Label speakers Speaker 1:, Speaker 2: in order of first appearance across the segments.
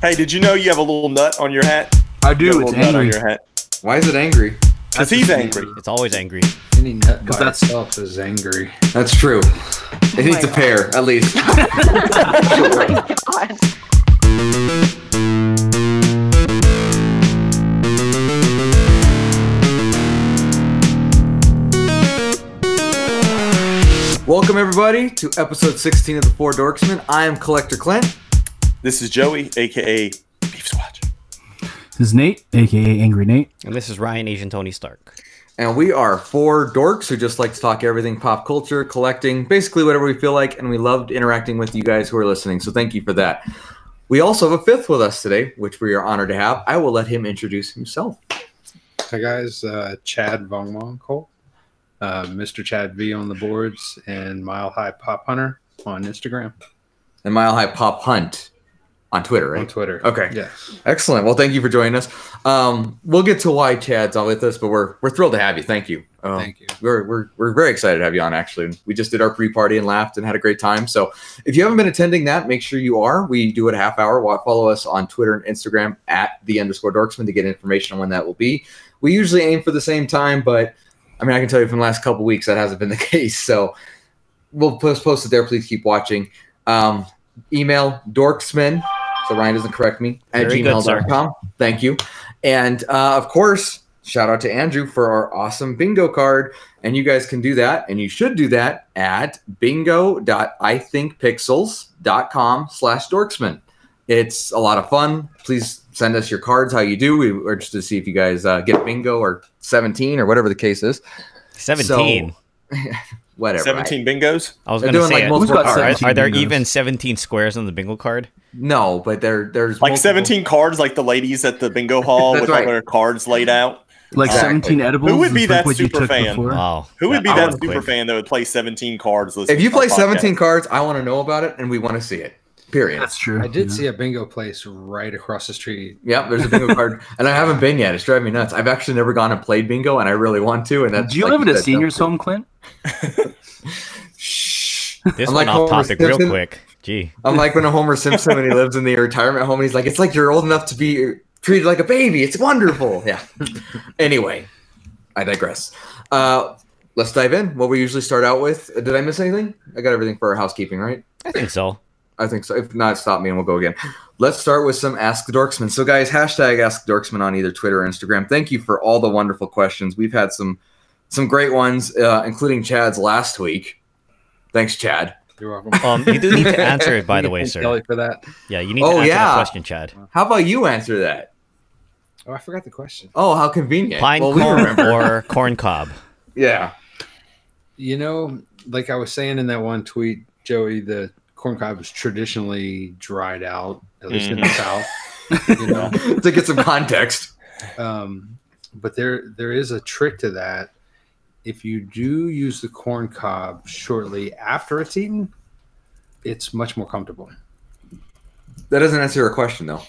Speaker 1: Hey, did you know you have a little nut on your hat?
Speaker 2: I
Speaker 1: You
Speaker 2: do.
Speaker 1: have a
Speaker 2: It's
Speaker 1: little nut on
Speaker 2: angry.
Speaker 1: your hat.
Speaker 3: Why is it angry?
Speaker 1: Because he's angry.
Speaker 4: It's always angry.
Speaker 5: Any nut by
Speaker 2: that's-
Speaker 5: itself is angry.
Speaker 3: That's true. It needs a
Speaker 6: God.
Speaker 3: pair, at least.
Speaker 6: oh my god.
Speaker 3: Welcome everybody to episode 16 of the Four Dorksmen. I am Collector Clint.
Speaker 1: This is Joey, aka Beef Swatch.
Speaker 7: This is Nate, aka Angry Nate.
Speaker 4: And this is Ryan Asian Tony Stark.
Speaker 3: And we are four dorks who just like to talk everything pop culture, collecting, basically whatever we feel like. And we loved interacting with you guys who are listening. So thank you for that. We also have a fifth with us today, which we are honored to have. I will let him introduce himself.
Speaker 5: Hi guys, uh, Chad Von Wonkel, uh, Mr. Chad V on the boards, and Mile High Pop Hunter on Instagram,
Speaker 3: And Mile High Pop Hunt on Twitter,
Speaker 5: on
Speaker 3: right?
Speaker 5: Twitter.
Speaker 3: Okay.
Speaker 5: Yes.
Speaker 3: Excellent. Well, thank you for joining us. Um, we'll get to why Chad's on with us, but we're we're thrilled to have you. Thank you.
Speaker 4: Oh.
Speaker 3: Um,
Speaker 5: Thank you.
Speaker 3: We're, we're, we're very excited to have you on, actually. We just did our pre party and laughed and had a great time. So, if you haven't been attending that, make sure you are. We do it a half hour. Wa- Follow us on Twitter and Instagram at the underscore dorksman to get information on when that will be. We usually aim for the same time, but I mean, I can tell you from the last couple weeks that hasn't been the case. So, we'll post, post it there. Please keep watching. Um, email dorksman, so Ryan doesn't correct me, at
Speaker 4: Very good, sir.
Speaker 3: gmail.com. Thank you. And uh, of course, shout out to Andrew for our awesome bingo card. And you guys can do that, and you should do that at bingo.ithinkpixels.com slash dorksman. It's a lot of fun. Please send us your cards how you do. We are just to see if you guys uh, get bingo or 17 or whatever the case is.
Speaker 4: 17.
Speaker 3: Whatever.
Speaker 1: 17 bingos?
Speaker 4: I was
Speaker 3: They're
Speaker 4: going to
Speaker 3: doing, like,
Speaker 4: say, it.
Speaker 3: multiple
Speaker 4: are, are
Speaker 3: cards.
Speaker 4: there
Speaker 2: 17
Speaker 4: even 17 squares on the bingo card?
Speaker 3: No, but there there's
Speaker 1: Like
Speaker 3: multiple-
Speaker 1: 17 cards, like the ladies at the bingo hall
Speaker 3: That's
Speaker 1: with
Speaker 3: right.
Speaker 1: all their cards laid out.
Speaker 7: Like
Speaker 3: Exactly.
Speaker 7: 17 edibles.
Speaker 1: Who would
Speaker 7: is
Speaker 1: be
Speaker 7: like
Speaker 1: that
Speaker 7: what you
Speaker 1: super
Speaker 7: took
Speaker 1: fan?
Speaker 7: before.
Speaker 4: Wow.
Speaker 1: Who would be
Speaker 4: I
Speaker 1: that
Speaker 4: would've
Speaker 1: super
Speaker 4: quit.
Speaker 1: fan that would play 17 cards? listening
Speaker 3: If you
Speaker 1: to our
Speaker 3: play
Speaker 1: podcast?
Speaker 3: 17 cards, I want to know about it and we want to see it. Period.
Speaker 7: That's true.
Speaker 5: I did
Speaker 7: yeah.
Speaker 5: see a bingo place right across the street.
Speaker 3: Yep, there's a bingo card, and I haven't been yet. It's driving me nuts. I've actually never gone and played bingo, and I really want to. And that's
Speaker 7: Do you
Speaker 3: like
Speaker 7: live in a
Speaker 3: said,
Speaker 7: senior's
Speaker 3: something-
Speaker 7: home, Clint?
Speaker 3: Shh.
Speaker 4: This
Speaker 3: I'm like
Speaker 4: went off
Speaker 3: Homer
Speaker 4: topic real
Speaker 3: Simpson.
Speaker 4: quick. Gee.
Speaker 3: I'm like when a Homer Simpson when he lives in the retirement home, and he's like, "It's like you're old enough to be treated like a baby. It's wonderful." Yeah. anyway, I digress. Uh, let's dive in. What we usually start out with. Did I miss anything? I got everything for our housekeeping, right?
Speaker 4: I think so.
Speaker 3: I think so. If not, stop me and we'll go again. Let's start with some Ask the Dorksman. So, guys, hashtag Ask the Dorksman on either Twitter or Instagram. Thank you for all the wonderful questions. We've had some some great ones, uh, including Chad's last week. Thanks, Chad.
Speaker 5: You're welcome.
Speaker 4: Um, you do need to answer it, by the way,
Speaker 5: Thank
Speaker 4: sir.
Speaker 5: Kelly for that.
Speaker 4: Yeah, you need
Speaker 3: Oh,
Speaker 4: to answer
Speaker 3: yeah.
Speaker 4: the question, Chad.
Speaker 3: How about you answer that?
Speaker 5: Oh, I forgot the question.
Speaker 3: Oh, how convenient.
Speaker 4: Pine
Speaker 3: Well, we
Speaker 4: corn
Speaker 3: remember.
Speaker 4: or corn cob?
Speaker 3: Yeah.
Speaker 5: You know, like I was saying in that one tweet, Joey, the corn cob is traditionally dried out, at least in the
Speaker 4: Mm.
Speaker 5: South. You know,
Speaker 3: to get some context.
Speaker 5: um, but there there is a trick to that. If you do use the corn cob shortly after it's eaten, it's much more comfortable.
Speaker 3: That doesn't answer your question, though.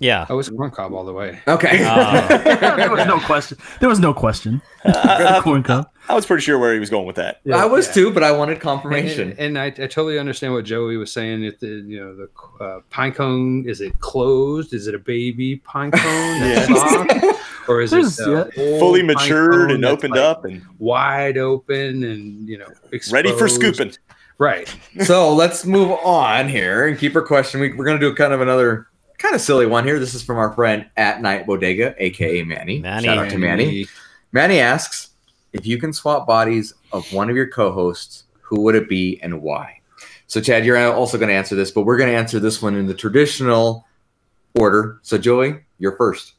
Speaker 4: Yeah.
Speaker 5: Oh, it's corn cob all the way.
Speaker 3: Okay.
Speaker 4: Uh,
Speaker 7: there was no question. There was no question.
Speaker 1: I, I-
Speaker 7: Corn cup.
Speaker 1: I was pretty sure where he was going with that.
Speaker 3: I was
Speaker 5: Yeah.
Speaker 3: too, but I wanted
Speaker 5: And,
Speaker 3: confirmation.
Speaker 5: and- and I, I totally understand what Joey was saying. If the you know the uh, pine cone is it closed? Is it a baby pine cone? that's soft? or is
Speaker 7: There's-
Speaker 5: it uh, old
Speaker 1: Fully
Speaker 5: pine
Speaker 1: matured
Speaker 5: cone
Speaker 1: and
Speaker 5: that's,
Speaker 1: opened
Speaker 5: like,
Speaker 1: up and
Speaker 5: wide open, and you know
Speaker 1: ready for
Speaker 5: exposed?
Speaker 1: scooping.
Speaker 5: Right.
Speaker 3: so let's move on here and keep her question. We, we're going to do kind of another kind of silly one here. This is from our friend at Night Bodega, aka Manny.
Speaker 4: Manny.
Speaker 3: Shout out to Manny. Manny asks if you can swap bodies of one of your co-hosts, who would it be and why? So Chad, you're also going to answer this, but we're going to answer this one in the traditional order. So Joey, you're first.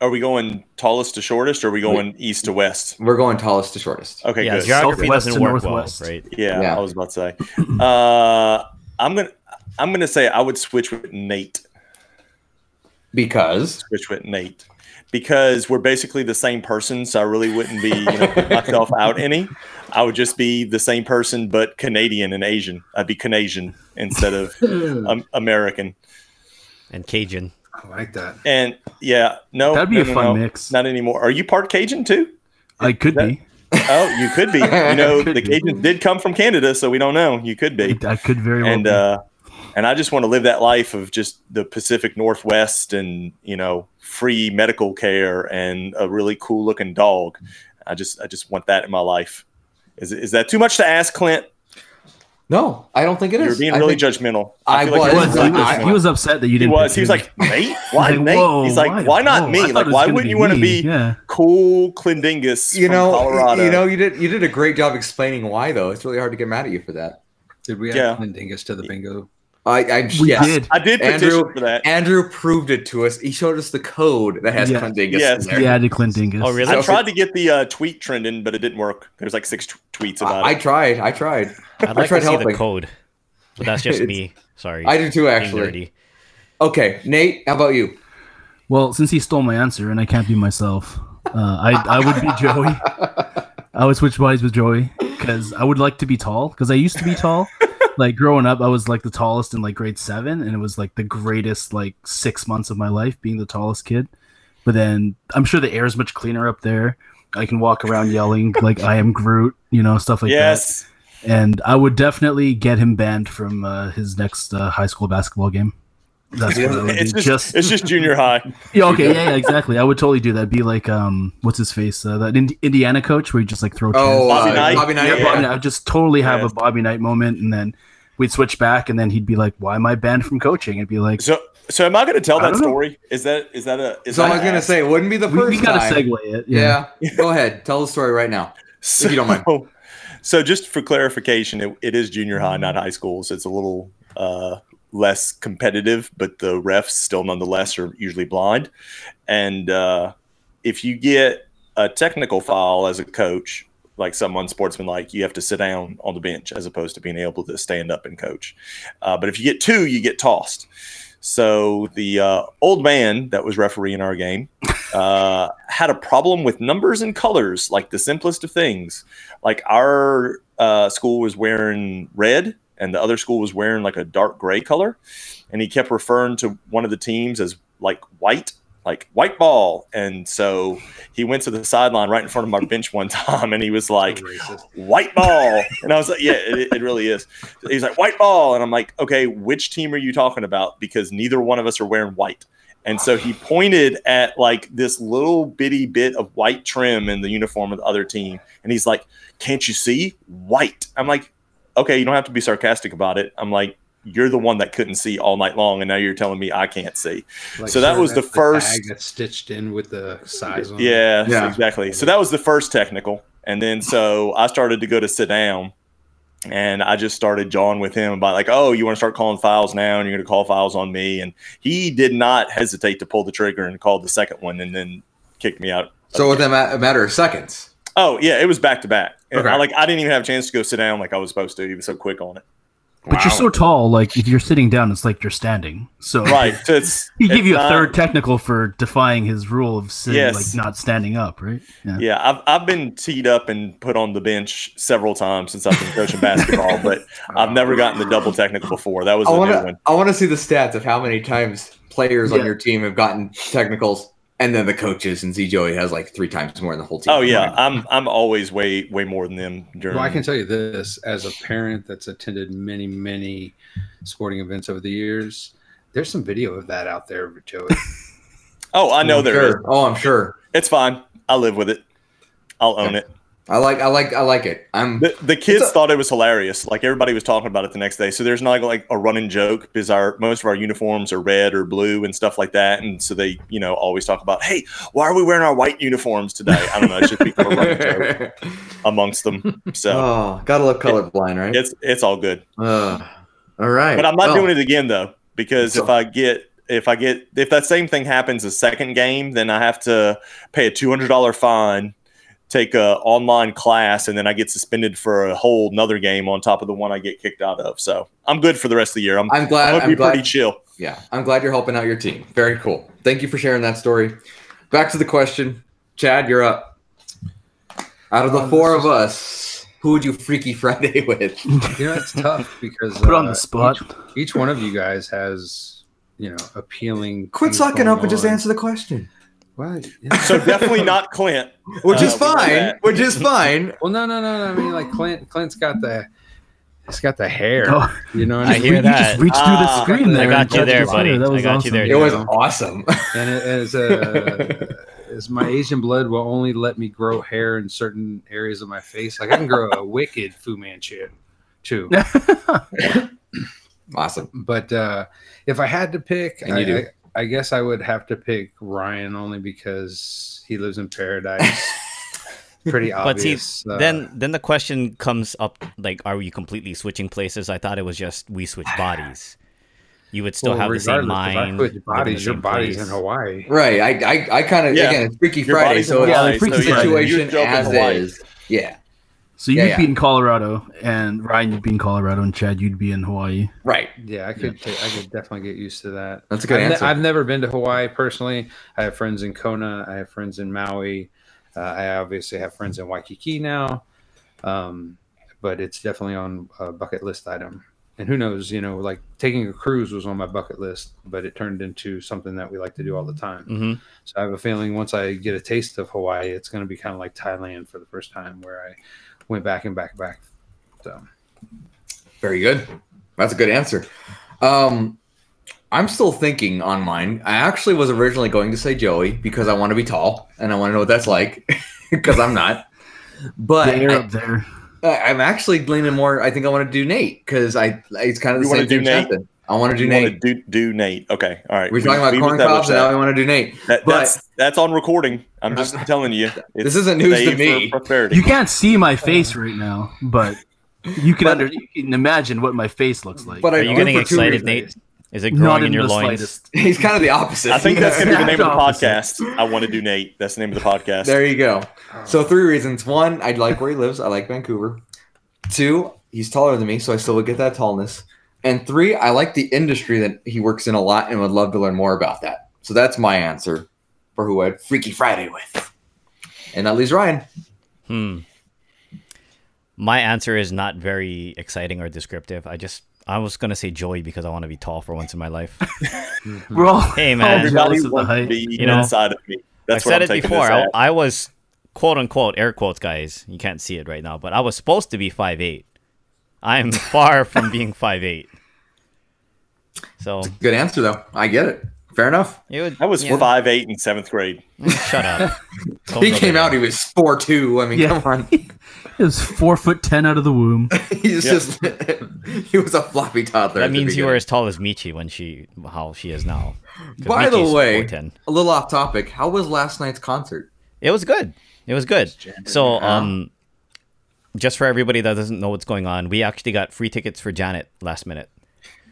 Speaker 1: Are we going tallest to shortest or are we going east to west?
Speaker 3: We're going tallest to shortest.
Speaker 1: Okay,
Speaker 4: yeah,
Speaker 1: good.
Speaker 4: geography
Speaker 7: Southwest
Speaker 4: doesn't
Speaker 7: to
Speaker 4: work well,
Speaker 7: northwest.
Speaker 4: right?
Speaker 1: Yeah,
Speaker 3: Yeah.
Speaker 1: I was about to say. Uh, I'm gonna I'm gonna say I would switch with Nate.
Speaker 3: Because
Speaker 1: Switch with Nate because we're basically the same person. So I really wouldn't be you know, putting myself out any. I would just be the same person, but Canadian and Asian. I'd be Canadian instead of um, American.
Speaker 4: And Cajun.
Speaker 5: I like that.
Speaker 1: And yeah, no,
Speaker 7: That'd be
Speaker 1: no,
Speaker 7: a
Speaker 1: no,
Speaker 7: fun
Speaker 1: no,
Speaker 7: mix.
Speaker 1: Not anymore. Are you part Cajun too?
Speaker 7: I could
Speaker 1: that-
Speaker 7: be.
Speaker 1: Oh, you could be. You know,
Speaker 7: Could
Speaker 1: the
Speaker 7: be.
Speaker 1: Cajuns did come from Canada, so we don't know. You could be.
Speaker 7: I could very well.
Speaker 1: and
Speaker 7: be.
Speaker 1: uh, And I just want to live that life of just the Pacific Northwest and, you know, free medical care and a really cool looking dog. I just I just want that in my life. Is, is that too much to ask, Clint?
Speaker 3: No, I don't think it
Speaker 1: You're
Speaker 3: is.
Speaker 1: being
Speaker 3: I
Speaker 1: really
Speaker 3: think-
Speaker 1: judgmental.
Speaker 3: I
Speaker 1: feel like
Speaker 7: He
Speaker 1: you're
Speaker 7: was,
Speaker 1: being
Speaker 7: he,
Speaker 1: really
Speaker 7: was,
Speaker 1: judgmental.
Speaker 7: he was upset that you
Speaker 1: He
Speaker 7: didn't.
Speaker 1: was.
Speaker 7: pick
Speaker 1: He was
Speaker 7: me.
Speaker 1: like, mate, why
Speaker 7: He's like,
Speaker 1: Nate?
Speaker 7: "Whoa,
Speaker 1: He's like, why, not
Speaker 7: whoa, I
Speaker 1: me?
Speaker 7: thought
Speaker 1: Like,
Speaker 7: it was
Speaker 1: why
Speaker 7: gonna
Speaker 1: wouldn't you want to be
Speaker 7: Yeah.
Speaker 1: cool Clendingus
Speaker 3: you
Speaker 1: from
Speaker 3: know,
Speaker 1: Colorado?
Speaker 3: you know, you did you did a great job explaining why though. It's really hard to get mad at you for that.
Speaker 5: Did we
Speaker 1: Yeah.
Speaker 5: add Mendingus to the bingo?
Speaker 3: I, I
Speaker 7: We
Speaker 3: yes.
Speaker 7: did.
Speaker 1: I did petition
Speaker 3: Andrew-
Speaker 1: for that.
Speaker 3: Andrew proved it to us. He showed us the code that has
Speaker 7: Yeah.
Speaker 3: Clendingus
Speaker 1: Yes.
Speaker 3: in there.
Speaker 7: Yeah, I did Clint Dingus.
Speaker 4: Oh, really?
Speaker 1: I
Speaker 3: So-
Speaker 1: tried to get the uh, tweet trending, but it didn't work. There's like six t- tweets about
Speaker 3: I, I
Speaker 1: it.
Speaker 3: tried. I tried.
Speaker 4: I'd like
Speaker 3: tried
Speaker 4: to see the
Speaker 3: helping.
Speaker 4: code. But that's just
Speaker 3: It's-
Speaker 4: me. Sorry.
Speaker 3: I do too,
Speaker 4: being
Speaker 3: actually.
Speaker 4: nerdy.
Speaker 3: Okay, Nate, how about you?
Speaker 7: Well, since he stole my answer and I can't be myself, uh, I I would be Joey. I would switch bodies with Joey because I would like to be tall because I used to be tall. like growing up, I was like the tallest in like grade seven, and it was like the greatest like six months of my life being the tallest kid. But then I'm sure the air is much cleaner up there. I can walk around yelling like I am Groot, you know, stuff like that.
Speaker 1: yes.
Speaker 7: and I would definitely get him banned from uh, his next uh, high school basketball game. That's what I would
Speaker 1: It's
Speaker 7: do.
Speaker 1: just, it's just junior high.
Speaker 7: yeah, okay, yeah, yeah, exactly. I would totally do that. Be like, um, what's his face? Uh, that Ind- Indiana coach where you just like throw.
Speaker 3: Oh,
Speaker 1: Bobby
Speaker 3: uh,
Speaker 1: Knight.
Speaker 3: Bobby Knight.
Speaker 1: Yeah,
Speaker 7: yeah, Bobby Knight. I would just totally have
Speaker 1: Yeah.
Speaker 7: a Bobby Knight moment, and then we'd switch back, and then he'd be like, "Why am I banned from coaching?" And be like,
Speaker 1: So, so am I going to tell
Speaker 7: I
Speaker 1: that
Speaker 7: don't know.
Speaker 1: story? Is that is that a? Is
Speaker 3: So
Speaker 1: that
Speaker 3: I was
Speaker 1: an
Speaker 3: gonna
Speaker 1: ask?
Speaker 3: say, it wouldn't be the
Speaker 7: "We,
Speaker 3: first
Speaker 7: we gotta
Speaker 3: time.
Speaker 7: segue it." Yeah,
Speaker 3: Yeah. Go ahead. Tell the story right now.
Speaker 1: so,
Speaker 3: you don't mind.
Speaker 1: So, just for clarification, it, it is junior high, not high school. So it's a little uh, less competitive, but the refs still, nonetheless, are usually blind. And uh, if you get a technical foul as a coach, like some unsportsmanlike, you have to sit down on the bench as opposed to being able to stand up and coach. Uh, but if you get two, you get tossed. So the uh, old man that was refereeing our game uh, had a problem with numbers and colors, like the simplest of things. Like our uh, school was wearing red, and the other school was wearing like a dark gray color, and he kept referring to one of the teams as like white, like white ball. And so he went to the sideline right in front of my bench one time, and he was like,
Speaker 5: racist.
Speaker 1: white ball. And I was like, yeah, it, it really is. He's like, white ball. And I'm like, okay, which team are you talking about? Because neither one of us are wearing white. And so he pointed at like this little bitty bit of white trim in the uniform of the other team. And he's like, can't you see white? I'm like, okay, you don't have to be sarcastic about it. I'm like, you're the one that couldn't see all night long. And now you're telling me I can't see.
Speaker 5: Like,
Speaker 1: So that
Speaker 5: sure,
Speaker 1: was the
Speaker 5: that's
Speaker 1: first-
Speaker 5: tag that's stitched in with the size on it.
Speaker 1: Yeah, so
Speaker 3: Yeah.
Speaker 1: exactly. So that was the first technical. And then so I started to go to sit down and I just started jawing with him about like, oh, you want to start calling fouls now and you're going to call fouls on me. And he did not hesitate to pull the trigger and call the second one and then kicked me out.
Speaker 3: So within a a matter of seconds.
Speaker 1: Oh, yeah, it was back to back. And
Speaker 3: Okay.
Speaker 1: I, like I didn't even have a chance to go sit down like I was supposed to. He was so quick on it.
Speaker 7: but you're so tall. Like if you're sitting down, it's like you're standing. So
Speaker 1: Right. So it's
Speaker 7: He
Speaker 1: it's
Speaker 7: give you a
Speaker 1: not-
Speaker 7: third technical for defying his rule of sitting,
Speaker 1: Yes.
Speaker 7: like not standing up, right?
Speaker 1: Yeah, I've I've been teed up and put on the bench several times since I've been coaching basketball, but I've never gotten the double technical before. That was
Speaker 3: I
Speaker 1: a
Speaker 3: want
Speaker 1: new one.
Speaker 3: to. I want to see the stats of how many times players on
Speaker 7: Yeah.
Speaker 3: your team have gotten technicals, and then the coaches. And Z Joey has like three times more than the whole team.
Speaker 1: Oh yeah, I'm I'm always way way more than them during.
Speaker 5: Well, I can tell you this as a parent that's attended many, many sporting events over the years. Their.'s some video of that out there, Joey.
Speaker 1: oh, I know
Speaker 3: I'm
Speaker 1: there is.
Speaker 3: sure. Oh, I'm sure.
Speaker 1: It's fine. I live with it. I'll own it.
Speaker 3: I like. I like. I like it. I'm.
Speaker 1: The, the kids
Speaker 3: It's a-
Speaker 1: thought it was hilarious. Like everybody was talking about it the next day. So there's not like a running joke because our most of our uniforms are red or blue and stuff like that. And so they, you know, always talk about, hey, why are we wearing our white uniforms today? I don't know. It should be a running joke amongst them.
Speaker 5: Uh,
Speaker 1: So
Speaker 3: oh, gotta love colorblind, right?
Speaker 1: it's it's all good.
Speaker 3: Ugh. all right.
Speaker 1: But I'm not doing it again though, because if
Speaker 3: So-
Speaker 1: I get if I get if that same thing happens a second game, then I have to pay a two hundred dollar fine, take a online class, and then I get suspended for a whole another game on top of the one I get kicked out of. So I'm good for the rest of the year. I'm,
Speaker 3: I'm
Speaker 1: I'm
Speaker 3: glad.
Speaker 1: gonna
Speaker 3: I'm
Speaker 1: be
Speaker 3: glad.
Speaker 1: pretty chill.
Speaker 3: yeah, I'm glad you're helping out your team. Very cool. Thank you for sharing that story. Back to the question, Chad, you're up. Out of the
Speaker 5: Oh,
Speaker 3: four
Speaker 5: this
Speaker 3: of us, who would you Freaky Friday with?
Speaker 5: you know, it's tough because
Speaker 7: Put on
Speaker 5: uh,
Speaker 7: the spot.
Speaker 5: Each, each one of you guys has, you know, appealing.
Speaker 3: Quit
Speaker 5: things
Speaker 3: sucking
Speaker 5: going
Speaker 3: up and just
Speaker 5: on.
Speaker 3: answer the question.
Speaker 5: What? Yeah.
Speaker 1: So definitely not Clint.
Speaker 3: Which
Speaker 1: Uh,
Speaker 3: is
Speaker 1: we know
Speaker 3: fine.
Speaker 1: that.
Speaker 3: Which is fine.
Speaker 5: Well, no, no, no, no. I mean, like Clint, Clint's got the It's got the hair.
Speaker 7: Oh.
Speaker 5: You know what
Speaker 4: I
Speaker 5: I
Speaker 7: Just
Speaker 5: mean?
Speaker 4: hear
Speaker 7: re- you
Speaker 4: that.
Speaker 7: Just reach through
Speaker 1: Ah,
Speaker 7: the screen there.
Speaker 5: I got
Speaker 7: and
Speaker 5: you
Speaker 7: touch
Speaker 5: there,
Speaker 7: the screen.
Speaker 5: buddy.
Speaker 7: That
Speaker 4: I
Speaker 7: was
Speaker 4: got you
Speaker 7: awesome.
Speaker 4: there.
Speaker 3: It was
Speaker 4: Yeah.
Speaker 3: awesome.
Speaker 5: And it- as uh, as my Asian blood will only let me grow hair in certain areas of my face, like I can grow a wicked Fu Manchu, too.
Speaker 3: awesome.
Speaker 5: But uh, if I had to pick,
Speaker 3: And
Speaker 5: I,
Speaker 3: you do.
Speaker 5: I, I guess I would have to pick Ryan only because he lives in paradise. Pretty
Speaker 4: But see,
Speaker 5: obvious. uh,
Speaker 4: then then the question comes up like, are we completely switching places? I thought it was just we switch bodies. You would still
Speaker 5: well,
Speaker 4: have the same
Speaker 5: regardless, if I
Speaker 4: mind.
Speaker 5: put
Speaker 4: live in the
Speaker 5: bodies, your
Speaker 4: same
Speaker 5: body's
Speaker 4: place.
Speaker 5: in Hawaii.
Speaker 3: Right. I I, I kind of
Speaker 1: Yeah.
Speaker 3: again it's Freaky
Speaker 1: Your
Speaker 3: Friday,
Speaker 1: body's
Speaker 3: so
Speaker 1: in
Speaker 3: it's
Speaker 7: Hawaii,
Speaker 3: the freaky
Speaker 7: so yeah,
Speaker 1: you
Speaker 3: situation
Speaker 1: drove to
Speaker 3: as
Speaker 1: Hawaii.
Speaker 3: is. Yeah.
Speaker 7: So you'd
Speaker 3: Yeah, yeah.
Speaker 7: be in Colorado, and Ryan, you'd be in Colorado, and Chad, you'd be in Hawaii.
Speaker 3: Right.
Speaker 5: Yeah, I could. ta- I could definitely get used to that.
Speaker 3: That's a good
Speaker 5: I've, ne-
Speaker 3: answer.
Speaker 5: I've never been to Hawaii personally. I have friends in Kona. I have friends in Maui. Uh, I obviously have friends in Waikiki now, um, but it's definitely on a bucket list item. And who knows? You know, like taking a cruise was on my bucket list, but it turned into something that we like to do all the time.
Speaker 4: Mhm.
Speaker 5: So I have a feeling once I get a taste of Hawaii, it's going to be kind of like Thailand for the first time, where I went back and back and back. So
Speaker 3: Very good. That's a good answer. Um, I'm still thinking on mine. I actually was originally going to say Joey because I want to be tall and I want to know what that's like because I'm not. But
Speaker 7: the air
Speaker 3: I-
Speaker 7: up there.
Speaker 3: I, I'm actually leaning more. I think I want to do Nate because I it's kind of the
Speaker 1: You wanna
Speaker 3: same
Speaker 1: do
Speaker 3: thing. as
Speaker 1: Nate?
Speaker 3: Jonathan. I want to do
Speaker 1: You wanna
Speaker 3: Nate.
Speaker 1: do, do Nate. Okay. All right.
Speaker 3: We're talking about
Speaker 1: We- we
Speaker 3: corn
Speaker 1: established
Speaker 3: cobs, and now
Speaker 1: that.
Speaker 3: I want to do Nate.
Speaker 1: That,
Speaker 3: but-
Speaker 1: that's that's on recording. I'm just telling you.
Speaker 3: This isn't news to
Speaker 1: saved for
Speaker 3: me.
Speaker 1: Prosperity.
Speaker 7: You can't see my face right now, but you can
Speaker 3: But-
Speaker 7: under, you can imagine what my face looks like.
Speaker 3: But I
Speaker 4: Are you
Speaker 3: do
Speaker 4: getting
Speaker 3: for two
Speaker 4: excited,
Speaker 3: reasons.
Speaker 4: Nate? Is it
Speaker 7: not
Speaker 4: growing
Speaker 7: in,
Speaker 4: in your
Speaker 7: the
Speaker 4: loins?
Speaker 7: slightest.
Speaker 3: He's kind of the opposite.
Speaker 1: I think that's gonna be the name of the
Speaker 7: Exact
Speaker 1: podcast. I want to do Nate. That's the name of the podcast.
Speaker 3: There you go. So three reasons. One, I like where he lives. I like Vancouver. Two, he's taller than me, so I still would get that tallness. And three, I like the industry that he works in a lot and would love to learn more about that. So that's my answer for who I'd Freaky Friday with. And that leaves Ryan.
Speaker 4: Hmm. My answer is not very exciting or descriptive. I just I was gonna say Joey because I want to be tall for once in my life.
Speaker 7: We're all
Speaker 4: Hmm. Hey
Speaker 7: all
Speaker 4: man,
Speaker 1: Everybody
Speaker 7: jealous of the
Speaker 1: wants to
Speaker 7: height.
Speaker 1: be
Speaker 4: you know?
Speaker 1: inside of me.
Speaker 4: I
Speaker 1: That's what I'm
Speaker 4: said it
Speaker 1: taking
Speaker 4: before.
Speaker 1: This
Speaker 4: I,
Speaker 1: at.
Speaker 4: I was quote unquote air quotes, guys. You can't see it right now, but I was supposed to be five eight. I'm far from being five eight. So
Speaker 3: Good answer though. I get it. Fair enough.
Speaker 4: it would.
Speaker 1: I was
Speaker 4: yeah,
Speaker 1: five eight in seventh grade.
Speaker 4: Shut up. Don't
Speaker 3: He
Speaker 4: go
Speaker 3: came
Speaker 4: there.
Speaker 3: out, he was four two. I mean,
Speaker 7: Yeah.
Speaker 3: come on.
Speaker 7: It was four foot ten out of the womb.
Speaker 3: He's
Speaker 1: Yeah.
Speaker 3: just he was a floppy toddler. at
Speaker 4: That
Speaker 3: the
Speaker 4: means you were
Speaker 3: beginning.
Speaker 4: as tall as Michi when she how she is now. 'Cause
Speaker 3: By the
Speaker 4: Michi's
Speaker 3: way-
Speaker 4: 4'10".
Speaker 3: a little off topic. How was last night's concert?
Speaker 4: It was good. It was good. So,
Speaker 3: Yeah.
Speaker 4: um, just for everybody that doesn't know what's going on, we actually got free tickets for Janet last minute.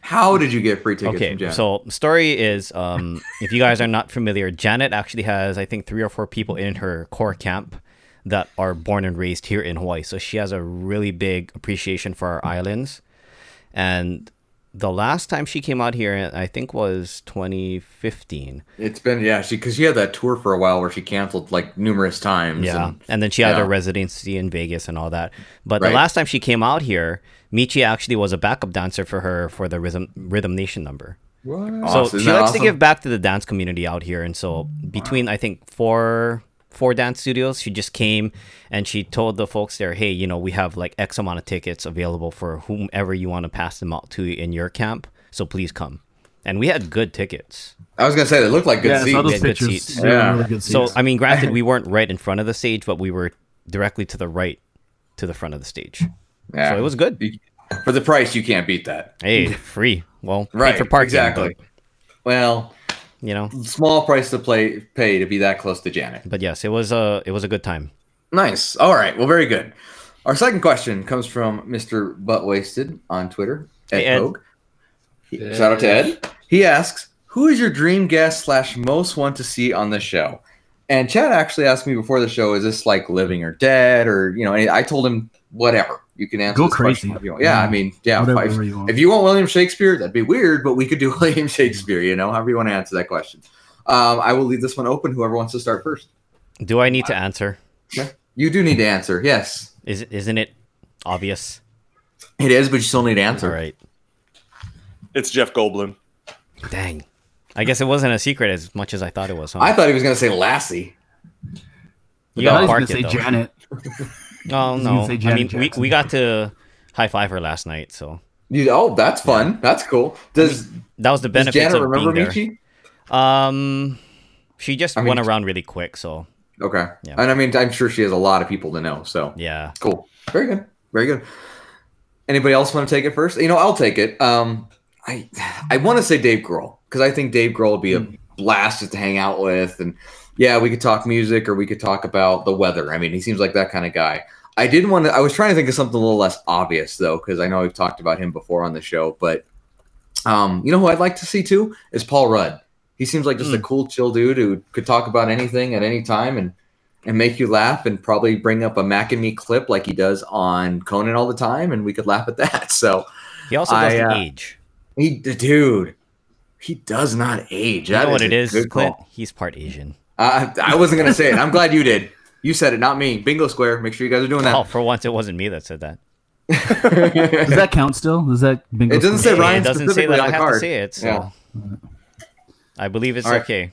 Speaker 3: How did you get free tickets
Speaker 4: Okay,
Speaker 3: from Janet?
Speaker 4: so story is, um, if you guys are not familiar, Janet actually has I think three or four people in her core camp that are born and raised here in Hawaii. So she has a really big appreciation for our islands. And the last time she came out here, I think was 2015.
Speaker 3: It's been yeah, she because she had that tour for a while where she canceled like numerous times.
Speaker 4: Yeah.
Speaker 3: and-
Speaker 4: And then she had
Speaker 3: yeah.
Speaker 4: her residency in Vegas and all that. But
Speaker 3: Right.
Speaker 4: the last time she came out here, Michi actually was a backup dancer for her for the Rhythm Rhythm Nation number.
Speaker 5: what?
Speaker 3: Awesome.
Speaker 4: So
Speaker 3: Isn't
Speaker 4: she
Speaker 3: that
Speaker 4: likes
Speaker 3: awesome?
Speaker 4: to give back to the dance community out here, and so between I think four four dance studios, she just came and she told the folks there, hey, you know, we have like X amount of tickets available for whomever you want to pass them out to in your camp, so please come. And we had good tickets.
Speaker 3: I was gonna say they look like good
Speaker 7: yeah, I saw
Speaker 3: seats.
Speaker 7: those
Speaker 4: Yeah, good
Speaker 7: pictures.
Speaker 4: seats.
Speaker 7: They were
Speaker 3: Yeah.
Speaker 7: really good
Speaker 4: So
Speaker 7: seats.
Speaker 4: I mean, granted, we weren't right in front of the stage, but we were directly to the right, to the front of the stage.
Speaker 3: yeah.
Speaker 4: So it was good.
Speaker 3: for the price. You can't beat that.
Speaker 4: Hey, free. Well, pay
Speaker 3: Right.
Speaker 4: for parking,
Speaker 3: exactly. Well,
Speaker 4: but, you know,
Speaker 3: small price to play pay to be that close to Janet.
Speaker 4: but yes, it was a it was a good time.
Speaker 3: Nice. All right. Well, very good. Our second question comes from Mr. Butt Wasted on Twitter. Ed
Speaker 4: Hey, Ed.
Speaker 3: Pogue. He- Shout out to Ed. He asks, "Who is your dream guest slash most want to see on the show?" And Chad actually asked me before the show, "Is this like living or dead, or you know?" And I told him, "Whatever. You can answer
Speaker 7: Go
Speaker 3: this question
Speaker 7: crazy.
Speaker 3: if you want." Yeah, I mean, yeah.
Speaker 7: Whatever
Speaker 3: If,
Speaker 7: you want.
Speaker 3: if you want William Shakespeare, that'd be weird, but we could do William Shakespeare. You know, however you want to answer that question. Um, I will leave this one open. Whoever wants to start first,
Speaker 4: Do I need to answer?
Speaker 3: you do need to answer. Yes,
Speaker 4: Is isn't it obvious?
Speaker 3: It is, but you still need to answer.
Speaker 4: All right.
Speaker 1: It's Jeff Goldblum.
Speaker 4: Dang. I guess it wasn't a secret as much as I thought it was. Huh?
Speaker 3: I thought he was going to say Lassie.
Speaker 4: you got
Speaker 7: I was gonna
Speaker 4: parked
Speaker 7: say
Speaker 4: it though.
Speaker 7: Janet.
Speaker 4: oh
Speaker 7: was gonna
Speaker 4: no.
Speaker 7: say
Speaker 4: I
Speaker 7: Janet
Speaker 4: mean, we,
Speaker 7: Jackson.
Speaker 4: we got to high five her last night. So
Speaker 3: You, oh, that's fun. That's cool. Does,
Speaker 4: that was the
Speaker 3: does
Speaker 4: benefit
Speaker 3: Janet
Speaker 4: of being
Speaker 3: remember
Speaker 4: there.
Speaker 3: Michi?
Speaker 4: Um, she just
Speaker 3: I mean-
Speaker 4: went around really quick. So
Speaker 3: Okay.
Speaker 4: Yeah.
Speaker 3: And I mean, I'm sure she has a lot of people to know. So
Speaker 4: yeah,
Speaker 3: Cool. Very good. Very good. Anybody else want to take it first? You know, I'll take it. Um, I I want to say Dave Grohl because I think Dave Grohl would be a blast just to hang out with, and yeah, we could talk music or we could talk about the weather. I mean, he seems like that kind of guy. I did want to. I was trying to think of something a little less obvious though, because I know we've talked about him before on the show. But um, you know who I'd like to see too is Paul Rudd. He seems like just a cool, chill dude who could talk about anything at any time and and make you laugh and probably bring up a Mac and Me clip like he does on Conan all the time, and we could laugh at that. So
Speaker 4: he also does
Speaker 3: I,
Speaker 4: not
Speaker 3: uh,
Speaker 4: age.
Speaker 3: he, dude, he does not age.
Speaker 4: You
Speaker 3: That
Speaker 4: know what it
Speaker 3: a
Speaker 4: is,
Speaker 3: good
Speaker 4: Clint?
Speaker 3: call.
Speaker 4: He's part Asian.
Speaker 3: I, I wasn't gonna say it. I'm glad you did. You said it, not me. Bingo square. Make sure you guys are doing that.
Speaker 4: Oh, for once it wasn't me that said that.
Speaker 7: Does that count still? Does that bingo?
Speaker 3: It doesn't
Speaker 7: still-
Speaker 3: say
Speaker 4: It-
Speaker 3: Ryan
Speaker 4: it doesn't say
Speaker 3: specifically
Speaker 4: that
Speaker 3: on
Speaker 4: I
Speaker 3: the
Speaker 4: have to
Speaker 3: card.
Speaker 4: say it. So
Speaker 3: Yeah.
Speaker 4: I believe it's
Speaker 3: All right.
Speaker 4: okay.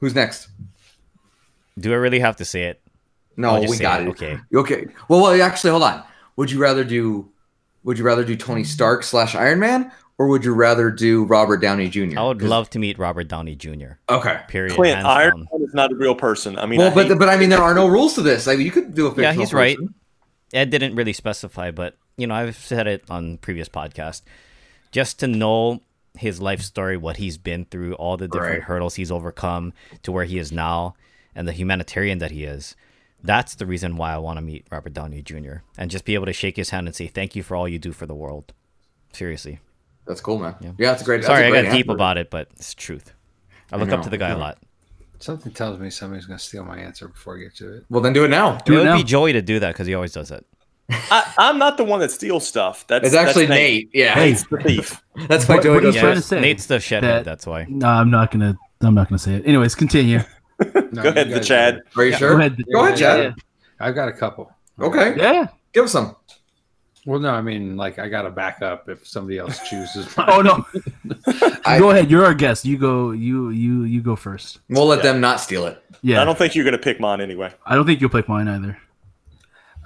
Speaker 3: Who's next?
Speaker 4: Do I really have to say it?
Speaker 3: No,
Speaker 4: I'll just
Speaker 3: we
Speaker 4: say
Speaker 3: got
Speaker 4: it.
Speaker 3: it.
Speaker 4: Okay.
Speaker 3: Okay. Well, well, actually, hold on. Would you rather do? Would you rather do Tony Stark slash Iron Man, or would you rather do Robert Downey Jr.?
Speaker 4: I would love to meet Robert Downey Jr.
Speaker 3: Okay.
Speaker 4: Period.
Speaker 1: Clint,
Speaker 4: hands
Speaker 1: Iron
Speaker 4: down.
Speaker 1: Man is not a real person. I mean,
Speaker 3: Well,
Speaker 1: I
Speaker 3: but
Speaker 1: hate-
Speaker 3: but I mean, there are no rules to this. I mean, you could do a fictional
Speaker 4: Yeah, he's right.
Speaker 3: person.
Speaker 4: Ed didn't really specify, but you know, I've said it on previous podcast. Just to know his life story, what he's been through, all the different
Speaker 3: Right.
Speaker 4: hurdles he's overcome to where he is now, and the humanitarian that he is. That's the reason why I want to meet Robert Downey Jr. and just be able to shake his hand and say thank you for all you do for the world. Seriously.
Speaker 3: That's cool, man.
Speaker 4: Yeah.
Speaker 3: Yeah, that's a great.
Speaker 4: Sorry, I
Speaker 3: that's a great
Speaker 4: got deep
Speaker 3: answer.
Speaker 4: about it, but it's truth. I look up
Speaker 3: know,
Speaker 4: to the guy a lot.
Speaker 5: Something tells me somebody's going to steal my answer before I get to it.
Speaker 3: Well, then do it now.
Speaker 4: it
Speaker 7: it
Speaker 4: would be
Speaker 7: now.
Speaker 4: Joey to do that because he always does it.
Speaker 1: I, I'm not the one that steals stuff. That's
Speaker 3: It's actually
Speaker 1: that's
Speaker 3: Nate. Yeah,
Speaker 7: Hey.
Speaker 1: Nate's the thief.
Speaker 3: that's why
Speaker 7: What-
Speaker 3: Joey
Speaker 7: what
Speaker 3: goes
Speaker 7: do you trying
Speaker 3: first.
Speaker 7: to say
Speaker 4: Nate's the shithead,
Speaker 7: that-
Speaker 4: that's why.
Speaker 7: No, I'm not gonna. I'm not gonna say it. Anyways, continue.
Speaker 5: No,
Speaker 1: Go
Speaker 5: you
Speaker 1: ahead, the
Speaker 5: guys
Speaker 1: Chad.
Speaker 5: are-
Speaker 3: Are you
Speaker 7: Go
Speaker 3: sure?
Speaker 7: ahead.
Speaker 3: Go ahead,
Speaker 5: Yeah,
Speaker 3: Chad.
Speaker 5: I've got a couple.
Speaker 3: Okay,
Speaker 7: Yeah.
Speaker 3: give us some.
Speaker 5: Well, no, I mean, like, I got to back up if somebody else chooses mine.
Speaker 7: Oh no.
Speaker 3: I-
Speaker 7: go ahead. You're our guest. You go. You you you go first.
Speaker 3: We'll let
Speaker 1: Yeah.
Speaker 3: them not steal it.
Speaker 7: Yeah.
Speaker 1: I don't think you're going to pick mine anyway.
Speaker 7: think you'll pick mine either.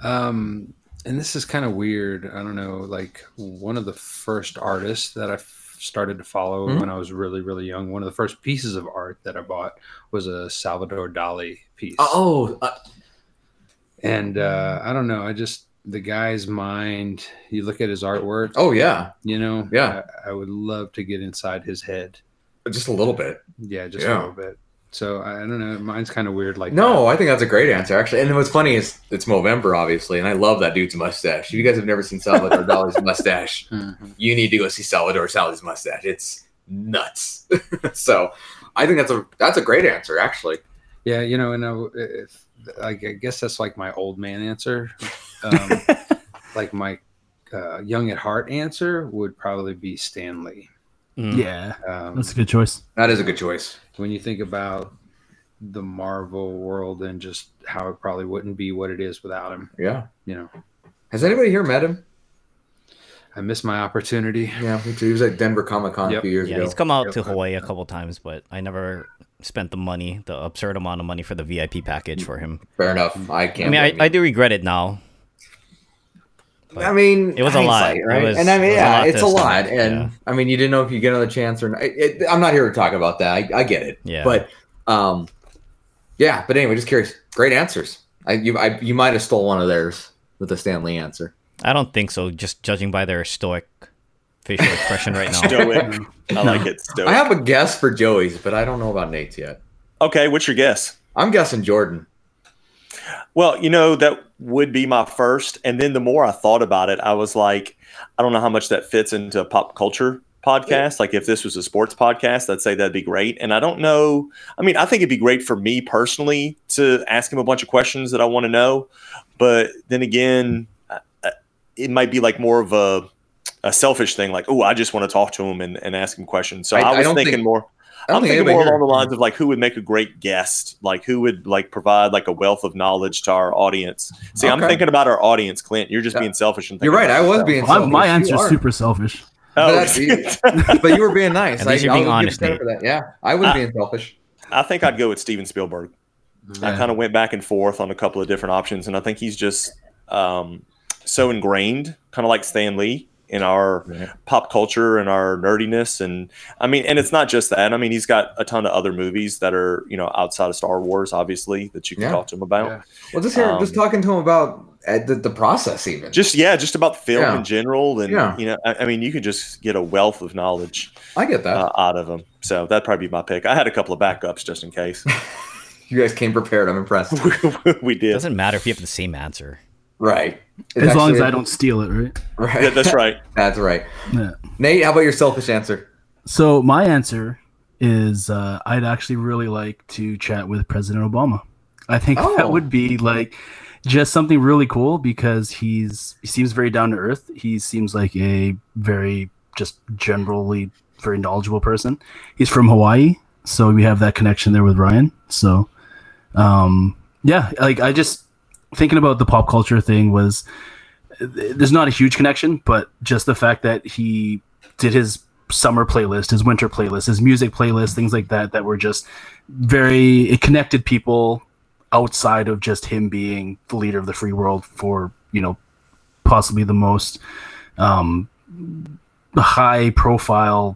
Speaker 5: Um, and this is kind of weird. I don't know. Like one of the first artists that I f- started to follow
Speaker 3: Mhm.
Speaker 5: when I was really, really young. One of the first pieces of art that I bought was a Salvador Dali piece.
Speaker 3: Oh, uh,
Speaker 5: and uh, I don't know. I just the guy's mind. You look at his artwork.
Speaker 3: oh yeah,
Speaker 5: you know.
Speaker 3: Yeah.
Speaker 5: I, I would love to get inside his head.
Speaker 3: just a little bit.
Speaker 5: Yeah, just
Speaker 3: Yeah.
Speaker 5: a little bit. So I I don't know. Mine's kind of weird. Like that.
Speaker 3: No, I think that's a great answer actually. And then what's funny is it's Movember, obviously, and I love that dude's mustache. If you guys have never seen Salvador Dali's mustache,
Speaker 5: Mhm.
Speaker 3: you need to go see Salvador Sally's mustache. It's nuts. so I think that's a that's a great answer actually.
Speaker 5: Yeah, you know, and I, if, like, I guess that's like my old man answer. Um, like my uh, young at heart answer would probably be Stanley.
Speaker 1: Hmm.
Speaker 4: Mm.
Speaker 7: Yeah.
Speaker 5: Um,
Speaker 7: That's a good choice.
Speaker 3: That is a good choice.
Speaker 5: when you think about the Marvel world and just how it probably wouldn't be what it is without him,
Speaker 3: Yeah.
Speaker 5: you know,
Speaker 3: Has anybody here met him?
Speaker 5: I missed my opportunity.
Speaker 3: Yeah, me too. He was at Denver Comic Con a
Speaker 5: Yep.
Speaker 3: few years
Speaker 4: Yeah,
Speaker 3: ago.
Speaker 4: he's come out
Speaker 5: Yep.
Speaker 4: to Hawaii a couple times, but I never spent the money, the absurd amount of money for the VIP package for him.
Speaker 3: Fair enough. I
Speaker 4: I
Speaker 3: can't.
Speaker 4: mean, I,
Speaker 3: blame
Speaker 4: I do regret it now.
Speaker 3: you. I mean,
Speaker 4: It was a lot.
Speaker 3: hindsight, right?
Speaker 4: It was-
Speaker 3: and I mean,
Speaker 4: it was a
Speaker 3: yeah,
Speaker 4: lot
Speaker 3: it's
Speaker 4: to
Speaker 3: a lot.
Speaker 4: stomach,
Speaker 3: And
Speaker 4: yeah.
Speaker 3: I mean, you didn't know if you get another chance or not. It, it, I'm not here to talk about that. I, I get it.
Speaker 4: Yeah.
Speaker 3: But, um, yeah. But anyway, just curious. Great answers. I you I, you might have stole one of theirs with the Stanley answer.
Speaker 4: I don't think so, just judging by their stoic facial expression right now.
Speaker 1: Stoic. I like it. Stoic.
Speaker 3: I have a guess for Joey's, but I don't know about Nate's yet.
Speaker 1: okay, what's your guess?
Speaker 3: I'm guessing Jordan.
Speaker 1: Well, you know, that would be my first. And then the more I thought about it, I was like, I don't know how much that fits into a pop culture podcast. Like, if this was a sports podcast, I'd say that'd be great. And I don't know. I mean, I think it'd be great for me personally to ask him a bunch of questions that I want to know. But then again, I- I- it might be like more of a, a selfish thing, like, oh, I just want to talk to him and, and ask him questions. So
Speaker 3: I-
Speaker 1: I,
Speaker 3: I
Speaker 1: was
Speaker 3: don't
Speaker 1: thinking
Speaker 3: think-
Speaker 1: more.
Speaker 3: I don't
Speaker 1: I'm
Speaker 3: think
Speaker 1: thinking more
Speaker 3: anybody
Speaker 1: along the
Speaker 3: here-
Speaker 1: lines of like who would make a great guest, like who would like provide like a wealth of knowledge to our audience. See, I'm
Speaker 3: Okay.
Speaker 1: thinking about our audience, Clint. You're just
Speaker 3: Yeah.
Speaker 1: being selfish and
Speaker 3: You're
Speaker 1: thinking
Speaker 3: right. I
Speaker 1: about
Speaker 3: was
Speaker 1: yourself.
Speaker 3: being.
Speaker 7: My, my
Speaker 3: selfish. You
Speaker 7: answer's
Speaker 3: are.
Speaker 7: super selfish.
Speaker 1: Oh,
Speaker 3: But, you- but you were being nice.
Speaker 4: At least you're
Speaker 3: I,
Speaker 4: being
Speaker 3: I'll give you
Speaker 4: honest,
Speaker 3: credit
Speaker 4: Nate. Uh,
Speaker 3: for that. Yeah, I was
Speaker 1: I-
Speaker 3: being selfish.
Speaker 1: I think I'd go with Steven Spielberg.
Speaker 5: Uh,
Speaker 1: I kind of went back and forth on a couple of different options, and I think he's just um, so ingrained, kind of like Stan Lee in our
Speaker 3: Right.
Speaker 1: pop culture and our nerdiness and I mean and it's not just that. I mean, he's got a ton of other movies that are, you know, outside of Star Wars obviously that you can
Speaker 3: Yeah.
Speaker 1: talk to him about.
Speaker 5: Yeah.
Speaker 3: Well, just here,
Speaker 1: Um,
Speaker 3: just talking to him about uh, the, the process, even.
Speaker 1: Just yeah, just about film
Speaker 3: Yeah.
Speaker 1: in general and
Speaker 3: Yeah.
Speaker 1: you know, I, I mean, you can just get a wealth of knowledge
Speaker 3: I get that.
Speaker 1: uh, out of him. So that'd probably be my pick. I had a couple of backups just in case.
Speaker 3: you guys came prepared. I'm impressed.
Speaker 1: we
Speaker 4: It
Speaker 1: did.
Speaker 4: doesn't matter if you have the same answer.
Speaker 3: right. It's
Speaker 7: as long as
Speaker 3: actually-
Speaker 7: I don't steal it, right?
Speaker 3: Right.
Speaker 1: Yeah, that's right.
Speaker 3: That's right.
Speaker 7: Yeah.
Speaker 3: Nate, how about your selfish answer?
Speaker 7: So my answer is uh, I'd actually really like to chat with President Obama. I think
Speaker 3: Oh.
Speaker 7: that would be like just something really cool because he's he seems very down to earth. He seems like a very just generally very knowledgeable person. He's from Hawaii, so we have that connection there with Ryan. So um yeah, like I just thinking about the pop culture thing was there's not a huge connection, but just the fact that he did his summer playlist, his winter playlist, his music playlist, things like that that were just very it connected people outside of just him being the leader of the free world for, you know, possibly the most um high profile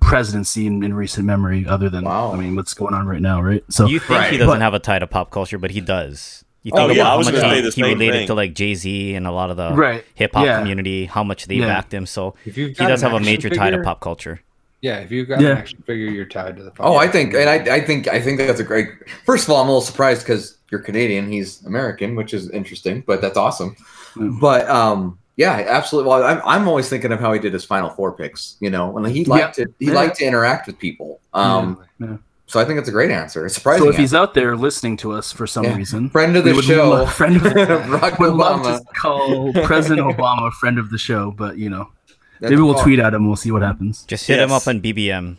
Speaker 7: presidency in, in recent memory other than
Speaker 3: Wow.
Speaker 7: I mean what's going on right now, right? So
Speaker 4: You think he
Speaker 3: Right.
Speaker 4: doesn't
Speaker 7: But-
Speaker 4: have a tie to pop culture, but he does. You
Speaker 1: Oh,
Speaker 4: think
Speaker 1: yeah,
Speaker 4: about
Speaker 1: I
Speaker 4: how
Speaker 1: was
Speaker 4: much
Speaker 1: gonna
Speaker 4: he,
Speaker 1: say the
Speaker 4: he
Speaker 1: same
Speaker 4: related
Speaker 1: thing.
Speaker 4: to like Jay Z and a lot of the
Speaker 7: right.
Speaker 4: hip hop
Speaker 7: Yeah.
Speaker 4: community, how much they
Speaker 7: Yeah.
Speaker 4: backed him. So
Speaker 5: If you've
Speaker 4: he
Speaker 5: got
Speaker 4: does
Speaker 5: an
Speaker 4: have a
Speaker 5: action
Speaker 4: major tie to
Speaker 5: figure-
Speaker 4: pop culture.
Speaker 5: Yeah, if you've got
Speaker 7: Yeah.
Speaker 5: an action figure, you're tied to the.
Speaker 3: Oh, I think, and I, I think, I think that's a great. First of all, I'm a little surprised because you're Canadian, he's American, which is interesting, but that's awesome.
Speaker 7: Mm.
Speaker 3: But um, yeah, absolutely. Well, I'm, I'm always thinking of how he did his final four picks. You know, and he liked to he
Speaker 7: Yeah.
Speaker 3: liked to interact with people. Um,
Speaker 7: Yeah. Yeah.
Speaker 3: so I think that's a great answer. It's surprising.
Speaker 7: So if he's
Speaker 3: answer.
Speaker 7: out there listening to us for some
Speaker 3: Yeah.
Speaker 7: reason,
Speaker 3: friend of
Speaker 7: we
Speaker 3: the
Speaker 7: would
Speaker 3: show,
Speaker 7: love- friend of the
Speaker 3: Barack
Speaker 7: would love
Speaker 3: Obama.
Speaker 7: to call President Obama a friend of the show, but you know,
Speaker 3: That's
Speaker 7: maybe we'll
Speaker 3: all.
Speaker 7: tweet at him. We'll see what happens.
Speaker 4: Just hit him
Speaker 1: Yes.
Speaker 4: up on BBM.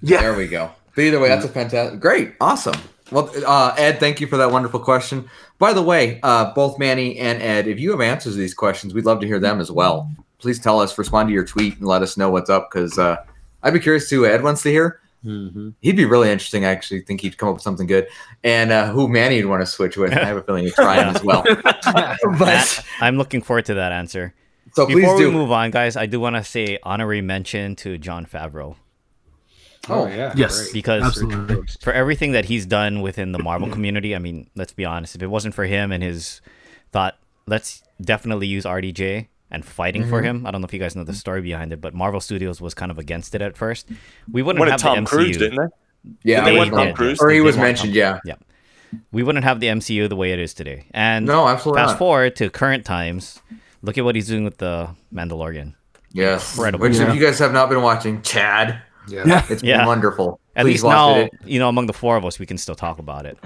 Speaker 7: Yeah.
Speaker 3: There we go. But either way, that's a fantastic, great, awesome. Well, uh, Ed, thank you for that wonderful question. By the way, uh, both Manny and Ed, if you have answers to these questions, we'd love to hear them as well. Please tell us, respond to your tweet, and let us know what's up because uh, I'd be curious to who Ed wants to hear.
Speaker 4: Mm-hmm.
Speaker 5: hmm
Speaker 3: He'd be really interesting. I actually think he'd come up with something good, and uh, who Manny would want to switch with. I have a feeling he'd try him as well. but
Speaker 4: That- I'm looking forward to that answer.
Speaker 3: so please
Speaker 4: Before we
Speaker 3: do.
Speaker 4: move on, guys, I do want to say honorary mention to John Favreau
Speaker 5: Oh yeah.
Speaker 7: Yes.
Speaker 5: great.
Speaker 4: because
Speaker 7: Absolutely.
Speaker 4: for everything that he's done within the Marvel community, I mean, let's be honest, if it wasn't for him and his thought, let's definitely use RDJ and fighting for
Speaker 3: Mm-hmm.
Speaker 4: him. I don't know if you guys know the story behind it, but Marvel Studios was kind of against it at first. We wouldn't
Speaker 1: When
Speaker 4: have
Speaker 1: it Tom
Speaker 4: the MCU.
Speaker 1: Cruise, didn't they?
Speaker 3: yeah,
Speaker 1: They
Speaker 3: I
Speaker 1: want
Speaker 3: would love-
Speaker 1: Tom Cruise?
Speaker 3: or he
Speaker 4: They
Speaker 3: was
Speaker 4: want Tom-
Speaker 3: mentioned. Yeah,
Speaker 4: We wouldn't have the MCU the way it is today. And
Speaker 3: no, absolutely
Speaker 4: fast
Speaker 3: not.
Speaker 4: forward to current times, look at what he's doing with the Mandalorian.
Speaker 3: Yes,
Speaker 4: Incredible.
Speaker 3: which
Speaker 7: Yeah.
Speaker 3: if you guys have not been watching, Chad,
Speaker 5: Yeah.
Speaker 7: Yeah.
Speaker 3: It's
Speaker 4: Yeah.
Speaker 3: wonderful.
Speaker 4: At
Speaker 3: Please
Speaker 4: least
Speaker 3: watch
Speaker 4: now,
Speaker 3: it.
Speaker 4: you know, among the four of us, we can still talk about it.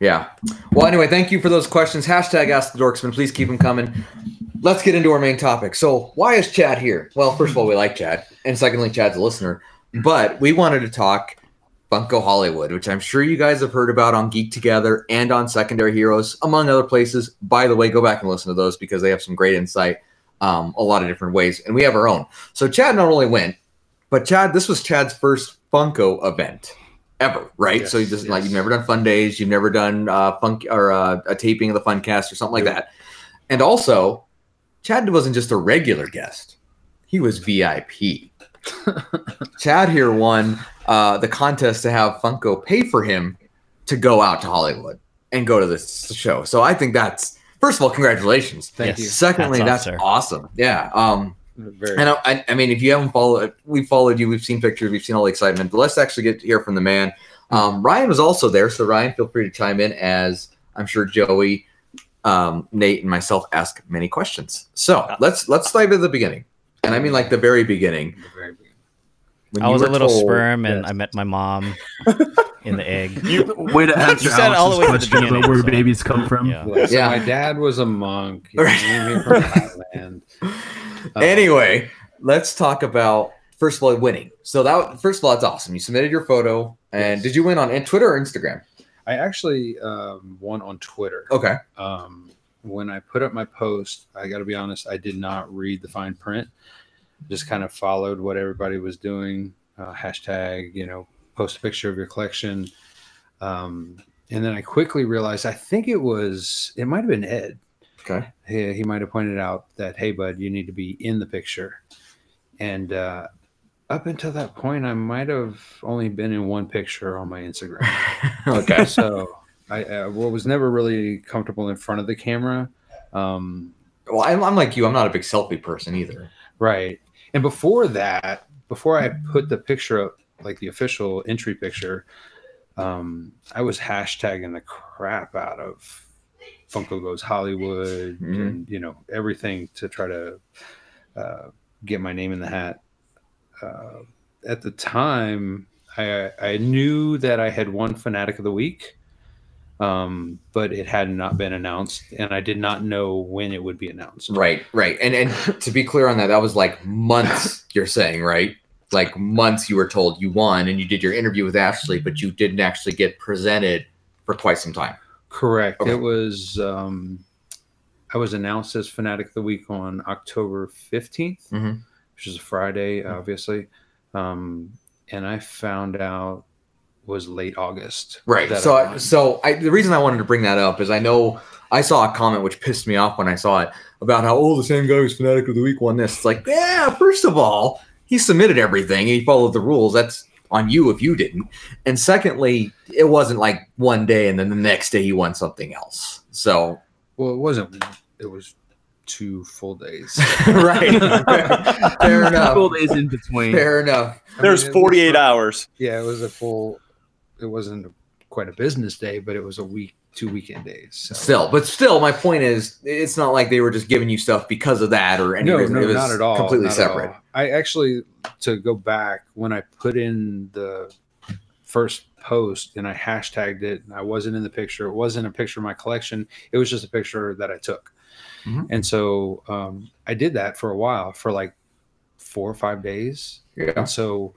Speaker 3: Yeah. Well, anyway, thank you for those questions. Hashtag Ask the Dorksman. Please keep them coming. Let's get into our main topic. So, why is Chad here? Well, first of all, we like Chad, and secondly, Chad's a listener. But we wanted to talk Funko Hollywood, which I'm sure you guys have heard about on Geek Together and on Secondary Heroes, among other places. By the way, go back and listen to those because they have some great insight, um, a lot of different ways, and we have our own. So, Chad not only went, but Chad, this was Chad's first Funko event ever, right? so you
Speaker 5: Yes,
Speaker 3: just like
Speaker 5: yes.
Speaker 3: you've never done fun days, you've never done uh, funk or uh, a taping of the Funcast or something like that. And also, Chad wasn't just a regular guest; he was VIP. Chad here won uh, the contest to have Funko pay for him to go out to Hollywood and go to this show. So I think that's first of all, congratulations.
Speaker 5: Thank
Speaker 4: Yes.
Speaker 3: Secondly,
Speaker 4: Hats
Speaker 3: that's
Speaker 4: off, sir.
Speaker 3: awesome. Yeah. Um,
Speaker 5: you. Very.
Speaker 3: and I, I, I mean, if you haven't followed, we followed you. We've seen pictures. We've seen all the excitement. But let's actually get to hear from the man. Um, Ryan was also there, so Ryan, feel free to chime in as I'm sure Joey, um, Nate, and myself ask many questions. So
Speaker 4: Uh,
Speaker 3: let's let's dive into the beginning, and I mean like the very beginning.
Speaker 5: very good.
Speaker 3: When
Speaker 4: I
Speaker 3: you
Speaker 4: was a
Speaker 3: were
Speaker 4: little
Speaker 3: told-
Speaker 4: sperm and
Speaker 5: yes.
Speaker 4: I met my mom in the egg.
Speaker 7: Way to answer
Speaker 4: said it all the
Speaker 7: Alex's
Speaker 4: way at the
Speaker 7: question about
Speaker 4: beginning,
Speaker 7: where
Speaker 4: so-
Speaker 7: babies come from.
Speaker 4: Yeah.
Speaker 5: Bless.
Speaker 3: Yeah.
Speaker 5: My dad was a monk. He came here from Thailand. Uh,
Speaker 3: anyway, let's talk about first of all winning. So that first of all, that's awesome. You submitted your photo, and
Speaker 5: Yes.
Speaker 3: did you win on Twitter or Instagram?
Speaker 5: I actually um, won on Twitter.
Speaker 3: Okay.
Speaker 5: Um, when I put up my post, I got to be honest, I did not read the fine print. Just kind of followed what everybody was doing. Uh, hashtag, you know, post a picture of your collection. Um, and then I quickly realized, I think it was, it might have been Ed.
Speaker 3: Okay.
Speaker 5: he, he might have pointed out that hey bud you need to be in the picture and uh, up until that point i might have only been in one picture on my instagram
Speaker 3: Okay.
Speaker 5: so i uh, well, was never really comfortable in front of the camera um,
Speaker 3: well, I'm, I'm like you. I'm not a big selfie person either.
Speaker 5: right and before that before i put the picture up like the official entry picture um, i was hashtagging the crap out of Funko Goes Hollywood
Speaker 3: Mhm.
Speaker 5: and you know everything to try to uh, get my name in the hat. Uh, at the time, I I knew that I had won Fanatic of the Week, um, but it had not been announced, and I did not know when it would be announced.
Speaker 3: Right. Right. And and to be clear on that, that was like months. You're saying right? Like months. You were told you won, and you did your interview with Ashley, but you didn't actually get presented for quite some time.
Speaker 5: Correct.
Speaker 3: Okay.
Speaker 5: It was. Um, I was announced as Fanatic of the Week on October 15th
Speaker 3: Mhm.
Speaker 5: which is a Friday, obviously. Um, and I found out was late August.
Speaker 3: Right.
Speaker 5: that
Speaker 3: So,
Speaker 5: I
Speaker 3: I,
Speaker 5: won.
Speaker 3: so I, the reason I wanted to bring that up is I know I saw a comment which pissed me off when I saw it about how oh the same guy who's fanatic of the week won this. It's like yeah, first of all, he submitted everything and he followed the rules. That's on you if you didn't. And secondly, it wasn't like one day and then the next day he won something else. So
Speaker 5: well, it wasn't. It was two full days.
Speaker 3: right, fair
Speaker 7: Couple
Speaker 3: enough.
Speaker 7: days in between.
Speaker 3: Fair enough.
Speaker 5: I
Speaker 1: There's
Speaker 5: mean, it was
Speaker 1: 48
Speaker 5: for-
Speaker 1: hours.
Speaker 5: Yeah, it was a full. It wasn't quite a business day, but it was a week, two weekend days. So.
Speaker 3: Still, but still, my point is, it's not like they were just giving you stuff because of that or any
Speaker 5: no,
Speaker 3: reason.
Speaker 5: no,
Speaker 3: it was
Speaker 5: not at all.
Speaker 3: Completely
Speaker 5: not at
Speaker 3: separate.
Speaker 5: all. I actually, to go back, when I put in the first post and I hashtagged it, and I wasn't in the picture. It wasn't a picture of my collection. It was just a picture that I took.
Speaker 3: Mhm.
Speaker 5: And so um, I did that for a while, for like four or five days.
Speaker 3: Yeah.
Speaker 5: And so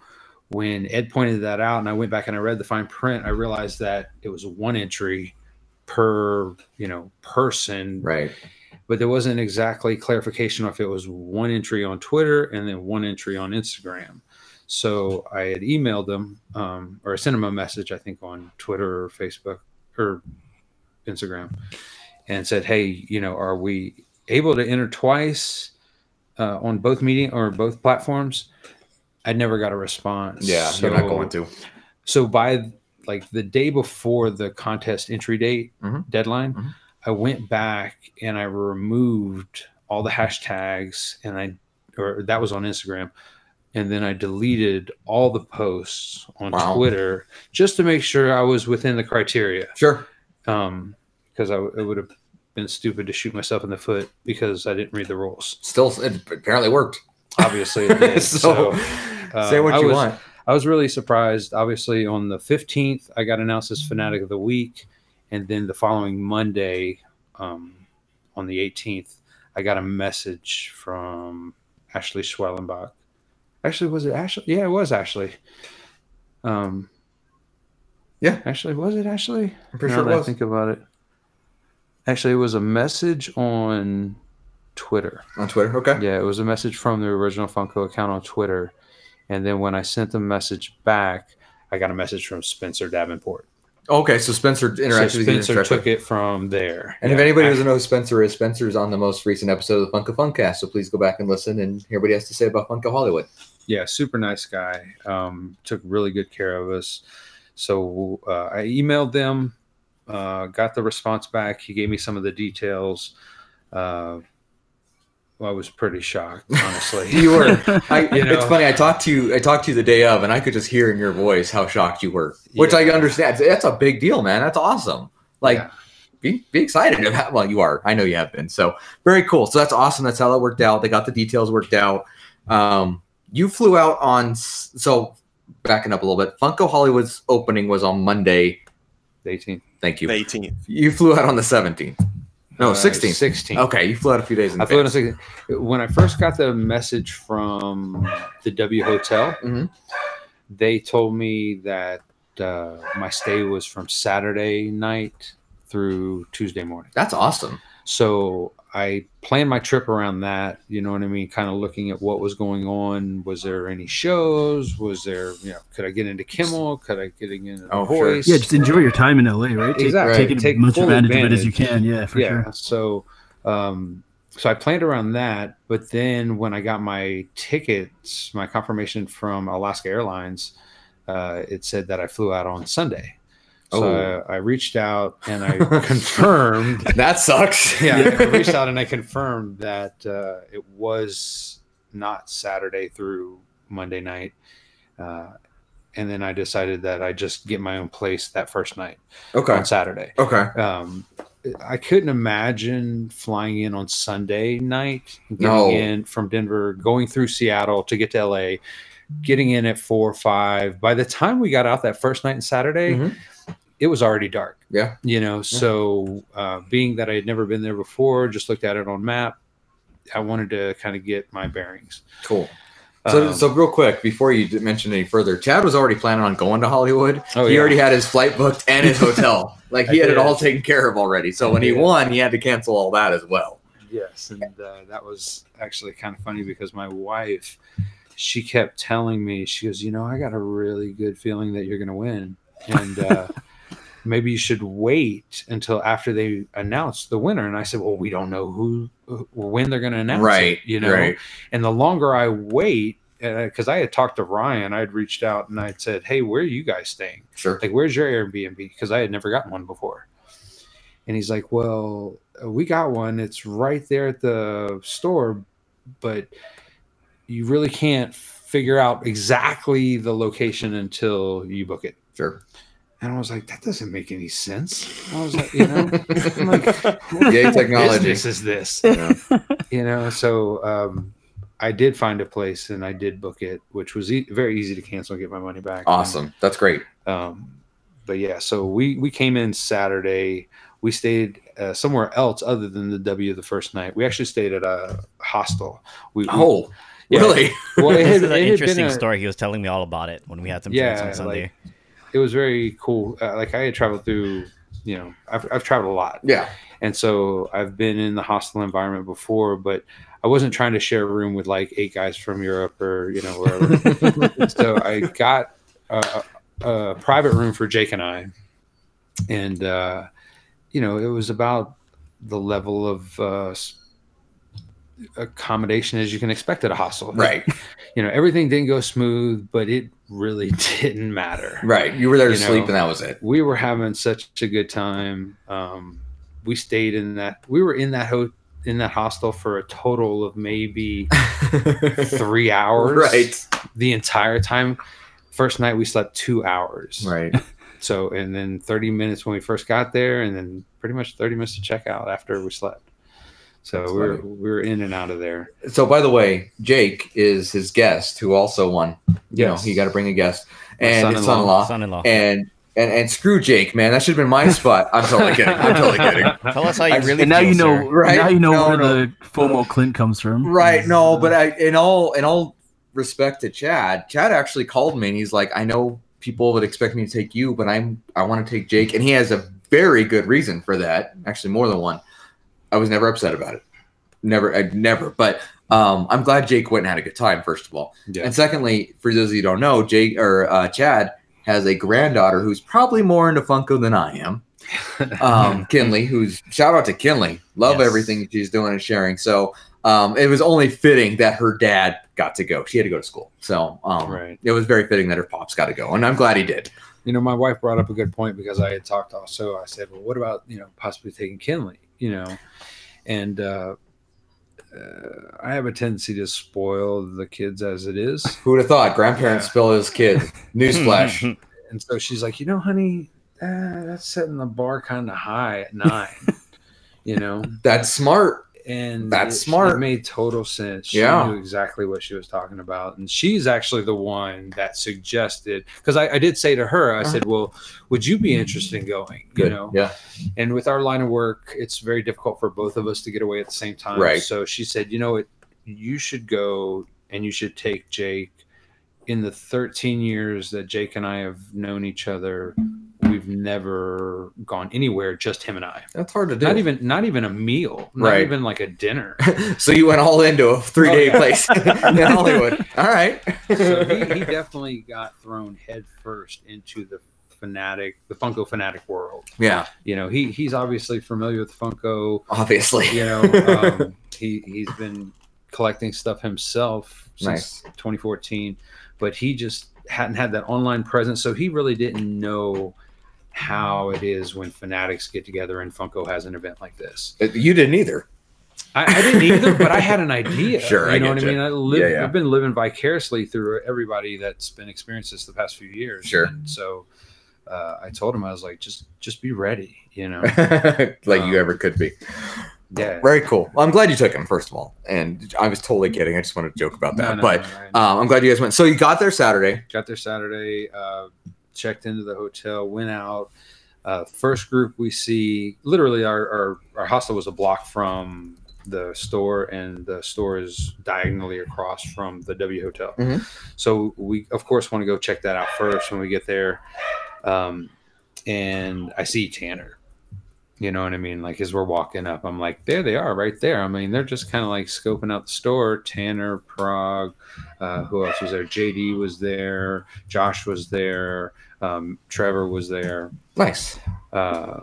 Speaker 5: when Ed pointed that out and I went back and I read the fine print, I realized that it was one entry per, you know, person
Speaker 3: Right.
Speaker 5: but there wasn't exactly clarification if it was one entry on Twitter and then one entry on Instagram. So I had emailed them um, or I sent them a message, I think, on Twitter or Facebook or Instagram and said, Hey, you know, are we able to enter twice uh, on both media or both platforms? I never got a response.
Speaker 3: Yeah. you're not going to.
Speaker 5: So by like the day before the contest entry date
Speaker 3: Mhm.
Speaker 5: deadline,
Speaker 3: Mhm.
Speaker 5: I went back and I removed all the hashtags and I or that was on Instagram. And then I deleted all the posts on
Speaker 3: Wow.
Speaker 5: Twitter just to make sure I was within the criteria.
Speaker 3: Sure.
Speaker 5: Um, because I it would have been stupid to shoot myself in the foot because I didn't read the rules.
Speaker 3: still it apparently worked.
Speaker 5: Obviously, it did.
Speaker 3: so,
Speaker 5: so, uh,
Speaker 3: say what
Speaker 5: I
Speaker 3: you
Speaker 5: was-
Speaker 3: want.
Speaker 5: I was really surprised. Obviously, on the 15th, I got announced as Fanatic of the Week. And then the following Monday, um, on the 18th, I got a message from Ashley Schwellenbach. Actually, was it Ashley? Yeah, it was Ashley. Um,
Speaker 3: Yeah.
Speaker 5: Ashley, was it Ashley?
Speaker 3: I'm pretty
Speaker 5: Now
Speaker 3: sure
Speaker 5: that
Speaker 3: it
Speaker 5: I
Speaker 3: was.
Speaker 5: think about it. Actually, it was a message on Twitter.
Speaker 3: on Twitter. Okay.
Speaker 5: Yeah, it was a message from the original Funko account on Twitter. And then when I sent the message back, I got a message from Spencer Davenport.
Speaker 3: Okay. So Spencer
Speaker 5: So
Speaker 3: interacted with you
Speaker 5: Spencer
Speaker 3: directly.
Speaker 5: took it from there.
Speaker 3: And if
Speaker 5: Yeah,
Speaker 3: anybody
Speaker 5: I-
Speaker 3: doesn't know who Spencer is, Spencer's on the most recent episode of the Funko Funcast. So please go back and listen and hear what he has to say about Funko Hollywood.
Speaker 5: yeah, super nice guy. Um, took really good care of us. So uh, I emailed them, uh, got the response back. He gave me some of the details. Uh, I was pretty shocked, honestly.
Speaker 3: You were. I,
Speaker 5: You know.
Speaker 3: It's funny. I talked to you. I talked to you the day of, and I could just hear in your voice how shocked you were, which I
Speaker 5: Yeah.
Speaker 3: understand. That's a big deal, man. That's awesome. Like,
Speaker 5: Yeah.
Speaker 3: be, be excited about. Well, you are. I know you have been. So very cool. So that's awesome. That's how that worked out. They got the details worked out. Um, you flew out on. s- So backing up a little bit, Funko Hollywood's opening was on Monday.
Speaker 5: 18.
Speaker 3: Thank
Speaker 1: The
Speaker 3: you.
Speaker 1: 18th.
Speaker 3: You flew out on the seventeenth. No,
Speaker 5: Uh,
Speaker 3: sixteenth.
Speaker 5: 16.
Speaker 3: okay, you flew out a few days in
Speaker 5: I flew in a
Speaker 3: advance.
Speaker 5: second. When I first got the message from the W Hotel,
Speaker 3: Mhm.
Speaker 5: they told me that uh, my stay was from Saturday night through Tuesday morning.
Speaker 3: That's awesome.
Speaker 5: So I planned my trip around that. You know what I mean? Kind of looking at what was going on. Was there any shows? Was there, you know, could I get into Kimmel? Could I get into the
Speaker 3: Oh, sure.
Speaker 5: voice?
Speaker 7: Yeah, just enjoy your time in LA, right? Take,
Speaker 5: Exactly.
Speaker 7: take, it
Speaker 5: Take
Speaker 7: as much
Speaker 5: full
Speaker 7: advantage, of it as
Speaker 5: advantage.
Speaker 7: you can. Yeah, for
Speaker 5: yeah.
Speaker 7: sure.
Speaker 5: So Um, so I planned around that, but then when I got my tickets, my confirmation from Alaska Airlines, uh, it said that I flew out on Sunday. So
Speaker 3: Oh.
Speaker 5: I, I reached out and I confirmed
Speaker 3: That sucks.
Speaker 5: yeah, I reached out and I confirmed that uh, it was not Saturday through Monday night. Uh, and then I decided that I just get my own place that first night
Speaker 3: Okay.
Speaker 5: on Saturday.
Speaker 3: Okay.
Speaker 5: Um, I couldn't imagine flying in on Sunday night, getting
Speaker 3: No.
Speaker 5: in from Denver, going through Seattle to get to LA, getting in at four or five. By the time we got out that first night in Saturday,
Speaker 3: Mhm.
Speaker 5: it was already dark
Speaker 3: Yeah.
Speaker 5: you know so uh, being that i had never been there before just looked at it on map i wanted to kind of get my bearings
Speaker 3: Cool. So,
Speaker 5: Um,
Speaker 3: so real quick before you d- mention any further, Chad was already planning on going to Hollywood.
Speaker 5: Oh,
Speaker 3: he
Speaker 5: yeah.
Speaker 3: already had his flight booked and his hotel. Like he
Speaker 5: I
Speaker 3: had it
Speaker 5: did.
Speaker 3: all taken care of already. So when he
Speaker 5: Yeah.
Speaker 3: won, he had to cancel all that as well.
Speaker 5: yes and uh, that was actually kind of funny because my wife she kept telling me she goes you know i got a really good feeling that you're going to win and uh, maybe you should wait until after they announce the winner and i said well we don't know who who- when they're going to announce it,
Speaker 3: right.
Speaker 5: you know
Speaker 3: Right.
Speaker 5: And the longer I wait, because I had talked to Ryan, I had reached out and I'd said, "Hey, where are you guys staying?
Speaker 3: Sure.
Speaker 5: Like, where's your Airbnb?" Because I had never gotten one before. And he's like, "Well, uh, we got one. It's right there at the store, but you really can't figure out exactly the location until you book it."
Speaker 3: Sure.
Speaker 5: And I was like, "That doesn't make any sense." I was like, "You know, I'm like, what
Speaker 3: Yay, technology.
Speaker 5: business is this?"
Speaker 3: Yeah.
Speaker 5: you know so um i did find a place and i did book it which was e- very easy to cancel and get my money back
Speaker 3: Awesome. That's great.
Speaker 5: um but yeah so we we came in saturday we stayed uh, somewhere else other than the w the first night we actually stayed at a hostel we we-
Speaker 3: Oh,
Speaker 5: Yeah.
Speaker 3: really?
Speaker 5: well it
Speaker 4: This
Speaker 5: had,
Speaker 4: is an
Speaker 5: it had
Speaker 4: interesting
Speaker 5: been a-
Speaker 4: story. He was telling me all about it when we had some
Speaker 5: Yeah,
Speaker 4: drinks on
Speaker 5: like-
Speaker 4: Sunday.
Speaker 5: it was very cool uh, like i had traveled through you know i've, I've traveled a lot
Speaker 3: yeah.
Speaker 5: and so I've been in the hostile environment before, but I wasn't trying to share a room with like eight guys from Europe or you know wherever. so I got a, a, a private room for Jake and I, and uh, you know it was about the level of uh, s- accommodation as you can expect at a hostel.
Speaker 3: Right.
Speaker 5: You know everything didn't go smooth, but it really didn't matter
Speaker 3: Right. You were there to
Speaker 5: You know.
Speaker 3: sleep, and that was it.
Speaker 5: we were having such a good time. Um, we stayed in that. We were in that ho- in that hostel for a total of maybe three hours.
Speaker 3: right.
Speaker 5: The entire time. First night we slept two hours.
Speaker 3: Right.
Speaker 5: So and then thirty minutes when we first got there, and then pretty much thirty minutes to check out after we slept. So
Speaker 3: That's
Speaker 5: we were we were in and out of there.
Speaker 3: So, by the way, Jake is his guest who also won. You know, you got to bring a guest
Speaker 5: My
Speaker 3: and his
Speaker 5: son-in-law.
Speaker 3: son-in-law,
Speaker 4: Son-in-law,
Speaker 3: and and and screw Jake, man. That should have been my spot. I'm totally kidding. I'm totally kidding.
Speaker 4: tell us how you
Speaker 3: I-
Speaker 4: really.
Speaker 7: And now
Speaker 4: feel,
Speaker 7: you know,
Speaker 4: sir.
Speaker 3: Right?
Speaker 7: now you know
Speaker 3: No,
Speaker 7: where
Speaker 3: no.
Speaker 7: the FOMO Clint comes from.
Speaker 3: Right?
Speaker 7: uh,
Speaker 3: No, but I, in all in all respect to Chad, Chad actually called me and he's like, I know people would expect me to take you, but I'm I want to take Jake, and he has a very good reason for that. Actually, more than one. I was never upset about it. Never, I never. But um, I'm glad Jake went and had a good time. First of all.
Speaker 5: Yeah.
Speaker 3: And secondly, for those of you who don't know, Jake or uh, Chad has a granddaughter who's probably more into Funko than I am. Um, Kinley, who's shout out to Kinley, love
Speaker 4: Yes.
Speaker 3: everything she's doing and sharing. So um, it was only fitting that her dad got to go. She had to go to school, so um,
Speaker 5: Right.
Speaker 3: it was very fitting that her pops got to go, and I'm glad he did.
Speaker 5: you know, my wife brought up a good point because I had talked also. I said, well, what about you know possibly taking Kinley? You know, and uh, uh, I have a tendency to spoil the kids as it is,
Speaker 3: Who would have thought grandparents spill his kid? Newsflash.
Speaker 5: and so she's like, you know, honey, uh, that's setting the bar kind of high at nine. you know,
Speaker 3: That's smart.
Speaker 5: and
Speaker 3: That's
Speaker 5: it-
Speaker 3: smart.
Speaker 5: It made total sense. She
Speaker 3: Yeah.
Speaker 5: knew exactly what she was talking about, and she's actually the one that suggested because I, I did say to her, I said, "Well, would you be interested in going?"
Speaker 3: Uh-huh. Good.
Speaker 5: You know,
Speaker 3: Yeah.
Speaker 5: and with our line of work it's very difficult for both of us to get away at the same time
Speaker 3: Right.
Speaker 5: so she said you know what you should go and you should take jake in the 13 years that jake and i have known each other we've never gone anywhere just him and i
Speaker 3: That's hard to do.
Speaker 5: not even not even a meal not
Speaker 3: Right.
Speaker 5: even like a dinner
Speaker 3: so you went all into a three day
Speaker 5: Oh, yeah.
Speaker 3: place in Hollywood. All right.
Speaker 5: so he, he definitely got thrown headfirst into the fanatic, the Funko fanatic world.
Speaker 3: Yeah,
Speaker 5: You know, he he's obviously familiar with Funko.
Speaker 3: obviously.
Speaker 5: You know, um, he he's been collecting stuff himself since 2014, but he just hadn't had that online presence, so he really didn't know how it is when fanatics get together and Funko has an event like this.
Speaker 3: Uh, you didn't either.
Speaker 5: I, I didn't either, but I had an idea.
Speaker 3: Sure,
Speaker 5: you
Speaker 3: I
Speaker 5: know
Speaker 3: get
Speaker 5: what
Speaker 3: you.
Speaker 5: I mean. I live,
Speaker 3: yeah.
Speaker 5: I've been living vicariously through everybody that's been experiencing this the past few years.
Speaker 3: Sure.
Speaker 5: And so uh, I told him I was like, just just be ready. You know.
Speaker 3: like
Speaker 5: Um,
Speaker 3: you ever could be.
Speaker 5: Yeah.
Speaker 3: Very cool. Well, I'm glad you took him, first of all. And I was totally kidding. I just wanted to joke about
Speaker 5: No,
Speaker 3: that.
Speaker 5: no,
Speaker 3: but
Speaker 5: no, I
Speaker 3: um, I'm glad you guys went. So you got there Saturday.
Speaker 5: got there Saturday. Uh, checked into the hotel. Went out. Uh, first group we see, literally, our, our our hostel was a block from the store, and the store is diagonally across from the W Hotel.
Speaker 3: Mhm.
Speaker 5: So we, of course, want to go check that out first when we get there. Um, and I see Tanner. You know what I mean? Like as we're walking up, I'm like, there they are, right there. I mean, they're just kind of like scoping out the store. Tanner, Prague, uh, who else was there? JD was there. Josh was there. Um, Trevor was there.
Speaker 3: Nice.
Speaker 5: Uh,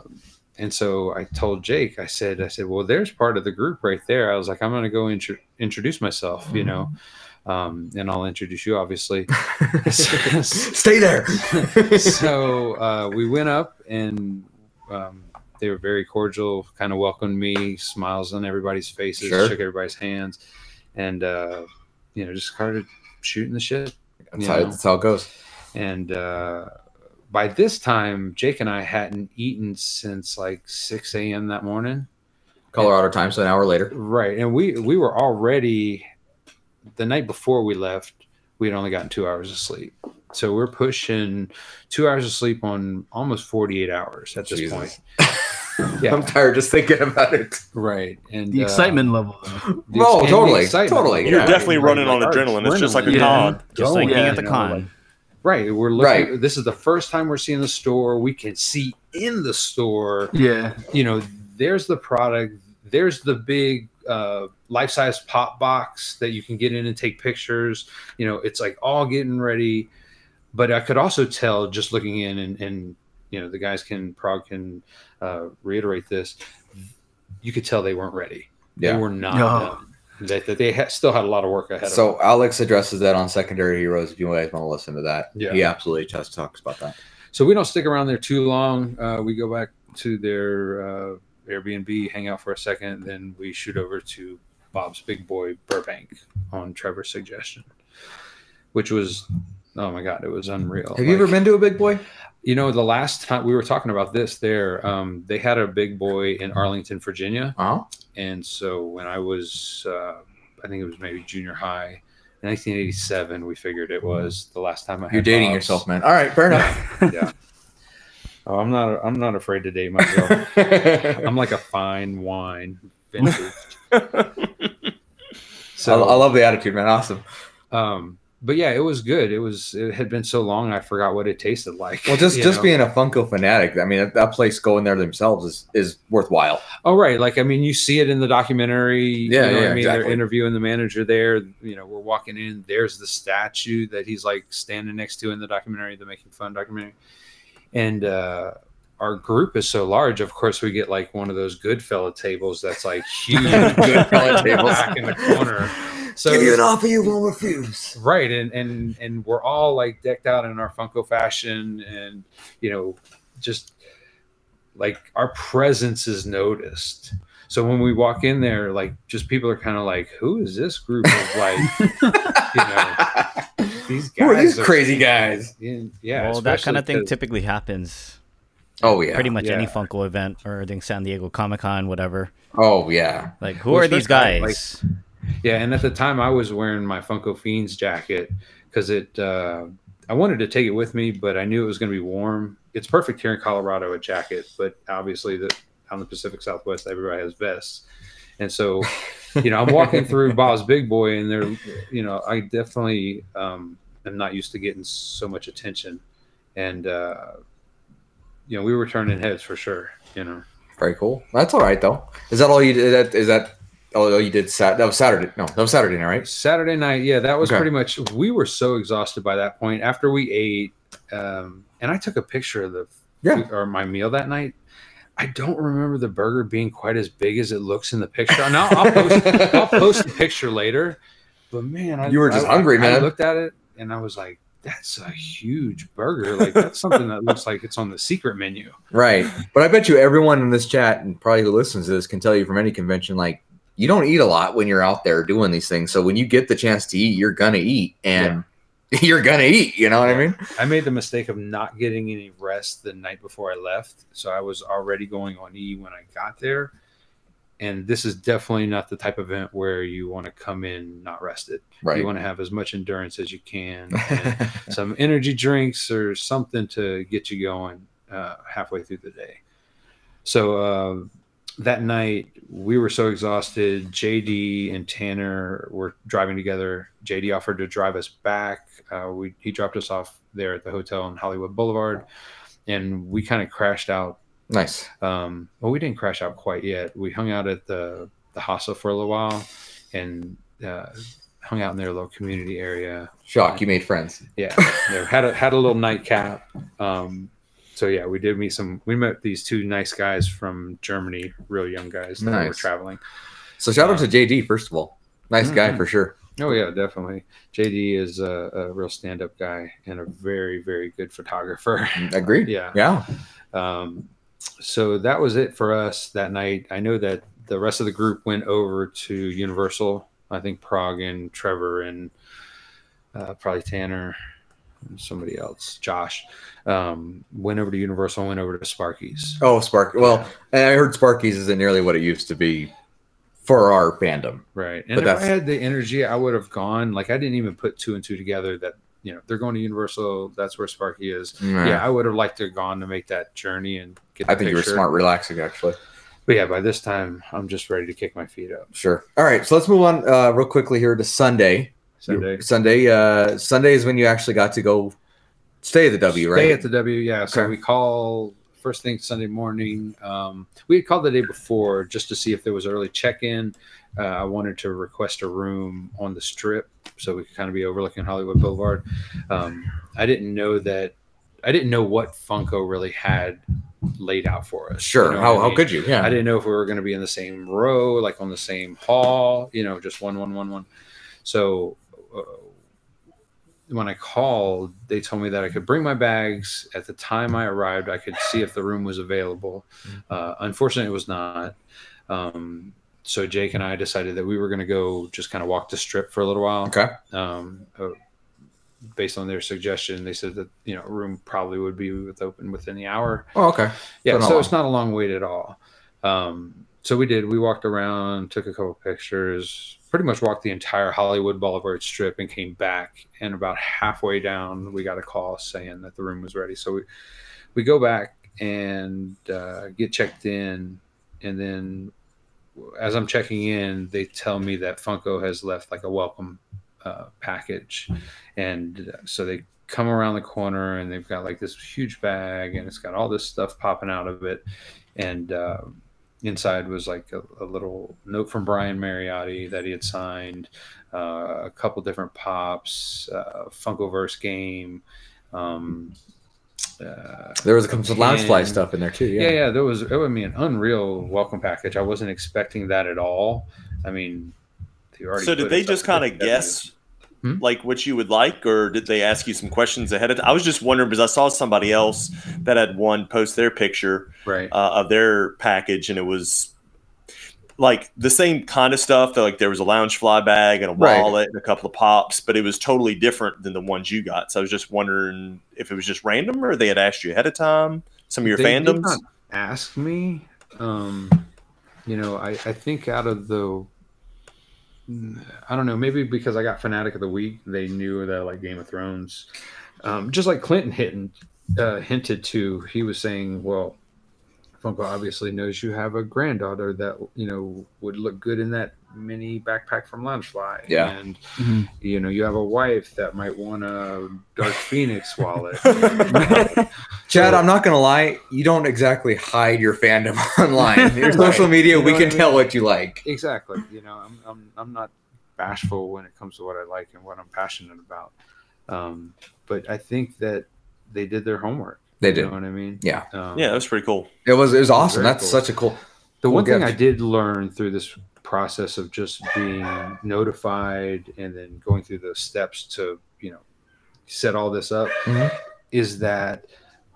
Speaker 5: and so I told Jake, I said, I said, well, there's part of the group right there. I was like, I'm going to go intro- introduce myself, you know, um, and I'll introduce you, obviously.
Speaker 3: Stay there.
Speaker 5: so uh, we went up and um, they were very cordial, kind of welcomed me, smiles on everybody's faces,
Speaker 3: Sure.
Speaker 5: shook everybody's hands, and uh, you know just started shooting the shit.
Speaker 3: that's, how, that's how it goes.
Speaker 5: And uh, by this time, Jake and I hadn't eaten since like 6 a.m. that morning.
Speaker 3: Colorado time, so an hour later.
Speaker 5: Right, and we we were already the night before we left. We had only gotten two hours of sleep, so we're pushing two hours of sleep on almost forty eight hours at this
Speaker 3: Jesus.
Speaker 5: point.
Speaker 3: I'm
Speaker 5: Yeah,
Speaker 3: tired just thinking about it.
Speaker 5: right. And
Speaker 7: The
Speaker 5: uh,
Speaker 7: excitement level, though.
Speaker 5: the
Speaker 3: Oh,
Speaker 5: and the
Speaker 3: totally,
Speaker 5: excitement.
Speaker 3: totally.
Speaker 5: Yeah,
Speaker 3: You're
Speaker 5: I mean,
Speaker 1: definitely
Speaker 5: we're
Speaker 1: running on
Speaker 5: our
Speaker 1: adrenaline. It's just like a
Speaker 5: adrenaline
Speaker 1: con.
Speaker 5: is
Speaker 4: Just like
Speaker 5: going,
Speaker 4: being at the
Speaker 5: you know,
Speaker 4: con.
Speaker 5: Oh, like- right. We're looking, right. This is the first time we're seeing the store. We can see in the store.
Speaker 7: Yeah.
Speaker 5: you know, there's the product, there's the big uh, life size pop box that you can get in and take pictures. You know, it's like all getting ready. But I could also tell just looking in, and, and you know, the guys can, Prague can uh, reiterate this, you could tell they weren't ready.
Speaker 3: Yeah.
Speaker 5: They were not
Speaker 7: No.
Speaker 5: done. That, that they ha- still had a lot of work ahead of them.
Speaker 3: So Alex addresses that on Secondary Heroes. If you guys want to listen to that,
Speaker 5: Yeah.
Speaker 3: he absolutely just talks about that.
Speaker 5: so we don't stick around there too long. Uh, we go back to their uh, Airbnb, hang out for a second, then we shoot over to Bob's Big Boy Burbank on Trevor's suggestion, which was, oh my god, it was unreal.
Speaker 3: Have you ever
Speaker 5: Like,
Speaker 3: been to a big boy?
Speaker 5: You know, the last time we were talking about this, there um, they had a Big Boy in Arlington, Virginia,
Speaker 3: Uh-huh.
Speaker 5: and so when I was, uh, I think it was maybe junior high. 1987, we figured it was the last time I.
Speaker 3: You're
Speaker 5: had
Speaker 3: dating
Speaker 5: Bob's.
Speaker 3: yourself, man. All right, fair enough.
Speaker 5: yeah. Oh, I'm not. I'm not afraid to date myself. I'm like a fine wine vintage.
Speaker 3: so I, I love the attitude, man. Awesome.
Speaker 5: um, but yeah, it was good. It was. It had been so long, I forgot what it tasted like.
Speaker 3: Well, just
Speaker 5: you
Speaker 3: just
Speaker 5: know?
Speaker 3: being a Funko fanatic, I mean, that, that place going there themselves is is worthwhile.
Speaker 5: Oh right, like I mean, you see it in the documentary.
Speaker 3: Yeah,
Speaker 5: you know what
Speaker 3: yeah,
Speaker 5: I mean, they're
Speaker 3: exactly.
Speaker 5: interviewing the manager there. You know, we're walking in. There's the statue that he's like standing next to in the documentary, the Making Fun documentary. And uh, our group is so large. Of course, we get like one of those Goodfella tables that's like huge Goodfella tables back in the corner. So
Speaker 3: offer you won't refuse.
Speaker 5: right and and and we're all like decked out in our funko fashion and you know just like our presence is noticed so when we walk in there like just people are kind of like who is this group of like you know these guys
Speaker 3: Who are these crazy guys?
Speaker 5: in- yeah
Speaker 4: well, that
Speaker 5: especially
Speaker 4: kind of thing
Speaker 5: 'cause-
Speaker 4: typically happens
Speaker 3: Oh yeah.
Speaker 4: pretty much any
Speaker 5: Yeah.
Speaker 4: Funko event or during San Diego Comic Con, whatever.
Speaker 3: Oh yeah.
Speaker 4: Like, who
Speaker 5: Well,
Speaker 4: are these
Speaker 5: especially, like-
Speaker 4: guys?
Speaker 5: yeah and at the time i was wearing my funko fiends jacket because it uh i wanted to take it with me but i knew it was going to be warm it's perfect here in colorado a jacket but obviously the on the pacific southwest everybody has vests and so you know i'm walking through bob's big boy and they're you know i definitely um am not used to getting so much attention and uh you know we were turning heads for sure you know
Speaker 3: Very cool. That's all right though. Is that all you did? That is that all you did? Sat that was Saturday. No, that was Saturday night, right?
Speaker 5: Saturday night, yeah, that was
Speaker 3: Okay.
Speaker 5: pretty much. We were so exhausted by that point. After we ate, um, and I took a picture of the
Speaker 3: Yeah.
Speaker 5: food- or my meal that night. I don't remember the burger being quite as big as it looks in the picture. And I'll, I'll, post, I'll post the picture later. But man, I,
Speaker 3: You were just
Speaker 5: I-
Speaker 3: hungry,
Speaker 5: I
Speaker 3: man.
Speaker 5: looked at it and I was like, "That's a huge burger. Like that's something that looks like it's on the secret menu."
Speaker 3: Right. But I bet you everyone in this chat and probably who listens to this can tell you from any convention, like, you don't eat a lot when you're out there doing these things. So when you get the chance to eat, you're going to eat and you're going to eat. You know what I mean?
Speaker 5: I made the mistake of not getting any rest the night before I left, so I was already going on E when I got there. And this is definitely not the type of event where you want to come in not rested.
Speaker 3: Right.
Speaker 5: You want to have as much endurance as you can, and some energy drinks or something to get you going uh, halfway through the day. So uh, that night we were so exhausted. JD and Tanner were driving together. JD offered to drive us back. Uh, we he dropped us off there at the hotel on Hollywood Boulevard, and we kind of crashed out.
Speaker 3: nice.
Speaker 5: Um, well, we didn't crash out quite yet. We hung out at the the hostel for a little while, and uh, hung out in their little community area
Speaker 3: Shock. You made friends.
Speaker 5: yeah they had a had a little nightcap um so yeah we did meet some we met these two nice guys from germany real young guys that were
Speaker 3: Nice.
Speaker 5: traveling
Speaker 3: So shout out to JD, first of all. Nice guy
Speaker 5: Mhm.
Speaker 3: for sure.
Speaker 5: oh yeah definitely jd is a, a real stand-up guy and a very very good photographer
Speaker 3: Agreed.
Speaker 5: Yeah.
Speaker 3: Yeah.
Speaker 5: um so that was it for us that night i know that the rest of the group went over to universal i think prague and trevor and uh, probably tanner and somebody else josh um, went over to universal went over to sparky's
Speaker 3: Oh, Spark. Well, and I heard Sparky's isn't nearly what it used to be for our fandom.
Speaker 5: Right.
Speaker 3: But
Speaker 5: And if I
Speaker 3: that's-
Speaker 5: had the energy, I would have gone. Like I didn't even put two and two together that, you know, they're going to Universal, that's where Sparky is. Yeah, I would have liked to have gone to make that journey and get the
Speaker 3: I think you were
Speaker 5: picture.
Speaker 3: smart relaxing, actually.
Speaker 5: But yeah, by this time I'm just ready to kick my feet up.
Speaker 3: Sure. All right. So let's move on uh, real quickly here to Sunday.
Speaker 5: Sunday.
Speaker 3: Sunday. Uh, Sunday is when you actually got to go stay at the W, right?
Speaker 5: Stay at the W, yeah. So
Speaker 3: Okay.
Speaker 5: we call first thing Sunday morning. Um, we had called the day before just to see if there was early check-in. Uh, I wanted to request a room on the strip so we could kind of be overlooking Hollywood Boulevard. Um, I didn't know that. I didn't know what Funko really had laid out for us.
Speaker 3: sure.
Speaker 5: You know
Speaker 3: how,
Speaker 5: what I
Speaker 3: how
Speaker 5: mean?
Speaker 3: could you? Yeah.
Speaker 5: I didn't know if we were going to be in the same row, like on the same hall, you know, just one, one, one, one. So uh, when I called, they told me that I could bring my bags. At the time I arrived, I could see if the room was available. Uh, unfortunately, it was not. Um, so Jake and I decided that we were going to go just kind of walk the strip for a little while
Speaker 3: Okay.
Speaker 5: um, uh, based on their suggestion, they said that you know a room probably would be with open within the hour.
Speaker 3: Oh, okay.
Speaker 5: Yeah,
Speaker 3: not
Speaker 5: so
Speaker 3: long.
Speaker 5: it's not a long wait at all. Um, so we did. We walked around, took a couple pictures, pretty much walked the entire Hollywood Boulevard strip, and came back. And about halfway down, we got a call saying that the room was ready. So we we go back and uh, get checked in, and then as I'm checking in, they tell me that Funko has left like a welcome uh, package, and so they come around the corner and they've got like this huge bag and it's got all this stuff popping out of it, and uh, inside was like a, a little note from Brian Mariotti that he had signed, uh, a couple different pops, uh, Funkoverse game. Um, uh,
Speaker 3: There was some Loungefly
Speaker 5: And-
Speaker 3: stuff in there too.
Speaker 5: yeah,
Speaker 3: Yeah.
Speaker 5: yeah, there was. I mean, an unreal welcome package. I wasn't expecting that at all. I mean, they already.
Speaker 1: So did
Speaker 5: put
Speaker 1: they
Speaker 5: us
Speaker 1: just
Speaker 5: up
Speaker 1: kind of
Speaker 5: to the
Speaker 1: guess
Speaker 5: Hmm?
Speaker 1: like what you would like, or did they ask you some questions ahead of? Time? I was just wondering because I saw somebody else that had one post their picture
Speaker 5: W. right?
Speaker 1: uh, of their package, and it was like the same kind of stuff. That, like there was a lounge fly bag and a
Speaker 3: Right.
Speaker 1: wallet and a couple of pops, but it was totally different than the ones you got. So I was just wondering if it was just random or they had asked you ahead of time. Some of your
Speaker 5: They did
Speaker 1: fandoms.
Speaker 5: not ask me. Um, you know, I, I think out of the, I don't know, maybe because I got fanatic of the week, they knew that I like Game of Thrones, um, just like Clinton hinted, uh, hinted to. He was saying, well. Funko obviously knows you have a granddaughter that you know would look good in that mini backpack from Loungefly.
Speaker 3: Yeah.
Speaker 5: and
Speaker 7: Mhm.
Speaker 5: you know you have a wife that might want a Dark Phoenix wallet.
Speaker 3: Chad, I'm not gonna lie. You don't exactly hide your fandom online. Your
Speaker 5: Right.
Speaker 3: social media,
Speaker 5: You know
Speaker 3: we
Speaker 5: what
Speaker 3: can
Speaker 5: I mean?
Speaker 3: tell what you like.
Speaker 5: exactly you know I'm, I'm i'm not bashful when it comes to what i like and what i'm passionate about um but i think that they did their homework.
Speaker 3: They
Speaker 5: You
Speaker 3: did.
Speaker 5: know what I mean?
Speaker 3: Yeah.
Speaker 5: Um,
Speaker 1: Yeah, that was pretty cool.
Speaker 3: It was it was awesome.
Speaker 5: Very
Speaker 3: That's
Speaker 5: cool.
Speaker 3: such a cool.
Speaker 5: The one
Speaker 3: We'll
Speaker 5: thing
Speaker 3: get-
Speaker 5: I did learn through this process of just being notified and then going through those steps to, you know, set all this up
Speaker 3: Mhm.
Speaker 5: is that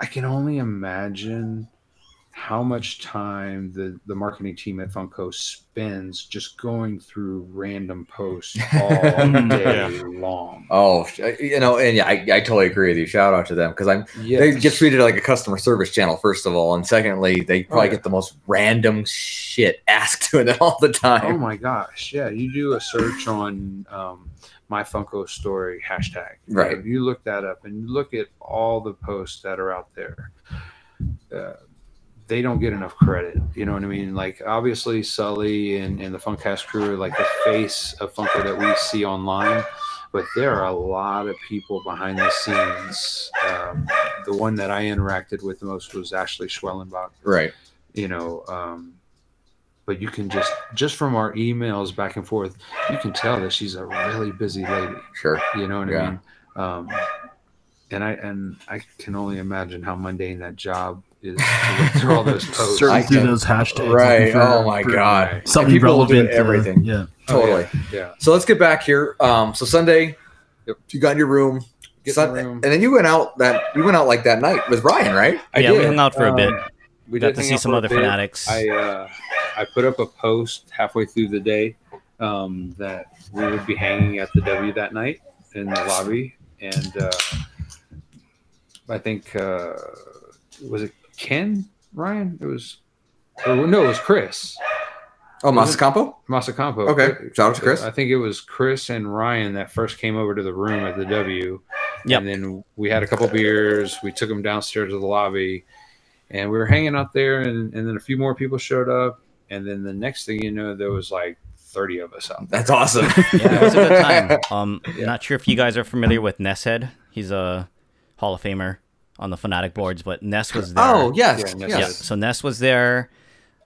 Speaker 5: I can only imagine how much time the, the marketing team at Funko spends just going through random posts all day long.
Speaker 3: Oh, sh- you know, and yeah, I, I totally agree with you. Shout out to them because I'm they
Speaker 5: Yes.
Speaker 3: get treated like a customer service channel first of all, and secondly, they probably
Speaker 5: yeah.
Speaker 3: get the most random shit asked to them all the
Speaker 5: Oh
Speaker 3: time.
Speaker 5: my gosh! Yeah, you do a search on um, my Funko story hashtag.
Speaker 3: Right.
Speaker 5: You, know, you look that up and you look at all the posts that are out there. Uh, they don't get enough credit. You know what I mean? Like obviously Sully and, and the Funkcast crew are like the face of Funko that we see online, but there are a lot of people behind the scenes. Um, the one that I interacted with the most was Ashley Schwellenbach
Speaker 3: right.
Speaker 5: you know um but you can just just from our emails back and forth you can tell that she's a really busy lady
Speaker 3: Sure.
Speaker 5: you know what i
Speaker 3: Yeah.
Speaker 5: mean um and i and i can only imagine how mundane that job is to look through all those posts
Speaker 3: Certainly. I
Speaker 7: through
Speaker 3: can-
Speaker 7: those hashtags.
Speaker 3: Right.
Speaker 7: looking for-
Speaker 3: Oh my
Speaker 7: for
Speaker 3: god.
Speaker 7: Something
Speaker 3: People will do
Speaker 7: relevant. to-
Speaker 3: everything.
Speaker 7: yeah.
Speaker 5: Oh,
Speaker 3: Totally.
Speaker 5: yeah
Speaker 3: So let's get back here. Um, so Sunday,
Speaker 5: Yep.
Speaker 3: you got in your room,
Speaker 5: Get in
Speaker 3: Sun-
Speaker 5: the room.
Speaker 3: and then you went out that you went out like that night with Ryan, right?
Speaker 5: I
Speaker 4: yeah, we
Speaker 5: did.
Speaker 4: hung out for a bit.
Speaker 5: Um, we
Speaker 4: Got
Speaker 5: did
Speaker 4: to
Speaker 5: hang
Speaker 4: see
Speaker 5: out
Speaker 4: some
Speaker 5: for a
Speaker 4: other
Speaker 5: bit.
Speaker 4: fanatics.
Speaker 5: I uh, I put up a post halfway through the day um, that we would be hanging at the W that night in the lobby, and uh, I think uh, was it Ken Ryan? It was or, no, it was Chris
Speaker 3: Oh, Masacampo.
Speaker 5: Masacampo.
Speaker 3: Okay. Shout out to Chris.
Speaker 5: I think it was Chris and Ryan that first came over to the room at the W.
Speaker 4: Yep.
Speaker 5: And then we had a couple beers. We took them downstairs to the lobby and we were hanging out there. And, and then a few more people showed up. And then the next thing you know, there was like 30 of us out
Speaker 3: That's awesome.
Speaker 4: Yeah, it was a good time. Um, not sure if you guys are familiar with Neshead. He's a Hall of Famer on the Fanatic boards, but Ness was there.
Speaker 3: Oh yes,
Speaker 5: Yeah,
Speaker 3: yeah,
Speaker 5: yes.
Speaker 4: yeah. So Ness was there.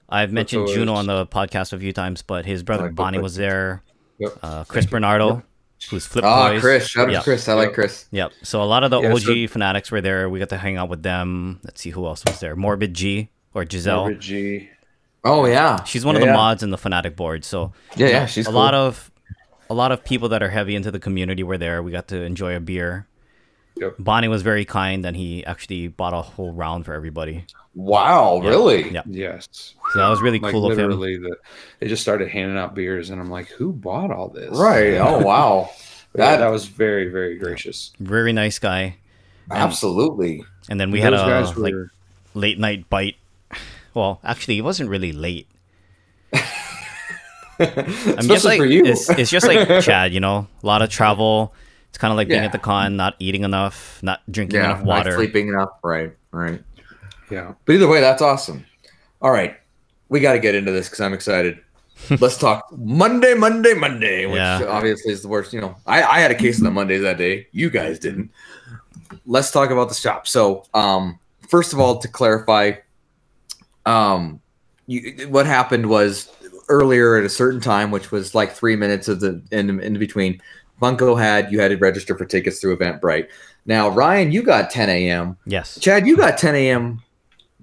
Speaker 4: I've mentioned
Speaker 5: Always.
Speaker 4: Juno on the podcast a few times, but his brother
Speaker 3: Like the
Speaker 4: Bonnie
Speaker 3: Flip.
Speaker 4: was there.
Speaker 5: Yep.
Speaker 4: Uh, Chris Bernardo, who's Flip
Speaker 3: Ah,
Speaker 4: Boys.
Speaker 3: Chris. Shout out
Speaker 4: Yeah.
Speaker 3: to Chris. I like
Speaker 5: Yeah.
Speaker 3: Chris.
Speaker 4: Yep. So a lot of the
Speaker 5: Yeah,
Speaker 4: OG
Speaker 5: so-
Speaker 4: fanatics were there. We got to hang out with them. Let's see who else was there. Morbid G or
Speaker 5: there.
Speaker 4: Giselle.
Speaker 5: Morbid G.
Speaker 3: Oh yeah.
Speaker 4: She's one of
Speaker 3: Yeah,
Speaker 4: the
Speaker 3: yeah.
Speaker 4: mods in the fanatic board. So
Speaker 3: Yeah, yeah. She's
Speaker 4: a lot of a lot of people that are heavy into the community were there. We got to enjoy a beer.
Speaker 5: Yep.
Speaker 4: Bonnie was very kind, and he actually bought a whole round for everybody.
Speaker 3: Wow,
Speaker 4: Yeah.
Speaker 3: really?
Speaker 4: Yeah.
Speaker 5: Yes.
Speaker 4: So that was really
Speaker 5: Like
Speaker 4: cool of him.
Speaker 5: literally, the, they just started handing out beers. And I'm like, who bought all this?
Speaker 3: Right. Oh wow.
Speaker 5: But yeah,
Speaker 3: That-
Speaker 5: that was very, very gracious.
Speaker 4: Very nice guy. um,
Speaker 3: Absolutely.
Speaker 4: And then we had
Speaker 5: Those
Speaker 4: a
Speaker 5: guys
Speaker 4: like
Speaker 5: were-
Speaker 4: late night bite. Well, actually, it wasn't really late. I mean, just
Speaker 3: Especially
Speaker 4: like,
Speaker 3: for you.
Speaker 4: It's, it's just like Chad, you know, a lot of travel. It's kind of like being
Speaker 3: Yeah.
Speaker 4: at the con, not eating enough, not drinking
Speaker 3: yeah,
Speaker 4: enough
Speaker 3: not
Speaker 4: water.
Speaker 3: sleeping enough. Right. Right.
Speaker 5: yeah.
Speaker 3: But either way, that's awesome. All right, we got to get into this because I'm excited. Let's talk Monday, Monday, Monday, which
Speaker 4: Yeah.
Speaker 3: obviously is the worst. You know, I, I had a case of the Mondays that day. You guys didn't. Let's talk about the shop. So, um, first of all, to clarify, um, you, what happened was earlier at a certain time, which was like three minutes of the in, in between. Funko had you had to register for tickets through Eventbrite. Now, Ryan, you got 10 a.m.
Speaker 4: Yes.
Speaker 3: Chad, you got 10 a.m.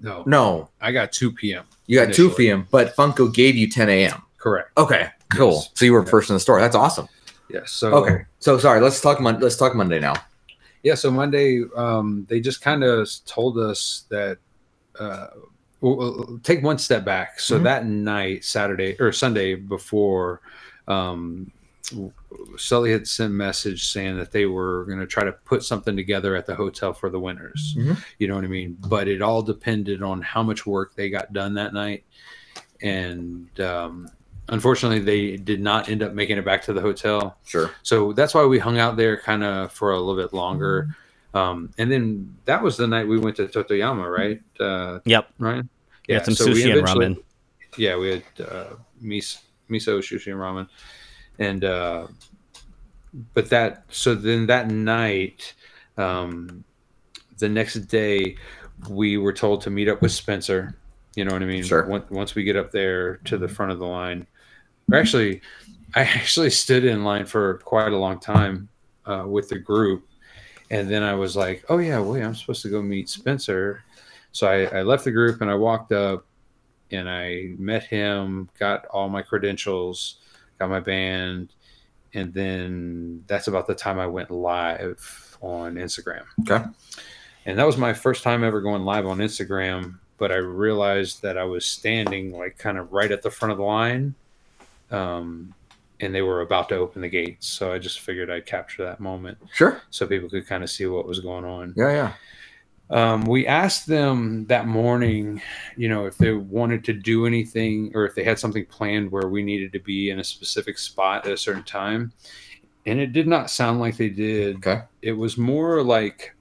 Speaker 5: No,
Speaker 3: No,
Speaker 5: I got 2 p.m.
Speaker 3: you got two
Speaker 5: Initially.
Speaker 3: p.m., but Funko gave you 10 a.m.
Speaker 5: Correct.
Speaker 3: Okay, cool.
Speaker 5: Yes.
Speaker 3: So you were
Speaker 5: Yeah.
Speaker 3: first in the store. That's awesome.
Speaker 5: Yes. So,
Speaker 3: Okay, so sorry. Let's talk. Mon- let's talk Monday now.
Speaker 5: yeah so monday um, they just kind of told us that uh, w- w- take one step back so
Speaker 3: Mhm.
Speaker 5: that night saturday or sunday before um, w- sully had sent a message saying that they were going to try to put something together at the hotel for the winners
Speaker 3: Mhm.
Speaker 5: you know what i mean but it all depended on how much work they got done that night and um, unfortunately they did not end up making it back to the hotel
Speaker 3: Sure.
Speaker 5: so that's why we hung out there kind of for a little bit longer.
Speaker 4: Mm-hmm.
Speaker 5: Um, and then that was the night we went to Totoyama, right? Uh,
Speaker 4: Yep.
Speaker 5: Ryan?
Speaker 4: We had some
Speaker 5: so we
Speaker 4: sushi and
Speaker 5: eventually-
Speaker 4: ramen.
Speaker 5: Yeah, we had uh, mis- miso, sushi, and ramen. And, uh, but that, so then that night, um, the next day, we were told to meet up with Spencer. You know what I mean?
Speaker 3: Sure.
Speaker 5: Once, once we get up there to the front of the line, or actually, I actually stood in line for quite a long time uh, with the group, And then I was like, oh, yeah, wait, I'm supposed to go meet Spencer. So I, I left the group and I walked up and I met him, got all my credentials, got my band. And then that's about the time I went live on Instagram.
Speaker 3: Okay.
Speaker 5: And that was my first time ever going live on Instagram. But I realized that I was standing like kind of right at the front of the line. Um, and they were about to open the gates. So I just figured I'd capture that moment
Speaker 3: Sure.
Speaker 5: so people could kind of see what was going on.
Speaker 3: Yeah, yeah.
Speaker 5: Um, we asked them that morning, you know, if they wanted to do anything or if they had something planned where we needed to be in a specific spot at a certain time. And it did not sound like they did.
Speaker 3: Okay.
Speaker 5: It was more like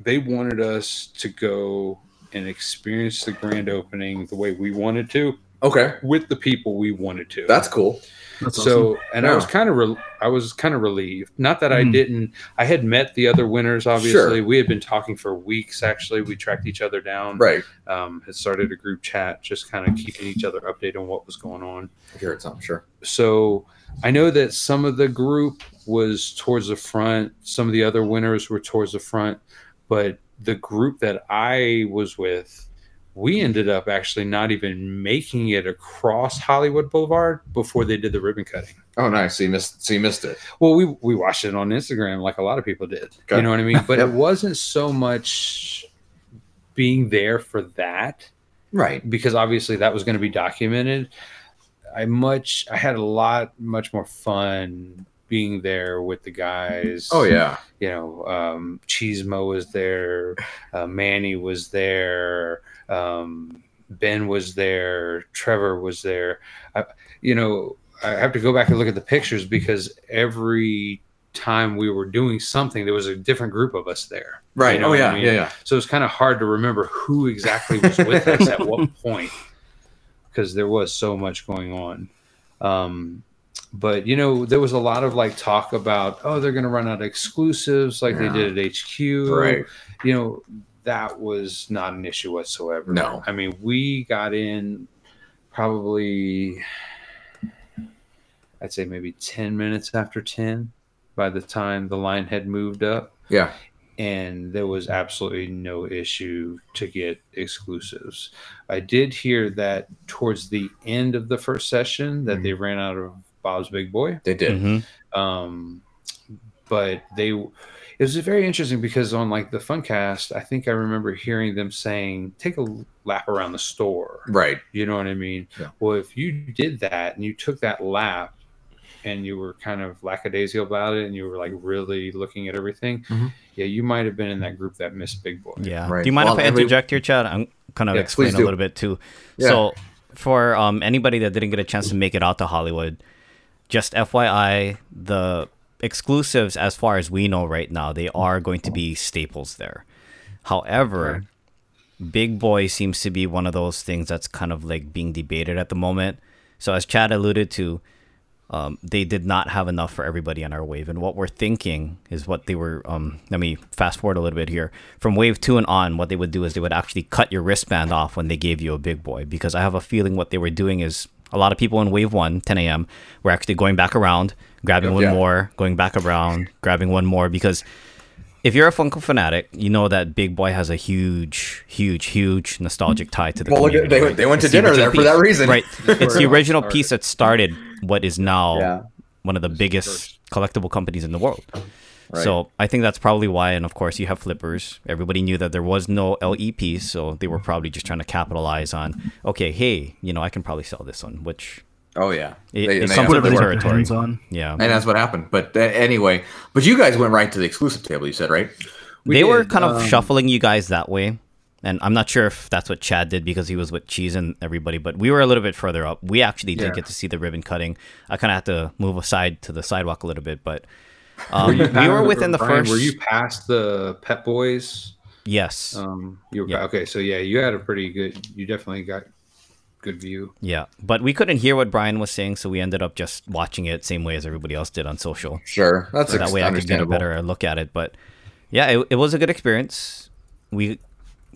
Speaker 5: they wanted us to go and experience the grand opening the way we wanted to
Speaker 3: Okay.
Speaker 5: with the people we wanted to
Speaker 3: That's cool.
Speaker 7: That's
Speaker 5: so and I
Speaker 3: Yeah. Hmm.
Speaker 5: was kind of re- I was kind of relieved. Not that I
Speaker 7: Mhm.
Speaker 5: didn't. I had met the other winners. Obviously,
Speaker 3: Sure.
Speaker 5: we had been talking for weeks. Actually, we tracked each other down.
Speaker 3: Right.
Speaker 5: Um, had started a group chat, just kind of keeping each other updated on what was going on.
Speaker 3: I hear it something, sure.
Speaker 5: So I know that some of the group was towards the front. Some of the other winners were towards the front, but the group that I was with. We ended up actually not even making it across Hollywood Boulevard before they did the ribbon cutting.
Speaker 3: Oh nice. So you missed so you missed it.
Speaker 5: Well, we we watched it on Instagram like a lot of people did.
Speaker 3: Okay.
Speaker 5: You know what I mean? But
Speaker 3: Yep.
Speaker 5: it wasn't so much being there for that
Speaker 3: Right.
Speaker 5: because obviously that was going to be documented. I much I had a lot much more fun being there with the guys.
Speaker 3: Oh yeah.
Speaker 5: You know, um Cheesemo was there, uh, Manny was there, um Ben was there, Trevor was there. I, you know, I have to go back and look at the pictures because every time we were doing something, there was a different group of us there.
Speaker 3: Right.
Speaker 5: You know
Speaker 3: oh
Speaker 5: what I
Speaker 3: yeah.
Speaker 5: mean?
Speaker 3: Yeah, yeah.
Speaker 5: So it's kind of hard to remember who exactly was with us at what point because there was so much going on. Um, but you know, there was a lot of like talk about, oh, they're going to run out of exclusives like
Speaker 3: Yeah.
Speaker 5: they did at HQ.
Speaker 3: Right.
Speaker 5: You know, that was not an issue whatsoever.
Speaker 3: No.
Speaker 5: I mean, we got in probably, I'd say maybe 10 minutes after 10 by the time the line had moved up
Speaker 3: Yeah.
Speaker 5: and there was absolutely no issue to get exclusives. I did hear that towards the end of the first session that they ran out of Bob's Big Boy,
Speaker 3: They did.
Speaker 4: Mhm.
Speaker 5: um, but they it was very interesting because on like the Funcast, I think I remember hearing them saying, "Take a lap around the store."
Speaker 3: Right.
Speaker 5: You know what I mean?
Speaker 3: Yeah.
Speaker 5: Well, if you did that and you took that lap and you were kind of lackadaisical about it and you were like really looking at everything,
Speaker 4: Mm-hmm.
Speaker 3: Mhm.
Speaker 5: yeah, you might have been in that group that missed Big Boy.
Speaker 4: Yeah.
Speaker 3: Right.
Speaker 4: Do you mind
Speaker 3: Well,
Speaker 4: if I
Speaker 3: and we-
Speaker 4: interject here, Chad? I'm kind of
Speaker 3: Yeah,
Speaker 4: explain
Speaker 3: please
Speaker 4: a
Speaker 3: do.
Speaker 4: little bit too.
Speaker 3: Yeah.
Speaker 4: So, for um, anybody that didn't get a chance to make it out to Hollywood, just FYI, the exclusives, as far as we know right now, they are going to be staples there. However, Big Boy seems to be one of those things that's kind of like being debated at the moment. So, as Chad alluded to, um, they did not have enough for everybody on our wave. And what we're thinking is what they were. Um, let me fast forward a little bit here. From wave two and on, what they would do is they would actually cut your wristband off when they gave you a big boy. Because I have a feeling what they were doing is a lot of people in wave one, 10 a.m., were actually going back around, grabbing one
Speaker 3: Yeah.
Speaker 4: more, going back around, grabbing one more. Because if you're a Funko fanatic, you know that Big Boy has a huge, huge, huge nostalgic tie to the
Speaker 3: Well, look,
Speaker 4: community.
Speaker 3: at- they,
Speaker 4: right?
Speaker 3: they went to
Speaker 4: It's the
Speaker 3: dinner
Speaker 4: original
Speaker 3: there for that
Speaker 4: piece.
Speaker 3: reason.
Speaker 4: Right. It's the
Speaker 5: Where it
Speaker 4: original
Speaker 5: started.
Speaker 4: piece that started what is now
Speaker 3: Yeah.
Speaker 4: one of the biggest collectible companies in the world.
Speaker 3: Right.
Speaker 4: So I think that's probably why. And of course, you have flippers. Everybody knew that there was no LEP, so they were probably just trying to capitalize on, okay, hey, you know, I can probably sell this one, which,
Speaker 3: Oh yeah.
Speaker 4: It-
Speaker 3: They-
Speaker 4: it's
Speaker 3: they-
Speaker 4: something
Speaker 7: whatever they
Speaker 4: the
Speaker 7: got their
Speaker 4: territory.
Speaker 7: hands on.
Speaker 4: yeah.
Speaker 3: and that's what happened. But uh, anyway, but you guys went right to the exclusive table. You said right.
Speaker 5: We
Speaker 4: they were
Speaker 5: did,
Speaker 4: kind of
Speaker 5: um,
Speaker 4: shuffling you guys that way. And I'm not sure if that's what Chad did because he was with Cheese and everybody, but we were a little bit further up. We actually did
Speaker 5: Yeah.
Speaker 4: get to see the ribbon cutting. I kind of had to move aside to the sidewalk a little bit, but um, we
Speaker 5: you
Speaker 4: were
Speaker 5: past-
Speaker 4: within the
Speaker 5: Brian,
Speaker 4: first.
Speaker 5: Were you past the Pet Boys?
Speaker 4: Yes.
Speaker 5: Um, you were,
Speaker 4: Yeah.
Speaker 5: Okay, so yeah, you had a pretty good. You definitely got good view.
Speaker 4: Yeah, but we couldn't hear what Brian was saying, so we ended up just watching it same way as everybody else did on social.
Speaker 3: Sure. That's
Speaker 4: So that way I could get a
Speaker 3: understandable.
Speaker 4: better look at it. But yeah, it, it was a good experience. We,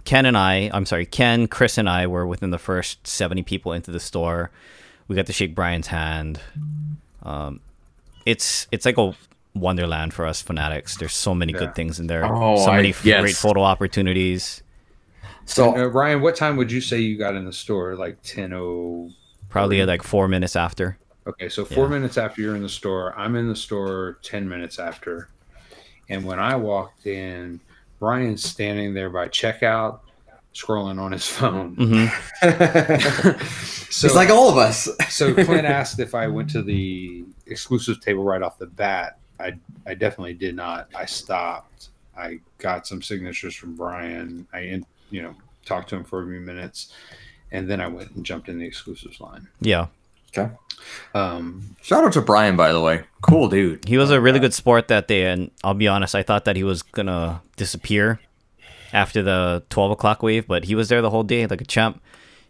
Speaker 4: Ken and I, I'm sorry, Ken, Chris, and I were within the first 70 people into the store. We got to shake Brian's hand. Um, it's it's like a wonderland for us fanatics. There's so many
Speaker 5: Yeah.
Speaker 4: good things in there.
Speaker 3: Oh,
Speaker 4: so many
Speaker 3: I- yes.
Speaker 4: great photo opportunities.
Speaker 3: So
Speaker 5: Uh, Ryan, what time would you say you got in the store? Like ten oh.
Speaker 4: Probably like four minutes after.
Speaker 5: Okay, so four
Speaker 4: Yeah.
Speaker 5: minutes after you're in the store, I'm in the store ten minutes after, and when I walked in, Ryan's standing there by checkout, scrolling on his phone.
Speaker 4: hmm
Speaker 5: so,
Speaker 3: it's like all of us.
Speaker 5: so Clint asked if I went to the exclusive table right off the bat. I I definitely did not. I stopped. I got some signatures from Brian. I in, you know talked to him for a few minutes, and then I went and jumped in the exclusives line.
Speaker 4: Yeah,
Speaker 5: Um,
Speaker 3: Shout out to Brian, by the way. Cool dude.
Speaker 4: he was a really good sport that day, and I'll be honest, I thought that he was gonna disappear after the twelve o'clock wave, but he was there the whole day like a champ.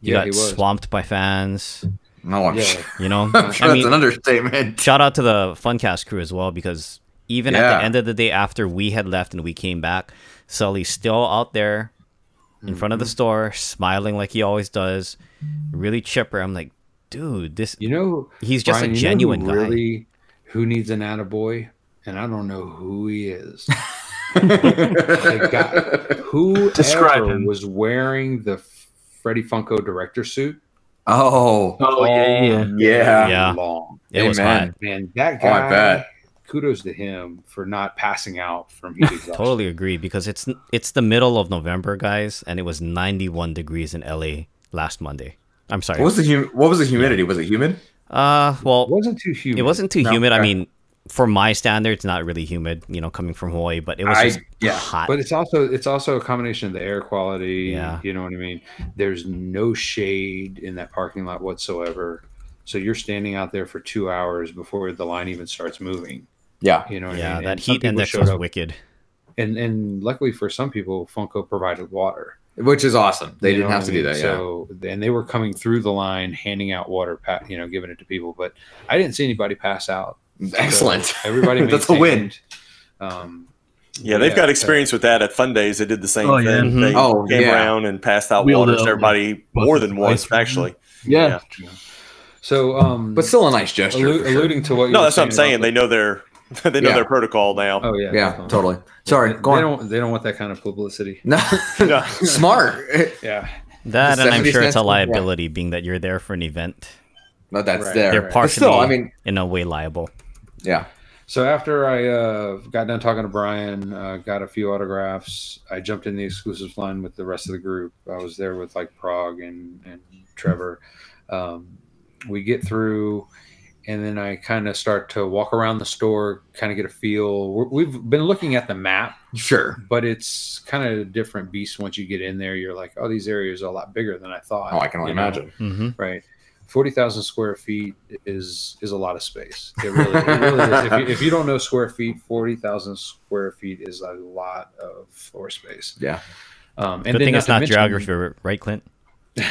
Speaker 4: He
Speaker 5: Yeah,
Speaker 4: got
Speaker 5: he was.
Speaker 4: swamped by fans.
Speaker 3: No, I'm
Speaker 5: yeah,
Speaker 3: sure,
Speaker 4: You know,
Speaker 3: I'm sure
Speaker 4: I
Speaker 3: that's
Speaker 4: mean,
Speaker 3: an understatement.
Speaker 4: shout out to the Funcast crew as well because even at
Speaker 3: Yeah.
Speaker 4: the end of the day, after we had left and we came back, Sully's still out there in front of the
Speaker 5: Mm-hmm.
Speaker 4: store, smiling like he always does, really chipper. I'm like, dude, this
Speaker 5: you know,
Speaker 4: he's just
Speaker 5: Brian,
Speaker 4: a
Speaker 5: you know who
Speaker 4: genuine guy.
Speaker 5: Really, who needs an attaboy? And I don't know who he is. Like, God, who
Speaker 7: Describe him.
Speaker 5: was wearing the Freddie Funko director suit?
Speaker 3: oh,
Speaker 7: Oh yeah, yeah. yeah.
Speaker 3: yeah.
Speaker 4: Yeah.
Speaker 5: long.
Speaker 4: it was
Speaker 3: Amen.
Speaker 4: hot.
Speaker 5: Man, that
Speaker 3: Oh, I
Speaker 5: guy.
Speaker 3: bet.
Speaker 5: Kudos to him for not passing out from heat exhaustion.
Speaker 4: Totally agree because it's it's the middle of November, guys, and it was 91 degrees in LA last Monday. I'm sorry.
Speaker 3: What was the hum- what was the humidity? Was it humid?
Speaker 4: uh,
Speaker 5: It
Speaker 4: well,
Speaker 5: wasn't too humid.
Speaker 4: It wasn't too
Speaker 3: No,
Speaker 4: humid. I
Speaker 3: okay.
Speaker 4: mean, for my standards, not really humid. You know, coming from Hawaii, but it was
Speaker 3: I-
Speaker 4: just
Speaker 3: yeah,
Speaker 4: hot.
Speaker 5: But it's also it's also a combination of the air quality.
Speaker 4: Yeah.
Speaker 5: You know what I mean? There's no shade in that parking lot whatsoever. So you're standing out there for two hours before the line even starts moving.
Speaker 3: Yeah.
Speaker 5: You know what I
Speaker 4: yeah,
Speaker 5: mean?
Speaker 4: that
Speaker 5: some
Speaker 4: heat
Speaker 5: people
Speaker 4: index
Speaker 5: showed
Speaker 4: was
Speaker 5: up-
Speaker 4: wicked.
Speaker 5: And and luckily for some people, Funko provided water.
Speaker 3: Which is awesome. They
Speaker 5: You
Speaker 3: didn't
Speaker 5: know
Speaker 3: have
Speaker 5: what
Speaker 3: to do
Speaker 5: I mean?
Speaker 3: that.
Speaker 5: So and they were coming through the line, handing out water, pa- you know, giving it to people. But I didn't see anybody pass out.
Speaker 3: yeah. Excellent.
Speaker 5: So everybody,
Speaker 3: That's a win.
Speaker 5: maintained. Um,
Speaker 1: Yeah, they've
Speaker 5: Yeah,
Speaker 1: got
Speaker 5: so-
Speaker 1: experience with that at Fun Days. They did the same
Speaker 7: Oh,
Speaker 1: thing.
Speaker 7: yeah.
Speaker 4: Mhm.
Speaker 1: They
Speaker 3: Oh,
Speaker 1: came
Speaker 3: yeah.
Speaker 1: around and passed out
Speaker 7: Wheeled
Speaker 1: waters
Speaker 7: out,
Speaker 1: to everybody
Speaker 7: yeah.
Speaker 1: more than
Speaker 7: Buckets of
Speaker 1: once,
Speaker 7: ice cream.
Speaker 1: actually.
Speaker 7: Yeah.
Speaker 5: so, um,
Speaker 3: But still a nice gesture.
Speaker 5: allu-
Speaker 3: for sure.
Speaker 5: alluding to what you
Speaker 1: No,
Speaker 5: were
Speaker 1: that's what I'm saying. They
Speaker 5: about
Speaker 1: know their they know
Speaker 3: Yeah.
Speaker 1: their protocol now.
Speaker 5: the- oh yeah,
Speaker 3: yeah,
Speaker 5: definitely.
Speaker 3: totally. Sorry,
Speaker 5: They,
Speaker 3: go on.
Speaker 5: they don't they don't want that kind of publicity.
Speaker 3: No,
Speaker 1: Yeah.
Speaker 3: smart.
Speaker 5: Yeah,
Speaker 4: That,
Speaker 3: The
Speaker 4: and I'm
Speaker 3: 70
Speaker 4: sure it's
Speaker 3: cents was-
Speaker 4: a
Speaker 3: yeah.
Speaker 4: liability, being that you're there for an event
Speaker 3: No, that's
Speaker 5: Right.
Speaker 3: there.
Speaker 4: They're
Speaker 3: But still, I
Speaker 4: partially-
Speaker 3: mean,
Speaker 4: in a way liable.
Speaker 3: yeah.
Speaker 5: So after I uh, got done talking to Brian, uh, got a few autographs. I jumped in the exclusive line with the rest of the group. I was there with like Prague and and Trevor. Um, we get through, and then I kind of start to walk around the store, kind of get a feel. We're, we've been looking at the map,
Speaker 3: Sure.
Speaker 5: but it's kind of a different beast once you get in there. You're like, oh, these areas are a lot bigger than I thought.
Speaker 3: Oh, I can only
Speaker 5: you know?
Speaker 3: imagine.
Speaker 4: hmm
Speaker 5: right? Forty thousand square feet is is a lot of space. It really, it really is. If you, if you don't know square feet, forty thousand square feet is a lot of floor space.
Speaker 3: Yeah.
Speaker 5: Um, and
Speaker 4: Good
Speaker 5: then
Speaker 4: thing it's
Speaker 5: to
Speaker 4: not
Speaker 5: mention-
Speaker 4: geography, right, Clint?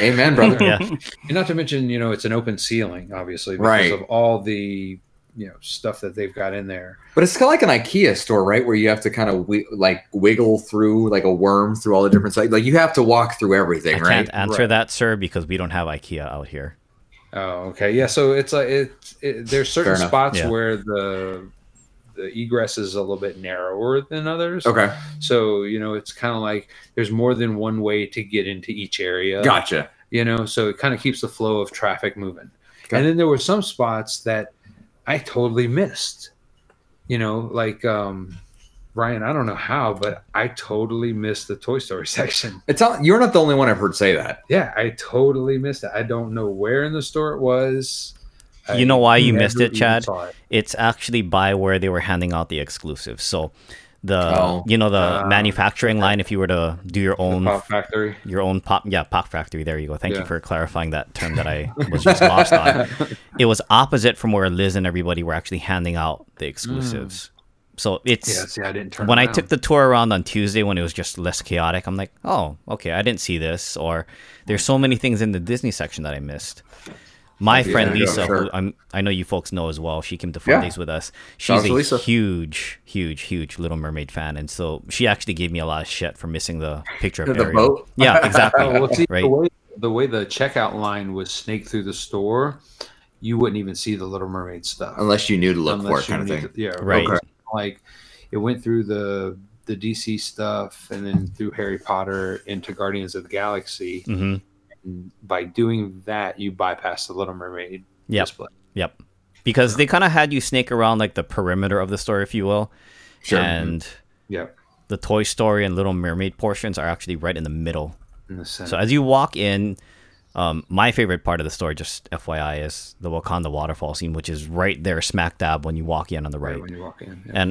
Speaker 3: Amen, brother.
Speaker 4: Yeah,
Speaker 5: and not to mention, you know, it's an open ceiling, obviously, because
Speaker 3: Right.
Speaker 5: of all the you know stuff that they've got in there.
Speaker 3: But it's kind of like an IKEA store, right? Where you have to kind of wi- like wiggle through like a worm through all the different sides. Like you have to walk through
Speaker 4: I
Speaker 3: everything, right?
Speaker 4: can't answer
Speaker 5: Right.
Speaker 4: that, sir, because we don't have IKEA out here.
Speaker 5: Oh, okay, yeah. So it's like it, it there's certain
Speaker 3: Fair enough.
Speaker 5: spots
Speaker 4: Yeah.
Speaker 5: where the the egress is a little bit narrower than others.
Speaker 3: Okay,
Speaker 5: So, you know, it's kind of like there's more than one way to get into each area.
Speaker 3: gotcha.
Speaker 5: You know, so it kind of keeps the flow of traffic moving.
Speaker 3: Okay.
Speaker 5: And then there were some spots that I totally missed. You know, like um Ryan, I don't know how, but I totally missed the Toy Story section.
Speaker 3: It's all, you're not the only one I've heard say that.
Speaker 5: Yeah, I totally missed it. I don't know where in the store it was. I
Speaker 4: You know why you
Speaker 5: never
Speaker 4: missed it,
Speaker 5: even
Speaker 4: Chad?
Speaker 5: saw it.
Speaker 4: It's actually by where they were handing out the exclusives. So the
Speaker 3: Oh.
Speaker 4: you know the
Speaker 5: Ah.
Speaker 4: manufacturing line, if you were to do your
Speaker 5: The
Speaker 4: own
Speaker 5: Pop Factory.
Speaker 4: your own pop yeah pop factory there you go thank
Speaker 5: Yeah.
Speaker 4: you for clarifying that term that i was just lost on it was opposite from where liz and everybody were actually handing out the exclusives
Speaker 5: Hmm.
Speaker 4: so it's
Speaker 5: Yeah, see, I didn't turn
Speaker 4: when i
Speaker 5: around.
Speaker 4: took the tour around on tuesday when it was just less chaotic i'm like oh okay i didn't see this or there's so many things in the disney section that i missed my
Speaker 3: Yeah,
Speaker 4: friend
Speaker 3: yeah,
Speaker 4: Lisa,
Speaker 3: sure.
Speaker 4: who I'm, I know you folks know as well, she came to Fun
Speaker 3: Yeah.
Speaker 4: Days with us.
Speaker 3: Shout out
Speaker 4: She's a
Speaker 3: to Lisa.
Speaker 4: huge, huge, huge Little Mermaid fan, and so she actually gave me a lot of shit for missing the picture of
Speaker 3: The
Speaker 4: Ariel.
Speaker 3: boat?
Speaker 4: Yeah, exactly.
Speaker 5: Oh, well, see,
Speaker 4: right?
Speaker 5: the, way, the way the checkout line was snaked through the store, you wouldn't even see the Little Mermaid stuff.
Speaker 3: Unless you knew to look
Speaker 5: Unless
Speaker 3: for it,
Speaker 5: you
Speaker 3: kind of
Speaker 5: need
Speaker 3: thing.
Speaker 5: to- yeah,
Speaker 4: Right.
Speaker 5: okay. like it went through the the DC stuff and then through Harry Potter into Guardians of the Galaxy.
Speaker 4: hmm
Speaker 5: And by doing that, you bypass the Little Mermaid
Speaker 4: Yep.
Speaker 5: display.
Speaker 4: Yep. Because they kind of had you snake around like the perimeter of the story, if you will.
Speaker 3: Sure.
Speaker 4: And
Speaker 5: Yep.
Speaker 4: the Toy Story and Little Mermaid portions are actually right in the middle.
Speaker 5: In the center.
Speaker 4: So as you walk in, um, my favorite part of the story, just FYI, is the Wakanda waterfall scene, which is right there, smack dab when you walk in on the right.
Speaker 5: When you walk in. Yeah.
Speaker 4: And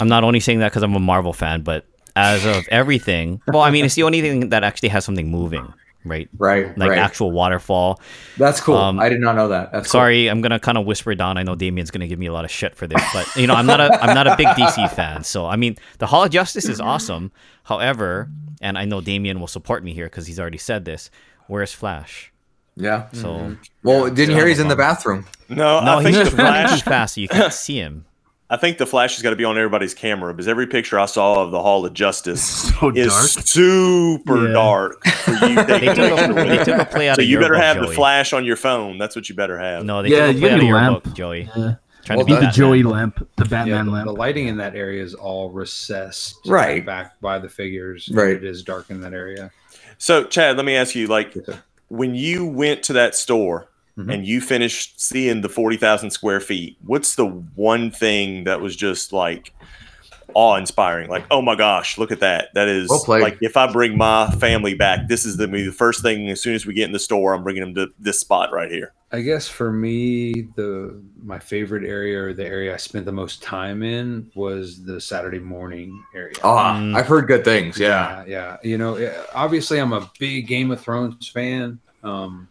Speaker 4: I'm not only saying that because I'm a Marvel fan, but as of everything, well, I mean, it's the only thing that actually has something moving, right?
Speaker 3: Right.
Speaker 4: Like
Speaker 3: right.
Speaker 4: actual waterfall.
Speaker 3: That's cool.
Speaker 4: um,
Speaker 3: I did not know that. That's cool.
Speaker 4: Sorry, I'm gonna kind of whisper it down. I know Damien's gonna give me a lot of shit for this, but you know, I'm not a I'm not a big DC fan. So I mean, the Hall of Justice is awesome. However, and I know Damien will support me here because he's already said this. Where's Flash?
Speaker 3: Yeah.
Speaker 5: Mm-hmm.
Speaker 4: So
Speaker 1: Mm-hmm.
Speaker 3: Well, didn't hear he's in the bathroom.
Speaker 1: No,
Speaker 4: no,
Speaker 1: I think
Speaker 4: he's
Speaker 1: the
Speaker 4: just running
Speaker 1: flash.
Speaker 4: too fast, so you can't see him.
Speaker 1: I think the flash has got to be on everybody's camera because every picture I saw of the Hall of Justice
Speaker 7: So
Speaker 1: is
Speaker 7: dark.
Speaker 1: super
Speaker 7: Yeah.
Speaker 1: dark for you. to take
Speaker 4: They
Speaker 1: a
Speaker 4: took
Speaker 1: picture
Speaker 4: a,
Speaker 1: with.
Speaker 4: they took a play out
Speaker 1: so
Speaker 4: of
Speaker 1: you
Speaker 4: your
Speaker 1: better
Speaker 4: book,
Speaker 1: have the
Speaker 4: Joey.
Speaker 1: flash on your phone. That's what you better have.
Speaker 4: No, they
Speaker 7: Yeah,
Speaker 4: took a
Speaker 7: you
Speaker 4: play out
Speaker 7: need
Speaker 4: of
Speaker 7: a
Speaker 4: your
Speaker 7: lamp.
Speaker 4: book, Joey.
Speaker 7: Yeah.
Speaker 3: Well,
Speaker 4: Trying to be
Speaker 7: Need the
Speaker 4: Batman.
Speaker 7: Joey lamp, the
Speaker 5: Yeah,
Speaker 7: Batman
Speaker 5: the, the
Speaker 7: lamp.
Speaker 5: lighting in that area is all recessed
Speaker 3: Right.
Speaker 5: back by the figures.
Speaker 3: Right.
Speaker 5: It is dark in that area.
Speaker 1: So Chad, let me ask you: like,
Speaker 5: Yes, sir.
Speaker 1: when you went to that store
Speaker 5: Mhm.
Speaker 1: and you finished seeing the forty thousand square feet, what's the one thing that was just like awe-inspiring? Like, oh my gosh, look at that! That is
Speaker 3: Well played.
Speaker 1: like if I bring my family back, this is the, the first thing. As soon as we get in the store, I'm bringing them to this spot right here.
Speaker 5: I guess for me, the my favorite area or the area I spent the most time in was the Saturday morning area.
Speaker 3: Ah,
Speaker 4: Mm.
Speaker 3: I've heard good things. Yeah.
Speaker 5: yeah, yeah. You know, yeah, obviously, I'm a big Game of Thrones fan. Um,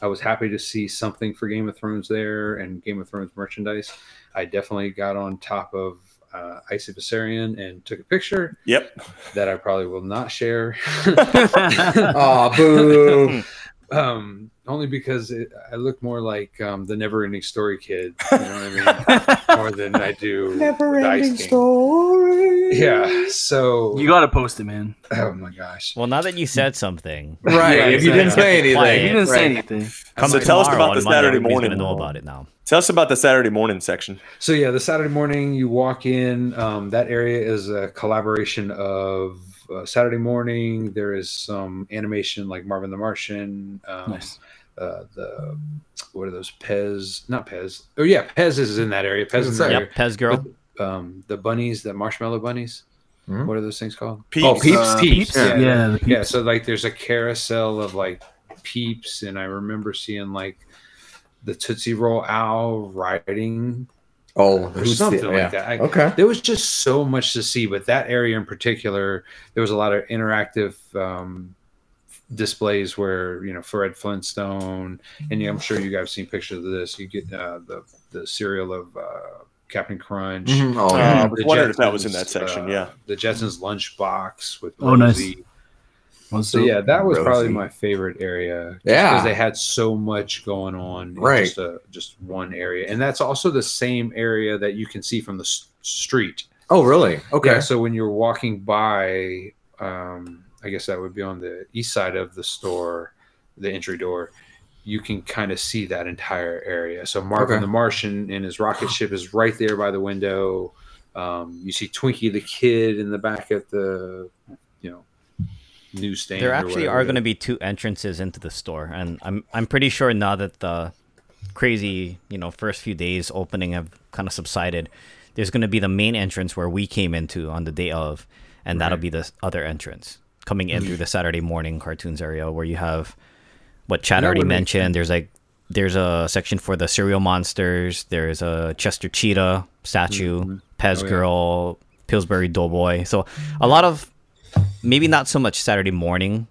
Speaker 5: I was happy to see something for Game of Thrones there and Game of Thrones merchandise. I definitely got on top of uh, Icy Viserion and took a picture
Speaker 1: Yep.
Speaker 5: that I probably will not share.
Speaker 3: Aw, Ah, boo.
Speaker 5: um, only because it, I look more like um, the Never Ending Story kid, you know what I mean, more than I do Never Ending Story. Yeah. So
Speaker 7: you gotta post it, man.
Speaker 5: oh my gosh,
Speaker 4: Well, now that you said something,
Speaker 3: right.
Speaker 5: Yeah,
Speaker 3: if you didn't
Speaker 5: exactly.
Speaker 3: say anything.
Speaker 4: Quiet.
Speaker 7: You didn't say
Speaker 3: right.
Speaker 7: anything.
Speaker 4: come
Speaker 1: so tell us
Speaker 4: tomorrow
Speaker 1: about
Speaker 4: on
Speaker 1: the
Speaker 4: Monday,
Speaker 1: Saturday
Speaker 4: everybody's
Speaker 1: morning.
Speaker 4: Gonna know about it now.
Speaker 1: Tell us about the Saturday morning section.
Speaker 5: So yeah, the Saturday morning you walk in. Um, that area is a collaboration of uh, Saturday morning. There is some animation like Marvin the Martian. Um,
Speaker 7: Nice.
Speaker 5: Uh, the what are those Pez? Not Pez. Oh yeah, Pez is in that area. Pez is in that
Speaker 3: Sorry.
Speaker 4: Yep, Pez girl.
Speaker 5: area. Um, the bunnies, the marshmallow bunnies.
Speaker 3: Hmm?
Speaker 5: What are those things called?
Speaker 1: Peace.
Speaker 3: Oh, peeps,
Speaker 7: Uh,
Speaker 3: peeps.
Speaker 7: peeps? Yeah,
Speaker 3: Yeah.
Speaker 7: the
Speaker 5: Yeah.
Speaker 7: peeps.
Speaker 5: So like, there's a carousel of like peeps, and I remember seeing like the Tootsie Roll Owl riding
Speaker 3: Oh,
Speaker 5: or
Speaker 3: who's
Speaker 5: something
Speaker 3: the-
Speaker 5: like
Speaker 3: yeah.
Speaker 5: that. I,
Speaker 3: Okay.
Speaker 5: there was just so much to see but that area in particular there was a lot of interactive um, displays where you know fred flintstone and i'm sure you guys have seen pictures of this you get uh, the the cereal of uh, captain crunch
Speaker 3: Mhm. Oh,
Speaker 1: Uh,
Speaker 3: yeah.
Speaker 1: I was wondering if that was in that
Speaker 5: Jetsons,
Speaker 1: section,
Speaker 5: uh,
Speaker 1: yeah.
Speaker 5: the jetsons lunchbox with
Speaker 7: Oh, nice.
Speaker 5: Rosie.
Speaker 7: Well,
Speaker 5: so yeah that was probably
Speaker 3: Rosie.
Speaker 5: my favorite area because
Speaker 3: yeah.
Speaker 5: they had so much going on in
Speaker 3: Right.
Speaker 5: just, a, just one area and that's also the same area that you can see from the s- street
Speaker 3: oh, really? Okay.
Speaker 5: yeah, so when you're walking by um, i guess that would be on the east side of the store the entry door you can kind of see that entire area so marvin
Speaker 3: Okay.
Speaker 5: the martian and his rocket ship is right there by the window um, you see twinkie the kid in the back at the you know newsstand
Speaker 4: There
Speaker 5: or
Speaker 4: actually
Speaker 5: whatever.
Speaker 4: are going to be two entrances into the store, and I'm I'm pretty sure now that the crazy you know first few days opening have kind of subsided, there's going to be the main entrance where we came into on the day of, and that'll be the other entrance coming in through the Saturday morning cartoons area where you have what Chad
Speaker 5: That
Speaker 4: already
Speaker 5: would make
Speaker 4: mentioned. There's like there's a section for the cereal monsters. There's a Chester Cheetah statue, Pez
Speaker 5: Oh, yeah.
Speaker 4: Girl, Pillsbury Doughboy. So a lot of maybe not so much Saturday morning,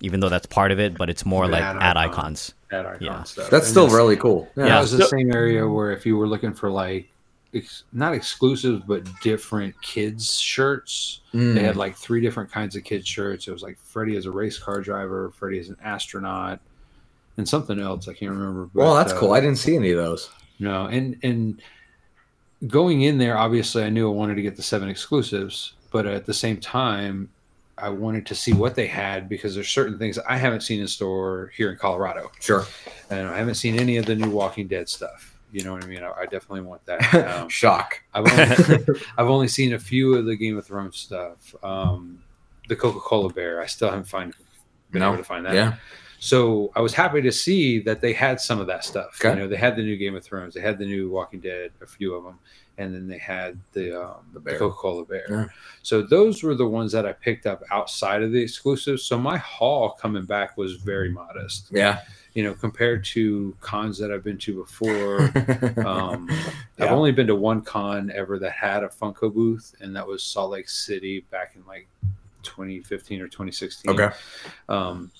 Speaker 4: even though that's part of it, but it's more
Speaker 5: But
Speaker 4: like
Speaker 5: ad
Speaker 4: ad
Speaker 5: icon.
Speaker 4: icons.
Speaker 5: That icon
Speaker 4: Yeah.
Speaker 5: stuff.
Speaker 3: That's
Speaker 5: And
Speaker 3: still
Speaker 5: that's-
Speaker 3: really cool. Yeah.
Speaker 5: Yeah,
Speaker 4: Yeah.
Speaker 5: that was the same area where if you were looking for like ex- not exclusive but different kids shirts,
Speaker 3: Mm.
Speaker 5: they had like three different kinds of kids shirts. It was like Freddie is a race car driver, Freddie is an astronaut, and something else I can't remember. But,
Speaker 3: well, that's
Speaker 5: uh,
Speaker 3: cool. I didn't see any of those.
Speaker 5: No, and and going in there, obviously, I knew I wanted to get the seven exclusives, but at the same time. I wanted to see what they had because there's certain things I haven't seen in store here in Colorado
Speaker 3: Sure.
Speaker 5: and I haven't seen any of the new Walking Dead stuff. You know what I mean? I, I definitely want that. Um,
Speaker 3: Shock.
Speaker 5: I've only, I've only seen a few of the Game of Thrones stuff. Um, the Coca Cola Bear, I still haven't find, been
Speaker 3: No.
Speaker 5: able to find Um, that.
Speaker 3: Yeah.
Speaker 5: So I was happy to see that they had some of that stuff. You
Speaker 3: Okay.
Speaker 5: know, they had the new Game of Thrones, they had the new Walking Dead, a few of them, and then they had the um,
Speaker 3: The bear.
Speaker 5: Coca Cola Bear.
Speaker 3: Yeah.
Speaker 5: So those were the ones that I picked up outside of the exclusives. So my haul coming back was very modest.
Speaker 3: Yeah.
Speaker 5: You know, compared to cons that I've been to before. Um, I've
Speaker 3: Yeah.
Speaker 5: only been to one con ever that had a Funko booth, and that was Salt Lake City back in like 2015 or 2016.
Speaker 3: okay.
Speaker 5: Um,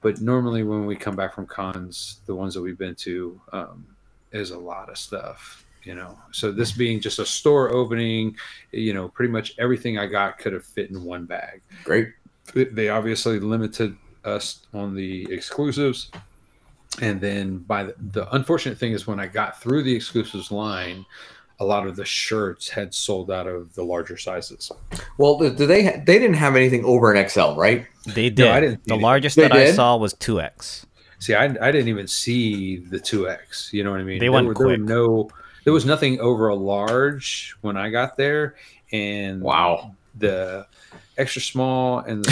Speaker 5: but normally, when we come back from cons, the ones that we've been to um, is a lot of stuff, you know. So this being just a store opening, you know, pretty much everything I got could have fit in one bag.
Speaker 3: Great.
Speaker 5: They- They obviously limited us on the exclusives, and then by the, the unfortunate thing is when I got through the exclusives line. A lot of the shirts had sold out of the larger sizes.
Speaker 3: Well, do do they ha- they didn't have anything over an XL, right?
Speaker 4: They did.
Speaker 5: I didn't see
Speaker 4: the
Speaker 5: it.
Speaker 4: largest
Speaker 3: They
Speaker 4: that I
Speaker 3: did?
Speaker 4: saw was 2X.
Speaker 5: See, I, I didn't even see the two X. You know what I mean?
Speaker 4: They went
Speaker 5: there, were- there
Speaker 4: quick.
Speaker 5: were no, there was nothing over a large when I got there, and
Speaker 3: Wow.
Speaker 5: the extra small and the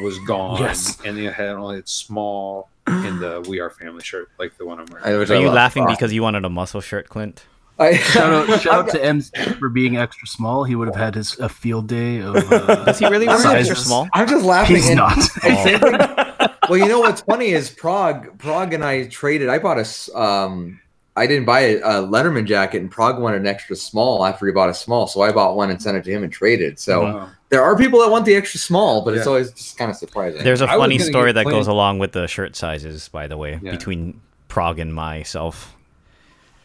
Speaker 5: was gone.
Speaker 7: Yes.
Speaker 5: and they had only had small in the We Are Family shirt, like the one I'm wearing.
Speaker 3: which
Speaker 4: Are you
Speaker 3: love.
Speaker 4: laughing
Speaker 3: Oh.
Speaker 4: because you wanted a muscle shirt, Clint?
Speaker 3: I,
Speaker 7: Shout out, shout out to Ems for being extra small. He would have had his a field day of. Uh,
Speaker 4: Does he really
Speaker 3: I'm
Speaker 4: wear
Speaker 3: not
Speaker 4: extra
Speaker 7: sure.
Speaker 4: small?
Speaker 3: I'm just laughing.
Speaker 7: He's
Speaker 3: and-
Speaker 7: not.
Speaker 3: well, you know what's funny is Prague. Prague and I traded. I bought a. s- Um, I didn't buy a, a Letterman jacket, and Prague wanted an extra small after he bought a small, so I bought one and sent it to him and traded. So
Speaker 5: Wow.
Speaker 3: there are people that want the extra small, but it's
Speaker 5: Uh-huh. Yeah.
Speaker 3: always just kind of surprising.
Speaker 4: There's a
Speaker 5: I was
Speaker 4: funny
Speaker 5: gonna
Speaker 4: story
Speaker 5: get
Speaker 4: that goes
Speaker 5: Clint-
Speaker 4: along with the shirt sizes, by the way,
Speaker 5: Yeah.
Speaker 4: between Prague and myself.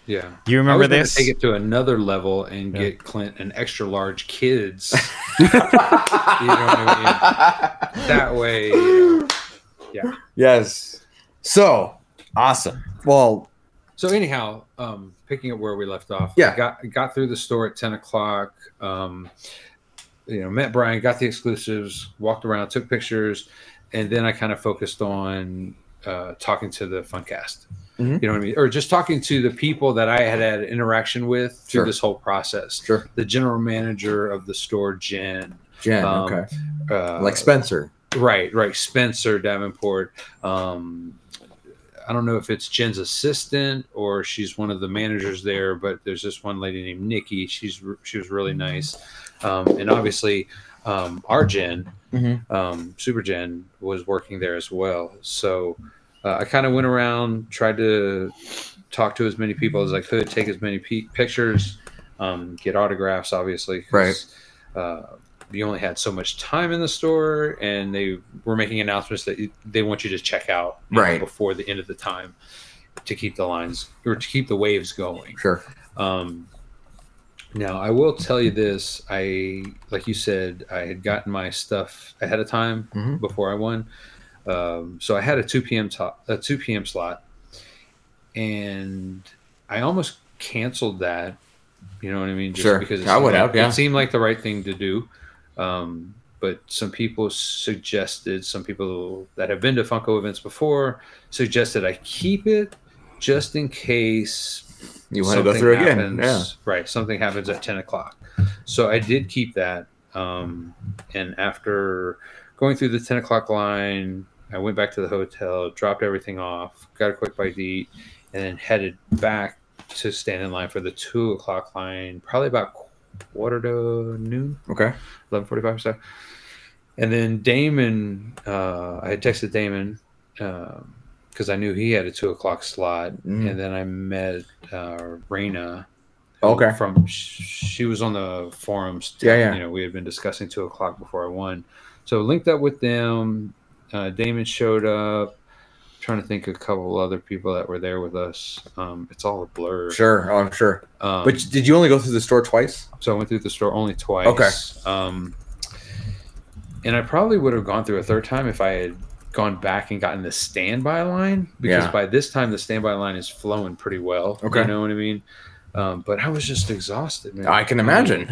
Speaker 5: Yeah.
Speaker 4: You
Speaker 5: I
Speaker 4: remember
Speaker 5: was gonna
Speaker 4: this?
Speaker 5: take it to another level and get Clint an extra large kids. you know what I mean? That way, you know. yeah.
Speaker 3: yes. So awesome. Well,
Speaker 5: So anyhow, um, picking up where we left off,
Speaker 3: Yeah.
Speaker 5: got got through the store at ten o'clock. Um, you know, met Brian, got the exclusives, walked around, took pictures, and then I kind of focused on uh, talking to the Funcast.
Speaker 3: Mhm.
Speaker 5: You know what I mean, or just talking to the people that I had had interaction with through
Speaker 3: Sure.
Speaker 5: this whole process.
Speaker 3: Sure.
Speaker 5: The general manager of the store, Jen,
Speaker 3: Jen.
Speaker 5: Um,
Speaker 3: okay.
Speaker 5: uh,
Speaker 3: like Spencer.
Speaker 5: Right, right. Spencer Davenport. Um, I don't know if it's Jen's assistant or she's one of the managers there, but there's this one lady named Nikki. She's r- she was
Speaker 3: Mm-hmm.
Speaker 5: really nice, um, and obviously um, our Jen,
Speaker 3: Mhm.
Speaker 5: um, Super Jen, was working there as well. So uh, I kind of went around, tried to talk to as many people as I could, take as many pe- pictures, um, get autographs, obviously. 'cause, Uh, you only had so much time in the store and they were making announcements that you- they want you to check out you know,
Speaker 3: Right.
Speaker 5: before the end of the time to keep the lines or to keep the waves going
Speaker 3: Sure.
Speaker 5: um, now I will tell you this: I, like you said, I had gotten my stuff ahead of time
Speaker 3: Mhm.
Speaker 5: before I won, um, so I had a two p.m. top a two p.m. slot, and I almost canceled that. You know what I mean?
Speaker 3: Sure.
Speaker 5: Because it
Speaker 3: I would
Speaker 5: seemed
Speaker 3: have,
Speaker 5: like-
Speaker 3: yeah.
Speaker 5: It seemed like the right thing to do, um, but some people suggested, some people that have been to Funko events before suggested I keep it just in case
Speaker 3: You want to go through again? Yeah.
Speaker 5: happens- Right. Something happens at 10 o'clock. So I did keep that. Um, and after going through the 10 o'clock line, I went back to the hotel, dropped everything off, got a quick bite to eat, and then headed back to stand in line for the 2 o'clock line, probably about quarter to noon
Speaker 3: Okay.
Speaker 5: eleven forty five or so. And then Damon, uh, I had texted Damon because I knew he had a two o'clock slot,
Speaker 3: Mm.
Speaker 5: and then I met uh, Raina. who
Speaker 3: Okay.
Speaker 5: From sh- she was on the forums.
Speaker 3: Yeah, yeah.
Speaker 5: You know, we had been discussing two o'clock before I won, so linked up with them. Uh, Damon showed up. trying to think of a couple other people that were there with us. Um, it's all a blur.
Speaker 3: Sure. Oh, I'm sure.
Speaker 5: Um,
Speaker 3: But did you only go through the store twice?
Speaker 5: so I went through the store only twice.
Speaker 3: Okay.
Speaker 5: Um, and I probably would have gone through a third time if I had gone back and gotten the standby line because
Speaker 3: Yeah.
Speaker 5: by this time the standby line is flowing pretty well.
Speaker 3: Okay.
Speaker 5: You know what I mean? Um, but I was just exhausted, man.
Speaker 3: I can imagine.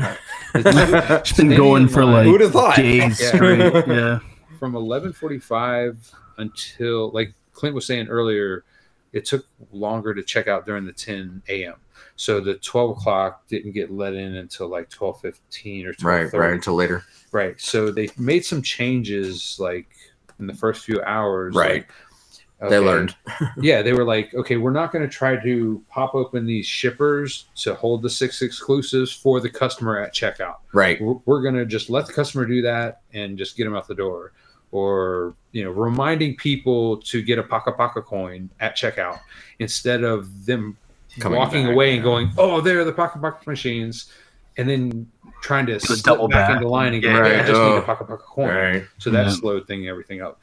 Speaker 5: It's-
Speaker 7: She's been going for like
Speaker 3: Who'd have thought?
Speaker 7: days
Speaker 5: Yeah.
Speaker 7: straight. Yeah.
Speaker 5: from eleven forty-five until like Clint was saying earlier, it took longer to check out during the 10 a.m. So the 12 o'clock didn't get let in until like 12:15 or 12:30.
Speaker 3: Right, right until later.
Speaker 5: Right. So they made some changes like in the first few hours.
Speaker 3: Right.
Speaker 5: like,
Speaker 3: They
Speaker 5: okay,
Speaker 3: learned.
Speaker 5: yeah, they were like, okay, we're not going to try to pop open these shippers to hold the six exclusives for the customer at checkout.
Speaker 3: Right.
Speaker 5: We're, we're going to just let the customer do that and just get them out the door. Or, you know, reminding people to get a Paka Paka coin at checkout instead of them
Speaker 3: Coming
Speaker 5: walking
Speaker 3: back,
Speaker 5: away and
Speaker 3: yeah.
Speaker 5: going, oh, there are the Paka Paka machines. And then trying to
Speaker 7: Put a
Speaker 5: slip
Speaker 7: double
Speaker 5: back,
Speaker 7: back.
Speaker 5: into line and go,
Speaker 3: Right,
Speaker 5: "Hey, I just need
Speaker 3: oh.
Speaker 5: a Paka Paka coin.
Speaker 3: Right.
Speaker 5: So that
Speaker 7: Yeah.
Speaker 5: slowed thing everything up.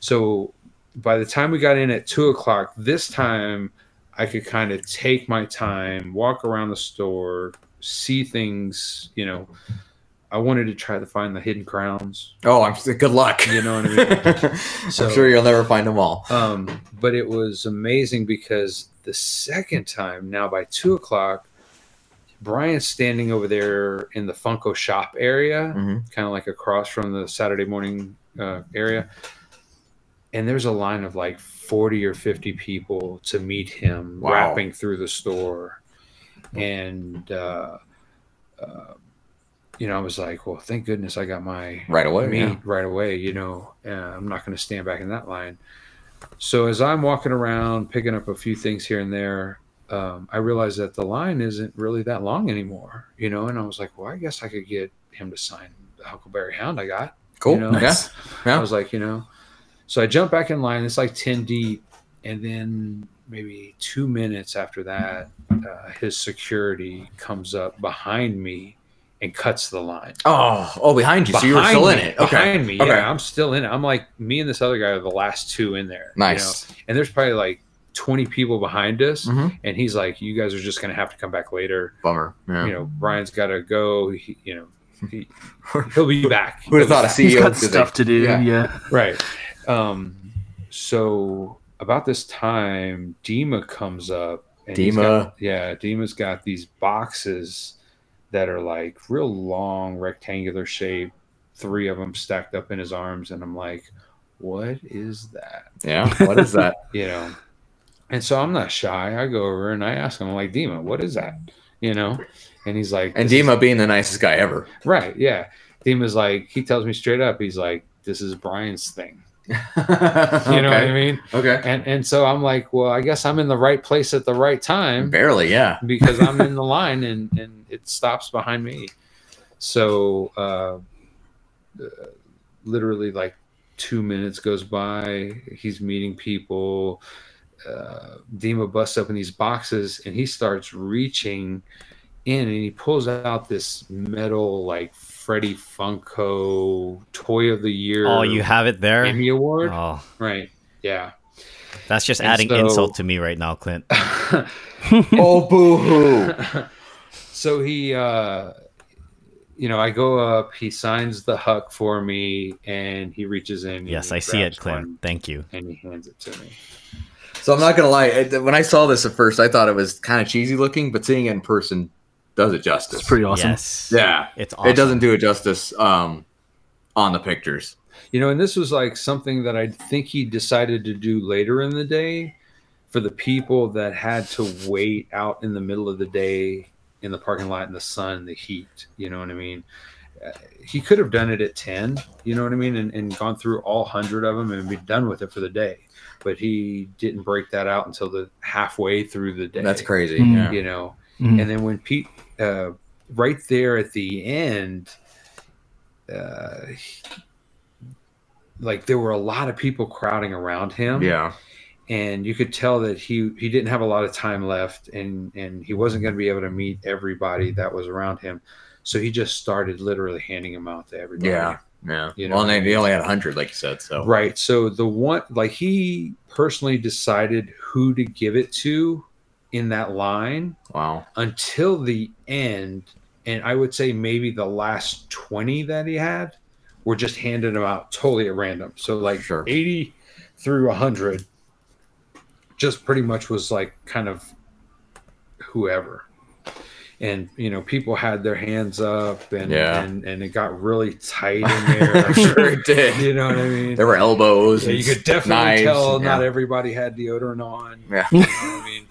Speaker 5: So by the time we got in at two o'clock, this time I could kind of take my time, walk around the store, see things. You know, I wanted to try to find the hidden crowns.
Speaker 3: Oh, I'm good luck.
Speaker 5: You know what I mean? So-
Speaker 3: I'm sure you'll never find them all.
Speaker 5: Um, but it was amazing because the second time, now by two o'clock, Brian's standing over there in the Funko shop area,
Speaker 3: Mhm.
Speaker 5: kind of like across from the Saturday morning uh, area. And there's a line of like 40 or 50 people to meet him
Speaker 3: Wow.
Speaker 5: wrapping through the store. And, uh, uh, you know, I was like, well, thank goodness I got my
Speaker 3: Right away.
Speaker 5: me
Speaker 3: yeah.
Speaker 5: right away. You know, uh, I'm not going to stand back in that line. So as I'm walking around, picking up a few things here and there, um, I realized that the line isn't really that long anymore. You know, and I was like, well, I guess I could get him to sign the Huckleberry Hound I got.
Speaker 3: Cool.
Speaker 5: You know?
Speaker 3: Yeah.
Speaker 7: Nice.
Speaker 3: Yeah.
Speaker 5: I was like, you know, so I jumped back in line. It's like 10 deep. And then maybe two minutes after that, uh, his security comes up behind me and cuts the line.
Speaker 3: Oh, oh, behind you. So you were
Speaker 5: Behind
Speaker 3: still in
Speaker 5: me-
Speaker 3: it. Okay.
Speaker 5: Behind me,
Speaker 3: Okay.
Speaker 5: yeah, I'm still in it. I'm like me and this other guy are the last two in there. you
Speaker 3: Nice.
Speaker 5: know? And there's probably like 20 people behind us,
Speaker 3: Mhm.
Speaker 5: and he's like, "You guys are just gonna have to come back later."
Speaker 3: Bummer. Yeah.
Speaker 5: You know, Brian's gotta go. He, you know, he, he'll be back.
Speaker 3: Who'd have thought a
Speaker 7: He's
Speaker 3: CEO
Speaker 7: got
Speaker 3: could they-
Speaker 7: stuff to do.
Speaker 3: Yeah.
Speaker 7: Yeah.
Speaker 5: right? Um, so about this time, Dima comes up. And he's
Speaker 3: Dima.
Speaker 5: got- yeah, Dima's got these boxes that are like real long, rectangular shape. Three of them stacked up in his arms, and I'm like, "What is that?"
Speaker 3: Yeah. What is that?
Speaker 5: You know. And so I'm not shy. I go over and I ask him, I'm like, "Dima, what is that?" You know. And he's like,
Speaker 3: And
Speaker 5: "This is
Speaker 3: Dima being the nicest guy ever.
Speaker 5: Right. Yeah. Dima's like, he tells me straight up, he's like, this is Brian's thing.
Speaker 3: you
Speaker 5: You know what I mean?
Speaker 3: Okay.
Speaker 5: And and so I'm like, well, I guess I'm in the right place at the right time
Speaker 3: Barely. Yeah.
Speaker 5: because I'm in the line and and it stops behind me. So uh, uh, literally like two minutes goes by. He's meeting people. Uh, Dima busts open these boxes and he starts reaching in and he pulls out this metal like Freddy Funko Toy of the Year.
Speaker 4: Oh, you have it there.
Speaker 5: Emmy Award,
Speaker 4: Oh,
Speaker 5: right? Yeah.
Speaker 4: that's just
Speaker 5: And
Speaker 4: adding
Speaker 5: so-
Speaker 4: insult to me right now, Clint.
Speaker 3: oh, boo hoo.
Speaker 5: so he uh you know i go up he signs the huck for me and he reaches in and
Speaker 4: Yes,
Speaker 5: he
Speaker 4: I see
Speaker 5: grabs
Speaker 4: it, Clint.
Speaker 5: one
Speaker 4: Thank you.
Speaker 5: and he hands it to me
Speaker 3: So I'm not gonna lie. I- When I saw this at first, I thought it was kind of cheesy looking, but seeing it in person does it justice.
Speaker 7: It's pretty awesome.
Speaker 4: Yes.
Speaker 3: yeah.
Speaker 4: It's awesome.
Speaker 3: It doesn't do it justice um, on the pictures.
Speaker 5: you know and this was like something that i think he decided to do later in the day for the people that had to wait out in the middle of the day in the parking lot in the sun the heat you know what i mean Uh, he could have done it at 10 you know what i mean and, and gone through all 100 of them and be done with it for the day but he didn't break that out until the halfway through the day
Speaker 3: That's crazy.
Speaker 7: Mm.
Speaker 3: Yeah.
Speaker 5: you know
Speaker 3: Hmm.
Speaker 7: Mhm.
Speaker 5: and then when Pete, uh, right there at the end, uh, he- like there were a lot of people crowding around him,
Speaker 3: Yeah.
Speaker 5: and you could tell that he he didn't have a lot of time left, and and he wasn't going to be able to meet everybody that was around him, so he just started literally handing them out to everybody.
Speaker 3: Yeah. Yeah.
Speaker 5: You
Speaker 3: well,
Speaker 5: know.
Speaker 3: and they only had 100, like you said. So.
Speaker 5: Right. So the one, like he personally decided who to give it to in that line,
Speaker 3: Wow.
Speaker 5: until the end, and I would say maybe the last 20 that he had were just handed him out totally at random. So like
Speaker 3: Sure.
Speaker 5: 80 through 100 just pretty much was like kind of whoever. and you know people had their hands up and
Speaker 3: Yeah.
Speaker 5: and, and it got really tight in there.
Speaker 3: I'm sure it did.
Speaker 5: You know what I mean?
Speaker 3: There were elbows.
Speaker 5: Yeah, you
Speaker 3: and
Speaker 5: could definitely
Speaker 3: knives
Speaker 5: tell
Speaker 3: and-
Speaker 5: not everybody had deodorant on.
Speaker 3: Yeah.
Speaker 5: You know what I mean?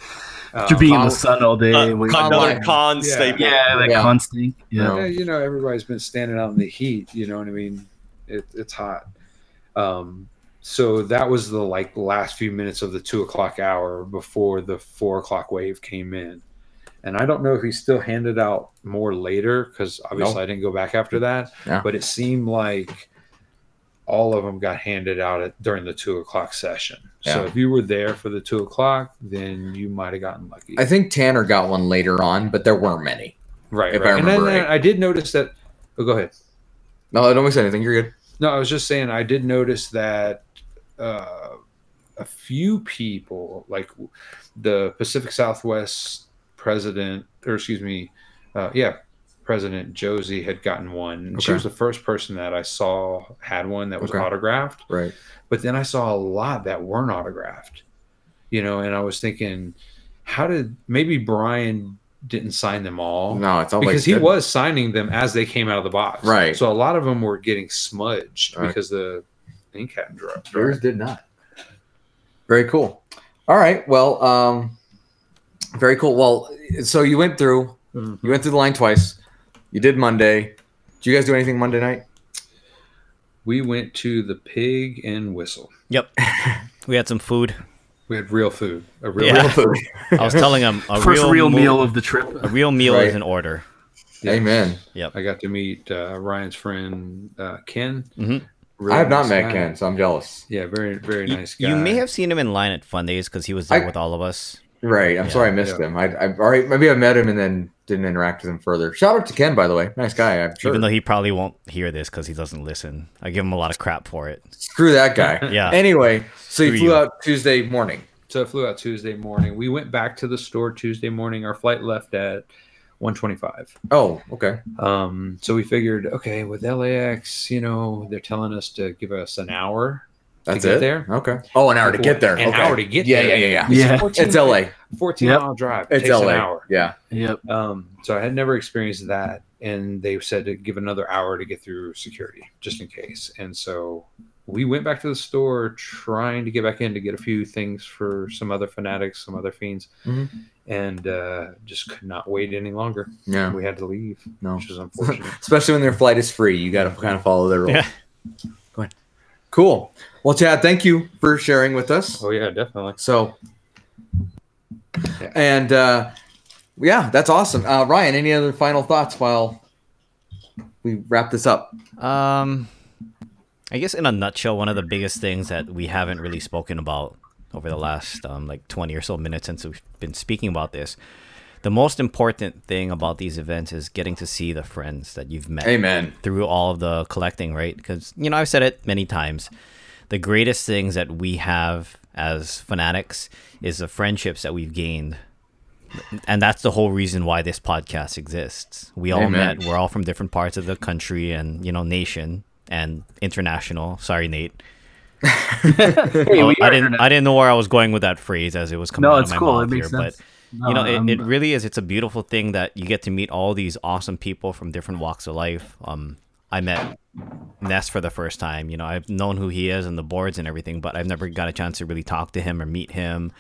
Speaker 5: Um,
Speaker 7: You're being in
Speaker 3: Con-
Speaker 7: the sun all day.
Speaker 1: Uh,
Speaker 7: waiting-
Speaker 1: another
Speaker 3: Online.
Speaker 1: con
Speaker 5: Yeah.
Speaker 1: staple.
Speaker 7: yeah, that
Speaker 3: Yeah.
Speaker 7: constant. Yeah.
Speaker 3: No.
Speaker 5: yeah, uh, you know, everybody's been standing out in the heat. You know what I mean? It, it's hot. Um, so that was the like last few minutes of the two o'clock hour before the four o'clock wave came in. And I don't know if he still handed out more later because obviously I didn't go back after that.
Speaker 3: Yeah.
Speaker 5: But it seemed like all of them got handed out at, during the two o'clock session. So
Speaker 3: Yeah.
Speaker 5: if you were there for the two o'clock, then you might have gotten lucky.
Speaker 3: I think Tanner got one later on, but there weren't many.
Speaker 5: right.
Speaker 3: if I
Speaker 5: right. and then uh,
Speaker 3: remember right.
Speaker 5: I did notice that. Oh, go ahead.
Speaker 3: No, I don't miss anything. You're good.
Speaker 5: No, I was just saying I did notice that uh, a few people, like the Pacific Southwest president, or excuse me, uh, yeah, President Josie had gotten one. and She
Speaker 3: Okay.
Speaker 5: was the first person that I saw had one that was
Speaker 3: Okay.
Speaker 5: autographed.
Speaker 3: Right.
Speaker 5: But then I saw a lot that weren't autographed, you know, and I was thinking, how did maybe Brian didn't sign them all?
Speaker 3: No, it's all
Speaker 5: because
Speaker 3: like
Speaker 5: he
Speaker 3: good.
Speaker 5: was signing them as they came out of the box.
Speaker 3: Right.
Speaker 5: So a lot of them were getting smudged
Speaker 3: Right.
Speaker 5: because the ink hadn't dried.
Speaker 3: Yours did not. Very cool. All right. Well, um, very cool. Well, so you went through.
Speaker 5: Mhm.
Speaker 3: You went through the line twice. You did Monday. Did you guys do anything Monday night?
Speaker 5: We went to the Pig and Whistle.
Speaker 4: Yep. We had some food.
Speaker 5: We had real food. A real
Speaker 4: Yeah.
Speaker 3: Real food.
Speaker 4: I was telling him a
Speaker 7: First real,
Speaker 4: mo-
Speaker 7: meal of the trip.
Speaker 4: A real meal
Speaker 3: Right.
Speaker 4: is in order.
Speaker 5: Yeah.
Speaker 3: Amen.
Speaker 5: I got to meet uh, Ryan's friend uh, Ken.
Speaker 4: Mhm.
Speaker 5: Really
Speaker 3: I have not
Speaker 5: nice
Speaker 3: met
Speaker 5: guy.
Speaker 3: Ken, so I'm jealous.
Speaker 5: Yeah, very very
Speaker 4: You-
Speaker 5: nice guy.
Speaker 4: you, may have seen him in line at Fun Days because he was there
Speaker 3: I-
Speaker 4: with all of us.
Speaker 3: Right. I'm
Speaker 4: Yeah,
Speaker 3: sorry I missed
Speaker 5: yeah.
Speaker 3: him. I, I all right. Maybe I met him and then didn't interact with him further. Shout out to Ken, by the way. Nice guy. I'm sure.
Speaker 4: Even though he probably won't hear this because he doesn't listen. I give him a lot of crap for it.
Speaker 3: Screw that guy.
Speaker 4: Yeah.
Speaker 3: Anyway, so you
Speaker 4: Screw
Speaker 3: flew
Speaker 4: you.
Speaker 3: out Tuesday morning.
Speaker 5: So I flew out Tuesday morning. We went back to the store Tuesday morning. Our flight left at 125.
Speaker 3: Oh, okay.
Speaker 5: Um, so we figured, okay, with LAX, you know, they're telling us to give us an hour.
Speaker 3: That's
Speaker 5: get
Speaker 3: it.
Speaker 5: there?
Speaker 3: Okay. Oh, an hour to get there.
Speaker 5: An
Speaker 3: okay.
Speaker 5: hour to get
Speaker 3: yeah,
Speaker 5: there.
Speaker 3: Yeah, yeah, yeah.
Speaker 7: Yeah.
Speaker 5: 14,
Speaker 3: It's LA.
Speaker 5: 14
Speaker 7: Yep.
Speaker 5: mile drive. It
Speaker 3: It's
Speaker 5: takes
Speaker 3: LA.
Speaker 5: an hour.
Speaker 3: Yeah.
Speaker 7: Yep.
Speaker 5: Um, so I had never experienced that. And they said to give another hour to get through security just in case. And so we went back to the store trying to get back in to get a few things for some other fanatics, some other fiends,
Speaker 3: Mhm.
Speaker 5: and uh, just could not wait any longer.
Speaker 3: Yeah.
Speaker 5: We had to leave,
Speaker 3: No.
Speaker 5: which was unfortunate.
Speaker 3: Especially when their flight is free, you got to kind of follow their rules.
Speaker 4: Yeah.
Speaker 3: Go ahead. Cool. Well, Chad, thank you for sharing with us.
Speaker 5: oh, yeah, definitely.
Speaker 3: So, and uh, yeah, that's awesome. Uh, Ryan, any other final thoughts while we wrap this up?
Speaker 4: Um, I guess in a nutshell, one of the biggest things that we haven't really spoken about over the last um, like 20 or so minutes since we've been speaking about this, the most important thing about these events is getting to see the friends that you've met
Speaker 3: Amen.
Speaker 4: through all of the collecting, right? Because, you know, I've said it many times. The greatest things that we have as fanatics is the friendships that we've gained. And that's the whole reason why this podcast exists. We all
Speaker 3: Amen.
Speaker 4: met, we're all from different parts of the country and, you know, nation and international. Sorry, Nate.
Speaker 7: Hey, we
Speaker 4: Oh, I
Speaker 7: are
Speaker 4: didn't I didn't know where I was going with that phrase as it was coming
Speaker 7: No,
Speaker 4: out of
Speaker 7: it's
Speaker 4: my
Speaker 7: cool. It
Speaker 4: mouth
Speaker 7: makes
Speaker 4: here, but
Speaker 7: sense. No,
Speaker 4: you know,
Speaker 7: I'm-
Speaker 4: it, it really is. It's a beautiful thing that you get to meet all these awesome people from different walks of life. Um, I met Ness for the first time. You know, I've known who he is and the boards and everything, but I've never got a chance to really talk to him or meet him.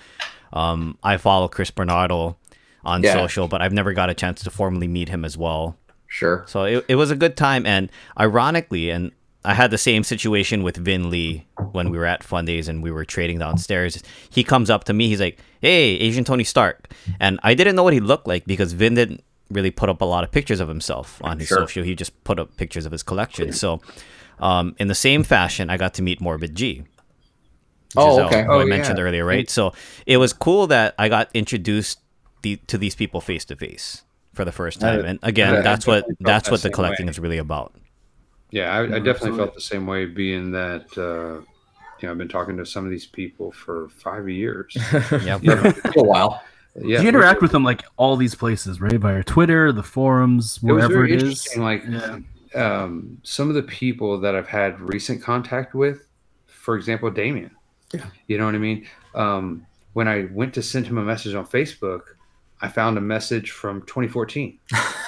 Speaker 4: Um, I follow Chris Bernardo on
Speaker 3: Yeah.
Speaker 4: social, but I've never got a chance to formally meet him as well.
Speaker 3: Sure.
Speaker 4: So it, it was a good time. And ironically, and I had the same situation with Vin Lee when we were at Fun Days and we were trading downstairs. He comes up to me, he's like, Hey, Asian Tony Stark. And I didn't know what he looked like because Vin didn't really put up a lot of pictures of himself on his
Speaker 3: Sure.
Speaker 4: social. He just put up pictures of his collection. So um, in the same fashion, I got to meet Morbid G.
Speaker 3: Oh,
Speaker 4: Giselle,
Speaker 3: okay.
Speaker 4: who I
Speaker 5: Oh,
Speaker 4: mentioned
Speaker 5: yeah.
Speaker 4: earlier, right? So it was cool that I got introduced the, to these people face to face for the first time. And again,
Speaker 5: I- I
Speaker 4: that's what
Speaker 5: definitely felt
Speaker 4: that's
Speaker 5: that
Speaker 4: what the
Speaker 5: same
Speaker 4: collecting
Speaker 5: way.
Speaker 4: is really about.
Speaker 5: Yeah, I, I
Speaker 7: Mhm.
Speaker 5: definitely felt the same way. Being that uh, you know, I've been talking to some of these people for five years.
Speaker 4: Yeah,
Speaker 5: You know,
Speaker 3: Took a while.
Speaker 5: yeah,
Speaker 7: you interact with them like all these places, right? Via Twitter, the forums,
Speaker 5: it was
Speaker 7: wherever
Speaker 5: very
Speaker 7: it is.
Speaker 5: interesting. Like
Speaker 7: Yeah.
Speaker 5: um, some of the people that I've had recent contact with, for example, Damien.
Speaker 3: Yeah.
Speaker 5: You know what I mean? Um, when I went to send him a message on Facebook, I found a message from 2014.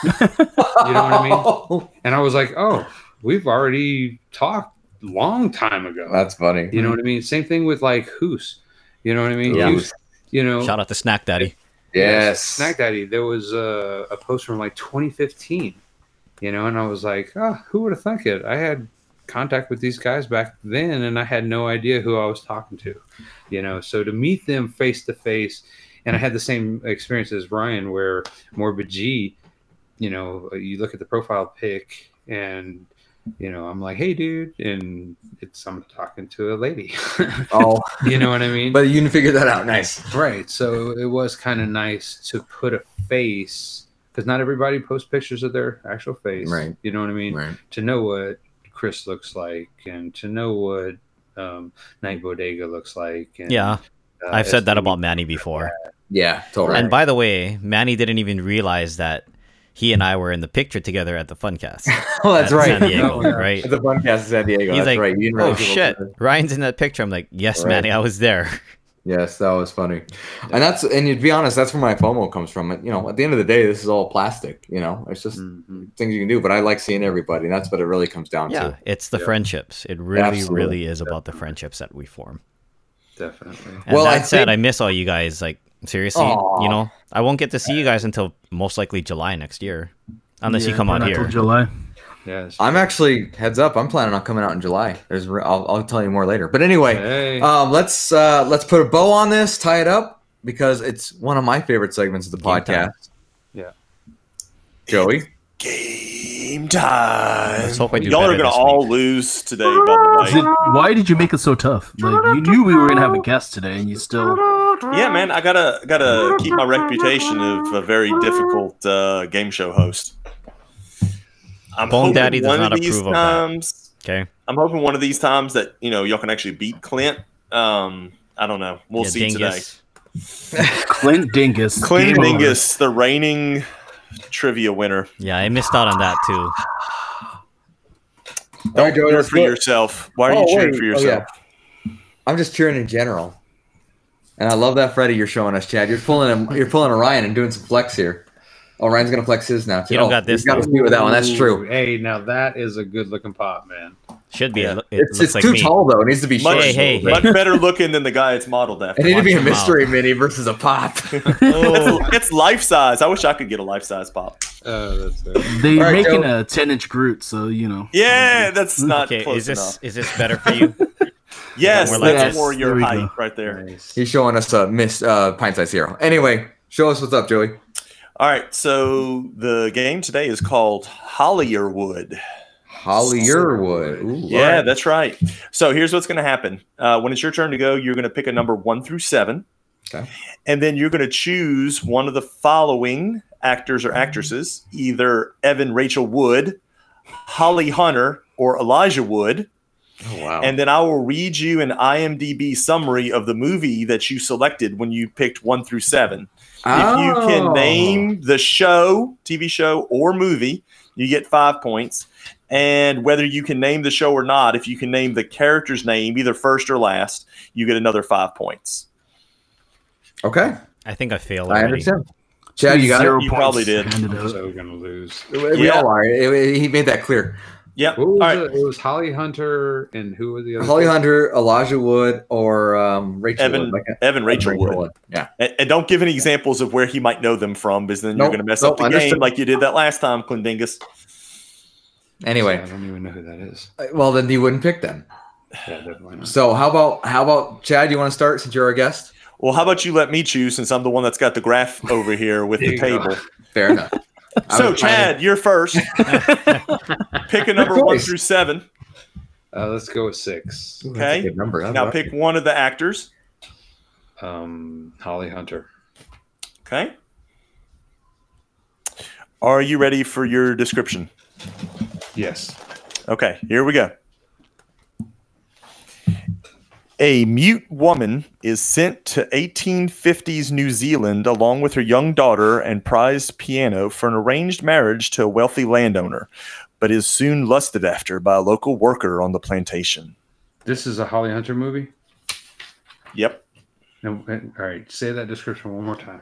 Speaker 5: You know what I mean? And I was like, oh, we've already talked long time ago.
Speaker 3: That's funny.
Speaker 5: you know what I mean? Same thing with like Hoos. You know what I mean?
Speaker 4: Yeah.
Speaker 5: Hoos, you know,
Speaker 4: Shout out to Snack Daddy.
Speaker 3: Yes.
Speaker 5: Snack Daddy. There was a, a post from like 2015, you know, and I was like, oh, who would have thunk it? I had contact with these guys back then, and I had no idea who I was talking to, you know. So to meet them face to face, and I had the same experience as Ryan, where Morbid G, you know, you look at the profile pic, and you know, I'm like, hey, dude, and it's I'm talking to a lady.
Speaker 3: Oh,
Speaker 5: you know what I mean?
Speaker 3: but you can figure that out. Nice.
Speaker 5: Right. So it was kind of nice to put a face because not everybody posts pictures of their actual face.
Speaker 3: Right.
Speaker 5: You know what I mean?
Speaker 3: Right.
Speaker 5: To know what Chris looks like and to know what um, Night Bodega looks like. And,
Speaker 4: Yeah,
Speaker 5: uh,
Speaker 4: I've said that
Speaker 5: SD
Speaker 4: about Manny before.
Speaker 3: Yeah. Totally.
Speaker 4: And by the way, Manny didn't even realize that he and I were in the picture together at the Funcast.
Speaker 3: oh, that's
Speaker 4: at
Speaker 3: right.
Speaker 4: San Diego,
Speaker 3: That was-
Speaker 4: right?
Speaker 3: The podcast in San Diego.
Speaker 4: He's
Speaker 3: that's
Speaker 4: like,
Speaker 3: right. You didn't
Speaker 4: oh
Speaker 3: realize it was-
Speaker 4: shit, Ryan's in that picture. I'm like, yes,
Speaker 3: Right.
Speaker 4: Manny, I was there.
Speaker 3: Yes, that was funny. And that's and to be honest, that's where my FOMO comes from. You know, at the end of the day, this is all plastic. You know, it's
Speaker 4: Mm.
Speaker 3: just
Speaker 5: Mhm.
Speaker 3: things you can do. But I like seeing everybody. And that's what it really comes down
Speaker 4: Yeah,
Speaker 3: to.
Speaker 4: it's the
Speaker 5: Yeah.
Speaker 4: friendships. It really,
Speaker 3: Absolutely.
Speaker 4: really is about the friendships that we form.
Speaker 5: Definitely.
Speaker 4: And
Speaker 3: Well,
Speaker 4: that
Speaker 3: I
Speaker 4: said,
Speaker 3: think-
Speaker 4: I miss all you guys. Like seriously,
Speaker 3: Aw.
Speaker 4: you know, I won't get to see you guys until most likely July next year, unless you
Speaker 7: Yeah,
Speaker 4: come out
Speaker 7: not till
Speaker 4: here.
Speaker 7: July.
Speaker 5: Yes.
Speaker 3: I'm actually heads up. I'm planning on coming out in July. There's, re- I'll, I'll tell you more later. But anyway,
Speaker 5: Hey.
Speaker 3: um, let's uh, let's put a bow on this, tie it up because it's one of my favorite segments of the
Speaker 4: Game time.
Speaker 3: podcast.
Speaker 5: Yeah.
Speaker 3: Joey,
Speaker 1: Game time.
Speaker 4: Let's hope I do
Speaker 1: Y'all are
Speaker 4: better
Speaker 1: gonna
Speaker 4: this
Speaker 1: all lose today, by
Speaker 7: Is
Speaker 1: the
Speaker 7: it,
Speaker 1: way.
Speaker 7: why did you make it so tough? Like you knew we were gonna have a guest today, and you still.
Speaker 1: Yeah, man, I gotta gotta keep my reputation of a very difficult uh, game show host. I'm
Speaker 4: Bone
Speaker 1: hoping
Speaker 4: Daddy does
Speaker 1: one
Speaker 4: not
Speaker 1: of these
Speaker 4: approve of that.
Speaker 1: times,
Speaker 4: Okay,
Speaker 1: I'm hoping one of these times that you know y'all can actually beat Clint. Um, I don't know. We'll
Speaker 4: Yeah,
Speaker 1: see today.
Speaker 4: dingus.
Speaker 7: Clint Dingus.
Speaker 1: Clint
Speaker 7: Game over.
Speaker 1: Dingus, the reigning trivia winner.
Speaker 4: Yeah, I missed out on that too.
Speaker 3: All right, Joey,
Speaker 1: Cheer
Speaker 3: let's
Speaker 1: for
Speaker 3: look.
Speaker 1: yourself. Why are
Speaker 3: Oh,
Speaker 1: you cheering
Speaker 3: wait.
Speaker 1: for
Speaker 3: Oh,
Speaker 1: yourself?
Speaker 3: yeah. I'm just cheering in general. And I love that Freddy you're showing us, Chad. You're pulling a, you're pulling a Ryan and doing some flex here. Oh, Ryan's gonna flex his now too.
Speaker 4: You don't
Speaker 3: Oh,
Speaker 4: got this,
Speaker 3: He's got
Speaker 4: though.
Speaker 3: us beat with that one. That's
Speaker 5: Ooh,
Speaker 3: true.
Speaker 5: Hey, now that is a good looking pop, man.
Speaker 4: Should be. It,
Speaker 1: Yeah.
Speaker 4: lo- it
Speaker 3: It's,
Speaker 4: looks
Speaker 3: it's
Speaker 4: like
Speaker 3: too
Speaker 4: me.
Speaker 3: tall though. It needs to be short.
Speaker 1: Much,
Speaker 4: Hey, hey, hey.
Speaker 1: much better looking than the guy it's modeled after.
Speaker 3: It needs to be a
Speaker 4: Watch your
Speaker 3: mystery mini versus a pop.
Speaker 1: Oh, it's life size. I wish I could get a life size pop.
Speaker 5: Oh, that's it.
Speaker 7: They're
Speaker 3: All right,
Speaker 7: making
Speaker 3: Joe.
Speaker 7: a ten-inch Groot, so you know.
Speaker 1: Yeah, that's not
Speaker 4: Mm-hmm. Okay,
Speaker 1: close
Speaker 4: is this
Speaker 1: enough.
Speaker 4: is this better for you?
Speaker 1: Yes,
Speaker 4: we're
Speaker 1: that's
Speaker 4: like
Speaker 1: that's
Speaker 4: this.
Speaker 1: more
Speaker 7: There
Speaker 1: your
Speaker 7: we
Speaker 1: height
Speaker 7: go.
Speaker 1: right there.
Speaker 5: Nice.
Speaker 3: He's showing us a miss uh, pint size hero. Anyway, show us what's up, Joey.
Speaker 1: All right, so the game today is called Hollierwood.
Speaker 3: Holly Yearwood. Ooh,
Speaker 1: Yeah, that's right. So here's what's going to happen. Uh, when it's your turn to go, you're going to pick a number one through seven.
Speaker 3: Okay.
Speaker 1: And then you're going to choose one of the following actors or actresses either Evan Rachel Wood, Holly Hunter, or Elijah Wood.
Speaker 3: Oh, wow.
Speaker 1: And then I will read you an IMDb summary of the movie that you selected when you picked one through seven. If you
Speaker 3: Oh.
Speaker 1: can name the show, TV show, or movie, you get five points. And whether you can name the show or not, if you can name the character's name, either first or last, you get another five points.
Speaker 3: Okay.
Speaker 4: I think I failed
Speaker 3: I
Speaker 4: already.
Speaker 3: understand. Chad, you got
Speaker 7: Zero
Speaker 1: You
Speaker 7: points
Speaker 1: probably did.
Speaker 7: handed
Speaker 5: I'm
Speaker 7: out.
Speaker 5: so gonna lose.
Speaker 3: it? We
Speaker 1: Yeah.
Speaker 3: all are. It- it- he made that clear.
Speaker 1: Yep.
Speaker 5: What
Speaker 1: All
Speaker 5: was
Speaker 1: right.
Speaker 5: it? it was Holly Hunter and who were the other?
Speaker 3: Holly Hunter, Elijah Wood, or um, Rachel
Speaker 1: Evan,
Speaker 3: Wood. Like, uh,
Speaker 1: Evan Rachel Wood.
Speaker 3: Yeah.
Speaker 1: And, and don't give any examples of where he might know them from, because then you're
Speaker 3: Nope,
Speaker 1: going to mess
Speaker 3: nope,
Speaker 1: up the game
Speaker 3: understood.
Speaker 1: like you did that last time, Clendingus.
Speaker 5: I
Speaker 3: Anyway,
Speaker 5: don't even know who that is.
Speaker 3: uh, well then you wouldn't pick them.
Speaker 5: Yeah, definitely not.
Speaker 3: So how about how about Chad? You want to start since you're our guest?
Speaker 1: Well, how about you let me choose since I'm the one that's got the graph over here with
Speaker 5: There
Speaker 1: the
Speaker 5: you go.
Speaker 1: table?
Speaker 3: Fair enough. I
Speaker 1: So,
Speaker 3: was trying
Speaker 1: Chad, you're first. pick a number one
Speaker 3: choice.
Speaker 1: through seven.
Speaker 5: Uh, let's go with six.
Speaker 3: to- Ooh, that's a
Speaker 1: okay.
Speaker 3: good number.
Speaker 1: Now pick one of the actors.
Speaker 5: Um, Holly Hunter.
Speaker 1: Okay. Are you ready for your description?
Speaker 5: Yes.
Speaker 1: Okay, here we go. A mute woman is sent to 1850s New Zealand along with her young daughter and prized piano for an arranged marriage to a wealthy landowner, but is soon lusted after by a local worker on the plantation.
Speaker 5: This is a Holly Hunter movie. eh,
Speaker 1: Yep.
Speaker 5: No, uh, all right. Say that description one more time.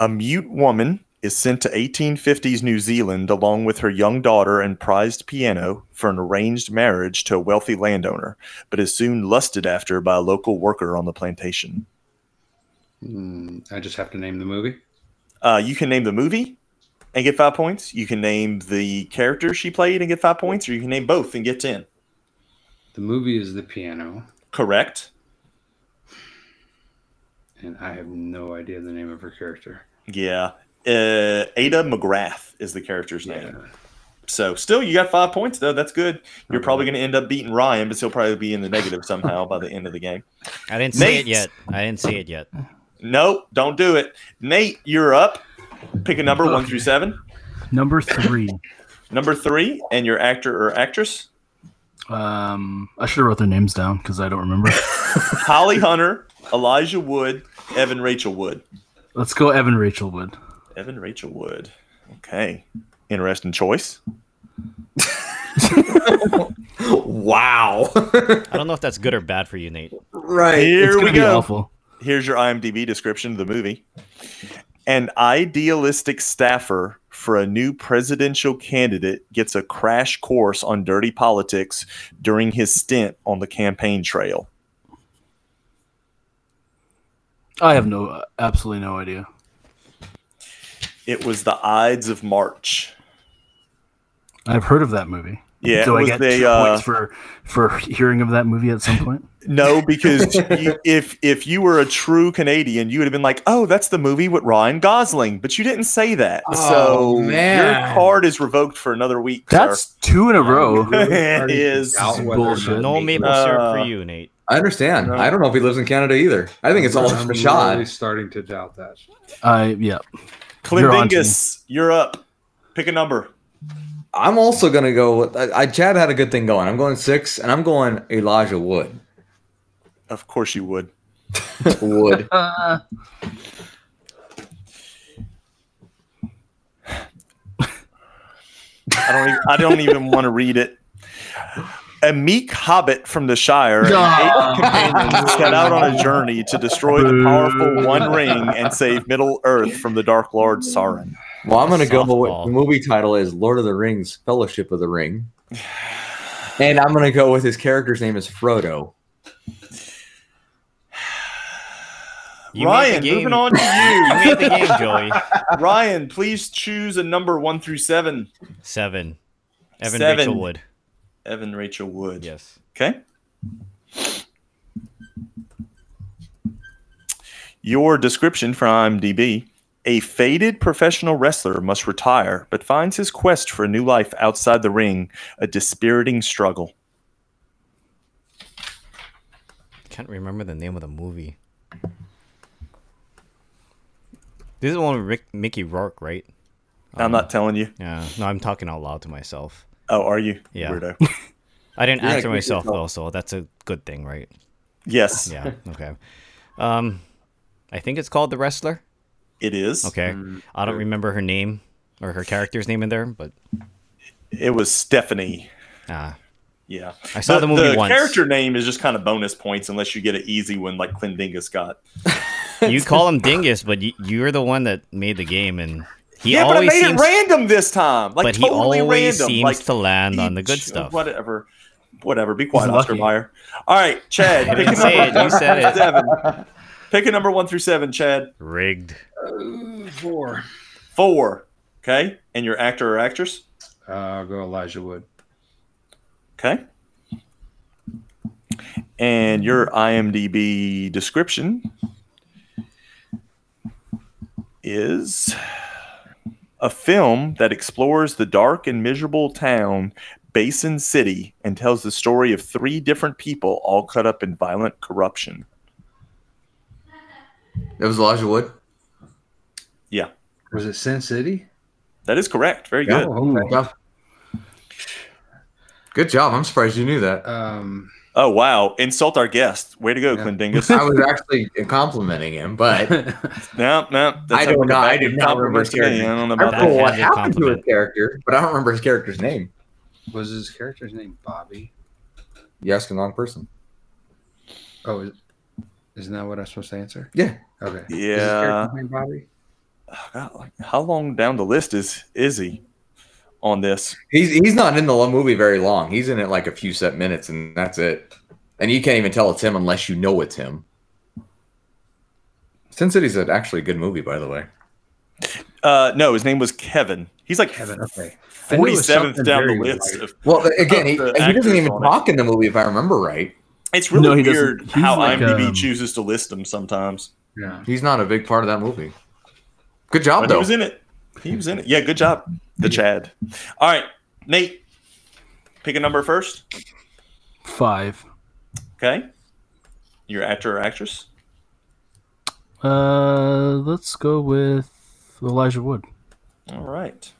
Speaker 1: A A mute woman is sent to 1850s New Zealand along with her young daughter and prized piano for an arranged marriage to a wealthy landowner, but is soon lusted after by a local worker on the plantation.
Speaker 5: Hmm, I just have to name the movie.
Speaker 1: Uh, you can name the movie and get five points. You can name the character she played and get five points, or you can name both and get 10.
Speaker 5: The movie is The Piano,
Speaker 1: Correct.
Speaker 5: and I have no idea the name of her character.
Speaker 1: Yeah. Uh, Ada McGrath is the character's name. So still, you got five points though. That's good. You're probably going to end up beating Ryan, but he'll probably be in the negative somehow by the end of the game.
Speaker 4: I didn't see
Speaker 1: Nate.
Speaker 4: it yet. I didn't see it yet.
Speaker 1: Nope, don't do it. Nate, you're up. Pick a number one
Speaker 7: Okay.
Speaker 1: through seven.
Speaker 7: Number three.
Speaker 1: Number three, and your actor or actress:
Speaker 7: Um, I should have wrote their names down because I don't remember.
Speaker 1: Holly Hunter, Elijah Wood, Evan Rachel Wood.
Speaker 7: Let's go, Evan Rachel Wood.
Speaker 1: Evan Rachel Wood. Okay, interesting choice.
Speaker 3: Wow.
Speaker 4: I don't know if that's good or bad for you, Nate.
Speaker 3: right.
Speaker 7: It's
Speaker 1: Here
Speaker 7: gonna
Speaker 1: we
Speaker 7: be
Speaker 1: go.
Speaker 7: awful.
Speaker 1: here's your IMDb description of the movie. An idealistic staffer for a new presidential candidate gets a crash course on dirty politics during his stint on the campaign trail.
Speaker 7: I have no, absolutely no idea.
Speaker 1: It was the Ides of March.
Speaker 7: I've heard of that movie.
Speaker 1: Yeah,
Speaker 7: Do
Speaker 1: it
Speaker 7: I
Speaker 1: was
Speaker 7: get
Speaker 1: the
Speaker 7: two
Speaker 1: uh,
Speaker 7: points for for hearing of that movie at some point?
Speaker 1: no because you, if if you were a true Canadian, you would have been like, "Oh, that's the movie with Ryan Gosling," but you didn't say that,
Speaker 3: Oh,
Speaker 1: so
Speaker 3: man.
Speaker 1: your card is revoked for another week. sir.
Speaker 7: That's two in a row.
Speaker 1: It is
Speaker 7: bullshit.
Speaker 4: No maple syrup for you, Nate.
Speaker 3: I understand.
Speaker 1: Uh,
Speaker 3: I don't know if he lives in Canada either. I think it's all a
Speaker 5: I'm really
Speaker 3: facade.
Speaker 5: starting to doubt that.
Speaker 7: I yeah. You're on to me.
Speaker 1: Clendingus, you're up. Pick a number.
Speaker 3: I'm also gonna go. With, I, I Chad had a good thing going. I'm going six, and I'm going Elijah Wood.
Speaker 1: Of course you would.
Speaker 3: Wood.
Speaker 7: Uh,
Speaker 1: I don't. Even, I don't even want to read it. A meek hobbit from the Shire and
Speaker 7: No.
Speaker 3: Ah.
Speaker 1: eight companions set out on a journey to destroy the powerful One Ring and save Middle Earth from the Dark Lord Sauron.
Speaker 3: Well, I'm gonna go.
Speaker 4: Softball.
Speaker 3: With, the movie title is Lord of the Rings: Fellowship of the Ring, and I'm gonna go with his character's name is Frodo.
Speaker 4: You
Speaker 1: Ryan,
Speaker 4: made the game.
Speaker 1: moving on to
Speaker 4: You made the game, Joey.
Speaker 1: you. Ryan, please choose a number one through seven.
Speaker 4: Seven. Evan
Speaker 1: Seven.
Speaker 4: Rachel Wood.
Speaker 1: Evan Rachel Wood.
Speaker 4: Yes.
Speaker 1: Okay. Your description from IMDb A faded professional wrestler must retire, but finds his quest for a new life outside the ring a dispiriting struggle.
Speaker 4: Can't remember the name of the movie. This is the one with Rick, Mickey Rourke, right? Um,
Speaker 1: I'm not telling you.
Speaker 4: Yeah. No, I'm talking out loud to myself.
Speaker 1: Oh, are you?
Speaker 4: Yeah.
Speaker 1: Weirdo.
Speaker 4: I didn't
Speaker 3: Yeah,
Speaker 4: answer
Speaker 3: keep yourself-
Speaker 4: myself though, so that's a good thing, right?
Speaker 1: Yes,
Speaker 4: Yeah. Okay. Um, I think it's called The Wrestler.
Speaker 1: it is.
Speaker 4: Okay. I don't remember her name or her character's name in there, but
Speaker 1: It was Stephanie.
Speaker 4: uh,
Speaker 1: Yeah.
Speaker 4: I saw the, movie once.
Speaker 1: character name is just kind of bonus points unless you get an easy one like Clendingus got.
Speaker 4: You call him Dingus, but you, you're the one that made the game, and he
Speaker 1: yeah, but I
Speaker 4: always
Speaker 1: made
Speaker 4: seems,
Speaker 1: it random this time. Like
Speaker 4: but he
Speaker 1: totally
Speaker 4: always
Speaker 1: random.
Speaker 4: seems
Speaker 1: like,
Speaker 4: to land on the
Speaker 1: Each-
Speaker 4: good stuff.
Speaker 1: Whatever. Whatever. Be quiet,
Speaker 7: He's
Speaker 1: Oscar
Speaker 7: lucky.
Speaker 1: Meyer. All right, Chad.
Speaker 4: I
Speaker 1: pick a
Speaker 4: didn't say it.
Speaker 1: number
Speaker 4: You
Speaker 1: one
Speaker 4: said
Speaker 1: through
Speaker 4: it.
Speaker 1: Seven. Pick a number one through seven, Chad.
Speaker 4: Rigged.
Speaker 5: Ooh, Four.
Speaker 1: Four. Okay. And your actor or actress.
Speaker 5: Uh, I'll go Elijah Wood.
Speaker 1: Okay. And your IMDb description is a film that explores the dark and miserable town Basin City and tells the story of three different people all caught up in violent corruption.
Speaker 3: That was Elijah Wood.
Speaker 5: Was it Sin City?
Speaker 1: That is correct. Very good.
Speaker 4: Hmm.
Speaker 5: Oh, okay.
Speaker 3: Yeah. Good job. I'm surprised you knew that.
Speaker 5: Um,
Speaker 1: Oh wow! Insult our guest. Way to go,
Speaker 5: Yeah.
Speaker 1: Clendingus.
Speaker 3: I was actually complimenting him, but
Speaker 1: no, no. that's
Speaker 3: I don't
Speaker 1: not
Speaker 3: know. I
Speaker 1: back
Speaker 3: did
Speaker 1: to
Speaker 3: not remember
Speaker 1: compliments to me.
Speaker 3: hearing
Speaker 1: I don't know
Speaker 3: I
Speaker 1: about
Speaker 3: don't know
Speaker 1: that.
Speaker 3: what
Speaker 4: Backhanded
Speaker 3: happened to his
Speaker 4: compliment.
Speaker 3: character, but I don't remember his character's name.
Speaker 5: was his character's name Bobby?
Speaker 3: You're asking the wrong person.
Speaker 5: Oh, is, isn't that what I'm supposed to answer?
Speaker 3: Yeah.
Speaker 5: Okay. Is his
Speaker 1: Yeah.
Speaker 5: character's name Bobby?
Speaker 1: God, like, how long down the list is is he on this?
Speaker 3: He's he's not in the lo- movie very long. He's in it like a few set minutes, and that's it. And you can't even tell it's him unless you know it's him. Sin City's an actually good movie, by the way.
Speaker 1: Uh, no, his name was Kevin. He's like
Speaker 5: Kevin. Okay. I knew it was
Speaker 1: 47th
Speaker 5: something
Speaker 1: down the
Speaker 5: very
Speaker 1: list.
Speaker 5: light.
Speaker 1: Of,
Speaker 3: Well, again, he,
Speaker 1: the
Speaker 3: he
Speaker 1: actors
Speaker 3: doesn't even
Speaker 1: on it.
Speaker 3: talk in the movie, if I remember right.
Speaker 1: it's really
Speaker 7: No, he doesn't.
Speaker 1: weird
Speaker 7: He's
Speaker 1: how
Speaker 7: like,
Speaker 1: IMDb
Speaker 7: um,
Speaker 1: chooses to list them sometimes.
Speaker 5: Yeah.
Speaker 3: He's not a big part of that movie. Good job,
Speaker 1: But he
Speaker 3: though.
Speaker 1: was in it. He was in it. Yeah, good job, the Chad. All right, Nate, pick a number first.
Speaker 7: Five.
Speaker 1: Okay, your actor or actress.
Speaker 7: Uh, let's go with Elijah Wood.
Speaker 1: All right.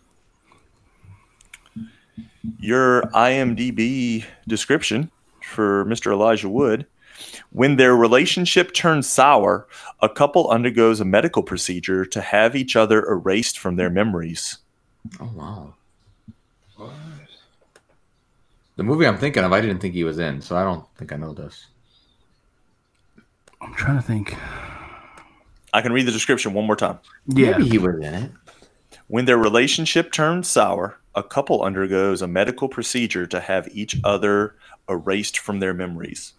Speaker 1: Your IMDb description for Mr. Elijah Wood. When their relationship turns sour, a couple undergoes a medical procedure to have each other erased from their memories.
Speaker 3: Oh wow. The movie I'm thinking of, I didn't think he was in, so I don't think I know this.
Speaker 7: I'm trying to think.
Speaker 1: I can read the description one more time.
Speaker 7: Yeah,
Speaker 3: Maybe he was in it.
Speaker 1: When their relationship turns sour, a couple undergoes a medical procedure to have each other erased from their memories.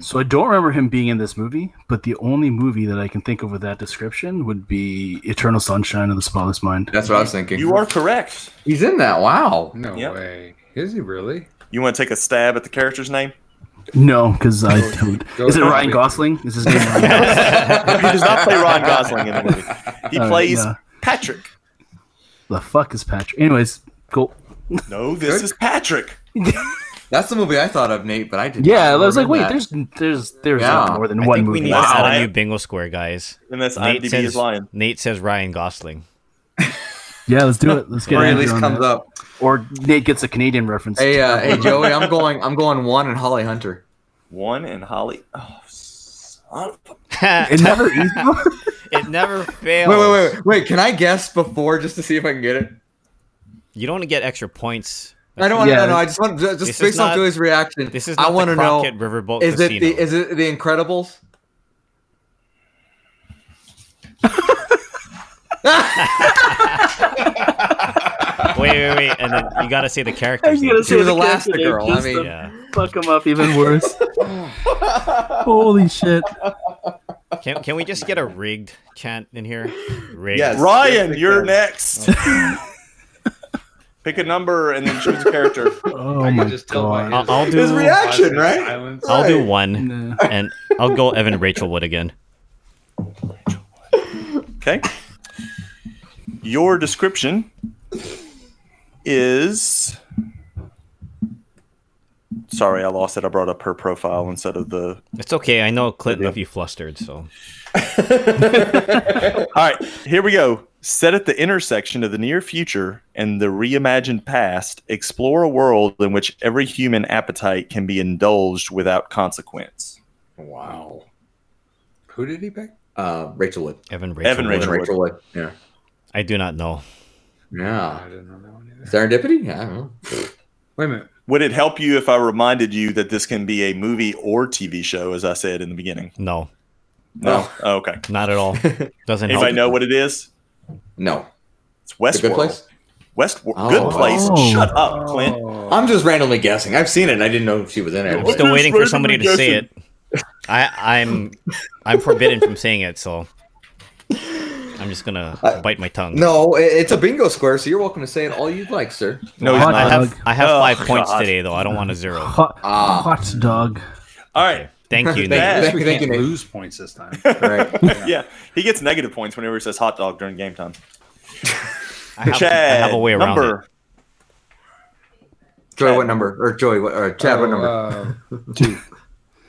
Speaker 7: So I don't remember him being in this movie, but the only movie that I can think of with that description would be Eternal Sunshine of the Spotless Mind.
Speaker 3: That's what I was thinking.
Speaker 1: You are correct.
Speaker 3: He's in that. Wow.
Speaker 5: No
Speaker 1: Yep.
Speaker 5: way. Is he really?
Speaker 1: You want to take a stab at the character's name?
Speaker 7: No, because I don't.
Speaker 5: Go
Speaker 7: Is it
Speaker 5: ahead.
Speaker 7: Ryan Gosling? Is his name Ryan Gosling?
Speaker 1: he does not play Ron Gosling in the movie. He
Speaker 4: Uh,
Speaker 7: All right,
Speaker 1: plays
Speaker 7: no.
Speaker 1: Patrick.
Speaker 7: The fuck is Patrick? Anyways, cool.
Speaker 1: No, this
Speaker 5: Good.
Speaker 1: is Patrick.
Speaker 3: That's the movie I thought of, Nate, but I didn't.
Speaker 7: Yeah, I was like, wait, there's there's there's
Speaker 3: Yeah.
Speaker 7: more than
Speaker 4: I
Speaker 7: one
Speaker 4: think we
Speaker 7: movie.
Speaker 4: need
Speaker 1: Wow.
Speaker 4: to add
Speaker 1: I-
Speaker 4: a new bingo square, guys.
Speaker 1: And that's
Speaker 4: Nate
Speaker 1: IMDb
Speaker 4: says,
Speaker 1: is lying.
Speaker 4: Nate says Ryan Gosling.
Speaker 7: Yeah, let's do it. Let's get
Speaker 3: or at
Speaker 7: Andrew
Speaker 3: least
Speaker 7: on
Speaker 3: comes
Speaker 7: that.
Speaker 3: up.
Speaker 7: Or Nate gets a Canadian reference.
Speaker 3: Hey, uh, hey, Joey, I'm going. I'm going one and Holly Hunter.
Speaker 1: One and Holly. Oh, son of a-
Speaker 7: It
Speaker 4: it
Speaker 7: never. it
Speaker 4: never fails.
Speaker 3: Wait, wait, wait, wait, wait. Can I guess before just to see if I can get it?
Speaker 4: You don't want to get extra points.
Speaker 3: I don't want to
Speaker 7: Yeah.
Speaker 3: know. I just want just
Speaker 4: This is
Speaker 3: based off
Speaker 4: not-
Speaker 3: Joey's reaction.
Speaker 4: This is
Speaker 3: I
Speaker 4: not
Speaker 3: want
Speaker 4: the
Speaker 3: to know.
Speaker 4: Crockett Riverboat
Speaker 3: Is it
Speaker 4: Casino.
Speaker 3: the is it the Incredibles?
Speaker 4: wait, wait, wait, and then you gotta say the character's name.
Speaker 3: say- was Elastigirl, I mean-
Speaker 4: Yeah.
Speaker 7: fuck him up even worse. Holy shit!
Speaker 4: Can, can we just get a rigged chant in here? Rigged.
Speaker 3: Yes.
Speaker 1: Ryan,
Speaker 3: Yes,
Speaker 1: you're
Speaker 3: because-
Speaker 1: next. Pick a number and then choose a character.
Speaker 7: Oh
Speaker 5: I
Speaker 7: my
Speaker 5: can just tell by
Speaker 7: god.
Speaker 4: I'll, I'll do.
Speaker 3: His reaction, right?
Speaker 5: Silence.
Speaker 4: I'll do one,
Speaker 7: Nah.
Speaker 4: and I'll go Evan Rachel Wood again.
Speaker 1: Okay. Your description is. Sorry, I lost it. I brought up her profile instead of the
Speaker 4: It's okay. I know Clinton left you flustered, so
Speaker 1: All right, here we go. Set at the intersection of the near future and the reimagined past, explore a world in which every human appetite can be indulged without consequence.
Speaker 3: Wow.
Speaker 5: Who did he pick?
Speaker 3: Uh, Rachel Wood.
Speaker 4: Evan Rachel.
Speaker 1: Evan
Speaker 4: Wood.
Speaker 1: Rachel Wood.
Speaker 3: Rachel Wood. Yeah.
Speaker 4: I do not know.
Speaker 3: Yeah.
Speaker 5: I didn't know that one either.
Speaker 3: Serendipity? Yeah, I don't know.
Speaker 5: Wait a minute.
Speaker 1: Would it help you if I reminded you that this can be a movie or TV show, as I said in the beginning?
Speaker 4: No,
Speaker 1: No. Oh, okay.
Speaker 4: not at all. Doesn't
Speaker 1: Anybody
Speaker 4: help.
Speaker 1: know what it is?
Speaker 3: No.
Speaker 1: It's
Speaker 3: The Good
Speaker 1: Westworld.
Speaker 3: Place?
Speaker 1: Westworld.
Speaker 3: Oh.
Speaker 1: Good place.
Speaker 7: Oh.
Speaker 1: Shut up, Clint.
Speaker 5: Oh,
Speaker 3: I'm just randomly guessing. I've seen it. and I didn't know she was in
Speaker 4: I'm
Speaker 3: it.
Speaker 4: still
Speaker 1: Who's
Speaker 4: waiting for
Speaker 1: ready
Speaker 4: somebody
Speaker 1: to
Speaker 4: to say it. I, I'm I'm forbidden from saying it, so I'm just gonna
Speaker 3: I-
Speaker 4: bite my tongue.
Speaker 3: No, it- it's a bingo square, so you're welcome to say it all you'd like, sir.
Speaker 1: No, he's
Speaker 7: Hot
Speaker 4: I
Speaker 1: not.
Speaker 4: have I have
Speaker 1: Oh,
Speaker 4: five points
Speaker 1: God.
Speaker 4: today, though. I don't want a zero.
Speaker 7: Hot,
Speaker 3: Ah.
Speaker 7: hot dog.
Speaker 1: All right.
Speaker 4: Thank you.
Speaker 3: Thank
Speaker 4: Nate.
Speaker 5: At least we
Speaker 3: Thank you,
Speaker 5: can't
Speaker 3: Nate.
Speaker 5: lose points this time.
Speaker 3: Right.
Speaker 1: Yeah. He gets negative points whenever he says hot dog during game time.
Speaker 4: I have, I
Speaker 1: Chad,
Speaker 4: have a way around
Speaker 1: number.
Speaker 3: Joy, what number? Or Joy, what, or Chad, what number?
Speaker 5: Oh, uh,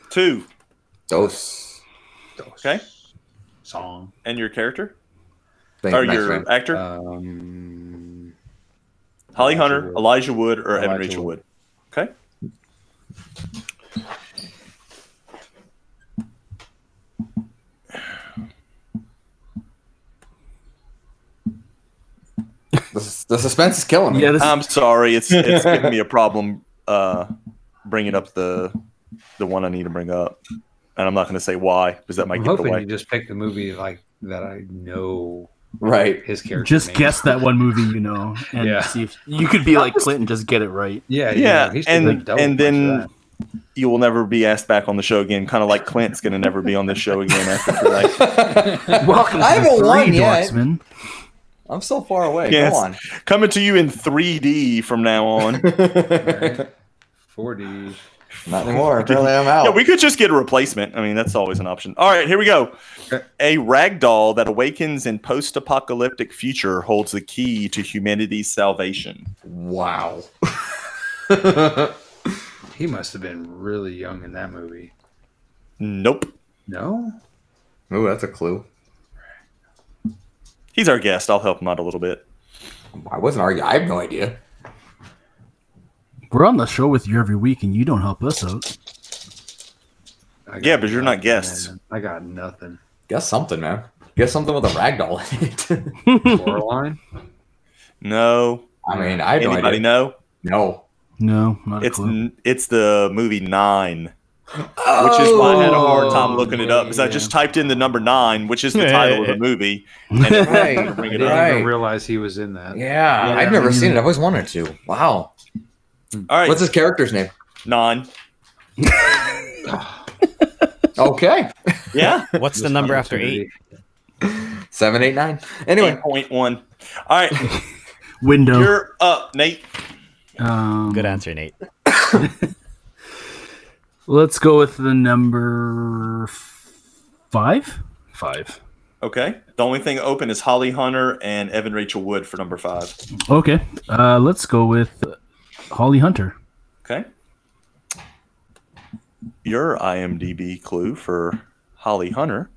Speaker 1: Two.
Speaker 3: Dos.
Speaker 1: Okay.
Speaker 5: song.
Speaker 1: And your character?
Speaker 3: Thank
Speaker 1: Or
Speaker 3: you, my
Speaker 1: your
Speaker 3: friend.
Speaker 4: Uh,
Speaker 1: actor?
Speaker 5: Um,
Speaker 1: Holly
Speaker 5: Elijah
Speaker 1: Hunter,
Speaker 5: Wood.
Speaker 1: Elijah Wood, or Evan
Speaker 5: Elijah
Speaker 1: Rachel Wood.
Speaker 5: Wood.
Speaker 1: Okay.
Speaker 3: The, sus- the suspense is killing me.
Speaker 7: Yeah, this
Speaker 1: I'm sorry, it's it's giving me a problem uh, bringing up the the one I need to bring up, and I'm not going to say why because that might
Speaker 5: I'm
Speaker 1: give it
Speaker 5: hoping you
Speaker 1: away.
Speaker 5: just pick the movie like that I know
Speaker 3: Right.
Speaker 5: his character.
Speaker 7: Just
Speaker 5: name.
Speaker 7: guess that one movie you know, and
Speaker 5: Yeah.
Speaker 7: see if you could be like Clinton, just get it right.
Speaker 5: Yeah,
Speaker 1: Yeah,
Speaker 5: yeah, he should
Speaker 1: and-
Speaker 5: have double
Speaker 1: and
Speaker 5: punched
Speaker 1: then-
Speaker 5: that.
Speaker 1: You will never be asked back on the show again. Kind of like Clint's going to never be on this show again after tonight.
Speaker 7: Welcome. To
Speaker 3: I haven't
Speaker 7: three,
Speaker 3: won yet.
Speaker 7: Dorksman.
Speaker 3: I'm so far away.
Speaker 1: Yes.
Speaker 3: Come on.
Speaker 1: Coming to you in 3D from now on.
Speaker 5: Right? 40.
Speaker 3: Not anymore. Apparently, I'm out.
Speaker 1: Yeah, we could just get a replacement. I mean, that's always an option. All right, here we go.
Speaker 5: Okay.
Speaker 1: A ragdoll that awakens in post apocalyptic future holds the key to humanity's salvation.
Speaker 3: wow.
Speaker 5: He must have been really young in that movie.
Speaker 1: Nope.
Speaker 5: No?
Speaker 3: Ooh, that's a clue.
Speaker 1: He's our guest. I'll help him out a little bit.
Speaker 3: I wasn't arguing. I have no idea.
Speaker 7: We're on the show with you every week, and you don't help us out.
Speaker 5: I got
Speaker 1: Yeah, but you're not
Speaker 5: nothing,
Speaker 1: guests.
Speaker 5: man. I got nothing.
Speaker 3: Guess something, man. Guess something with a ragdoll in it.
Speaker 5: Coraline?
Speaker 1: No.
Speaker 3: I mean, I have
Speaker 1: Anybody
Speaker 3: no idea.
Speaker 1: know?
Speaker 3: No.
Speaker 7: No, not a
Speaker 1: It's
Speaker 7: clue.
Speaker 1: n- it's the movie Nine, which
Speaker 3: Oh,
Speaker 1: is why I had a hard time looking it up. Because I
Speaker 3: yeah.
Speaker 1: just typed in the number nine, which is the title of the movie. And it-
Speaker 3: Right,
Speaker 1: Bring it
Speaker 5: I
Speaker 1: up.
Speaker 5: didn't
Speaker 3: right.
Speaker 5: even realize he was in that.
Speaker 3: Yeah, I've never seen it. I've always wanted to. Wow.
Speaker 1: All right,
Speaker 3: What's his character's name?
Speaker 1: nine.
Speaker 3: Okay.
Speaker 1: Yeah,
Speaker 4: What's the
Speaker 5: Missed
Speaker 4: number after
Speaker 5: opportunity.
Speaker 4: eight?
Speaker 3: Seven, eight, nine.
Speaker 1: anyway,
Speaker 3: Anyway,
Speaker 1: eight point one. All right,
Speaker 7: Window.
Speaker 1: you're up, Nate.
Speaker 7: Um,
Speaker 4: Good answer, Nate.
Speaker 7: Let's go with the number f- five. Five.
Speaker 1: Okay. The only thing open is Holly Hunter and Evan Rachel Wood for number five.
Speaker 7: Okay. Uh, let's go with Holly Hunter.
Speaker 1: Okay. Your IMDb clue for Holly Hunter.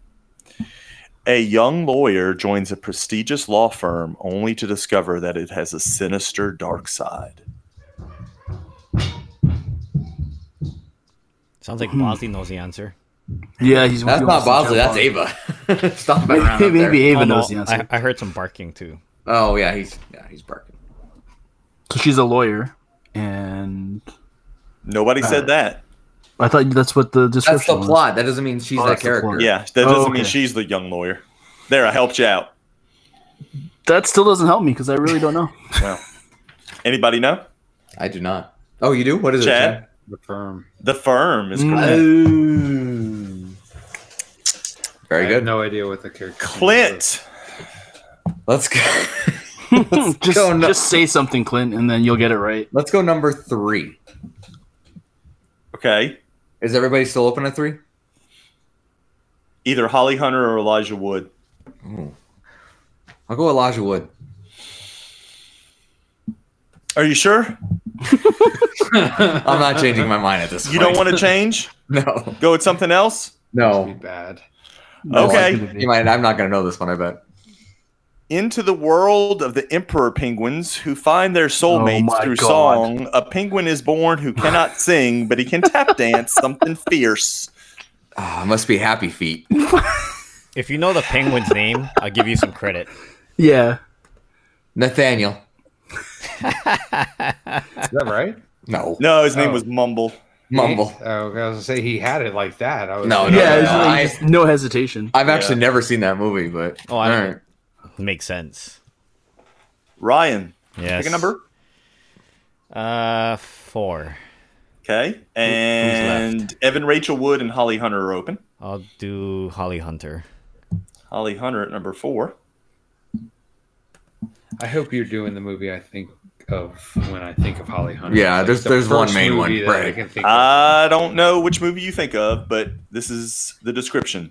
Speaker 1: A young lawyer joins a prestigious law firm only to discover that it has a sinister dark side.
Speaker 4: Sounds
Speaker 7: Hmm.
Speaker 4: like Bosley knows the answer.
Speaker 7: Yeah, he's
Speaker 3: that's not Bosley. That's Ava. Stop that round.
Speaker 7: Maybe,
Speaker 3: up there.
Speaker 7: maybe Ava
Speaker 4: Oh, no,
Speaker 7: knows the answer.
Speaker 4: I, I heard some barking too.
Speaker 3: Oh yeah, he's yeah he's barking.
Speaker 7: So she's a lawyer, and
Speaker 1: Nobody
Speaker 7: Uh,
Speaker 1: said that.
Speaker 7: I thought that's what the description
Speaker 3: That's the
Speaker 7: was.
Speaker 3: plot. That doesn't mean she's
Speaker 7: Oh,
Speaker 3: that
Speaker 7: that's the
Speaker 3: character.
Speaker 7: plot.
Speaker 1: Yeah, that doesn't
Speaker 7: Oh,
Speaker 1: mean
Speaker 7: okay.
Speaker 1: she's the young lawyer. There, I helped you out.
Speaker 7: That still doesn't help me because I really don't know.
Speaker 1: Well, anybody know?
Speaker 3: I do not. Oh, you do? What is
Speaker 1: Chad?
Speaker 5: The firm.
Speaker 1: The firm is
Speaker 3: it?
Speaker 1: correct.
Speaker 7: Mm.
Speaker 3: Chad? Very
Speaker 5: I have
Speaker 3: good.
Speaker 5: no idea what the character.
Speaker 1: Clint.
Speaker 3: Let's go.
Speaker 7: just,
Speaker 3: Go nu-
Speaker 7: just say something, Clint, and then you'll get it right.
Speaker 3: Let's go number three.
Speaker 1: Okay.
Speaker 3: Is everybody still open at three?
Speaker 1: Either Holly Hunter or Elijah Wood.
Speaker 3: I'll go Elijah Wood.
Speaker 1: Are you sure?
Speaker 3: I'm not changing my mind at this.
Speaker 1: You don't want to change?
Speaker 3: No,
Speaker 1: Go with something else?
Speaker 5: Be
Speaker 3: no.
Speaker 5: bad.
Speaker 7: That's
Speaker 1: Okay.
Speaker 7: gonna be-
Speaker 3: You might. I'm not gonna know this one. I bet.
Speaker 1: into the world of the emperor penguins who find their soulmates
Speaker 7: my
Speaker 1: through
Speaker 7: God.
Speaker 1: song. A penguin is born who cannot sing, but he can tap dance something fierce.
Speaker 3: Ah, it must be Happy Feet.
Speaker 4: If you know the penguin's name, I'll give you some credit.
Speaker 7: Yeah.
Speaker 3: Nathaniel.
Speaker 5: Is that right?
Speaker 3: No.
Speaker 1: No, his name
Speaker 5: Oh.
Speaker 1: was Mumble.
Speaker 3: Mumble.
Speaker 5: He- oh, I was gonna say he had it like that. I was
Speaker 3: No,
Speaker 5: like,
Speaker 3: no,
Speaker 7: yeah.
Speaker 3: uh, no,
Speaker 7: it's
Speaker 3: no,
Speaker 7: like
Speaker 3: I-
Speaker 7: just no hesitation.
Speaker 3: I've actually never seen that movie, but
Speaker 4: Oh, I-
Speaker 3: all right.
Speaker 4: Makes sense.
Speaker 1: Ryan,
Speaker 4: Yes.
Speaker 1: pick a number.
Speaker 4: Uh, four.
Speaker 1: Okay. And Evan Rachel Wood and Holly Hunter are open.
Speaker 4: I'll do Holly Hunter.
Speaker 1: Holly Hunter at number four.
Speaker 5: I hope you're doing the movie. I think of when I think of Holly Hunter.
Speaker 3: Yeah,
Speaker 5: It's
Speaker 3: there's-
Speaker 5: the
Speaker 3: there's one
Speaker 5: first
Speaker 3: main one,
Speaker 5: movie that I
Speaker 3: right.
Speaker 5: can think of.
Speaker 1: I don't know which movie you think of, but this is the description.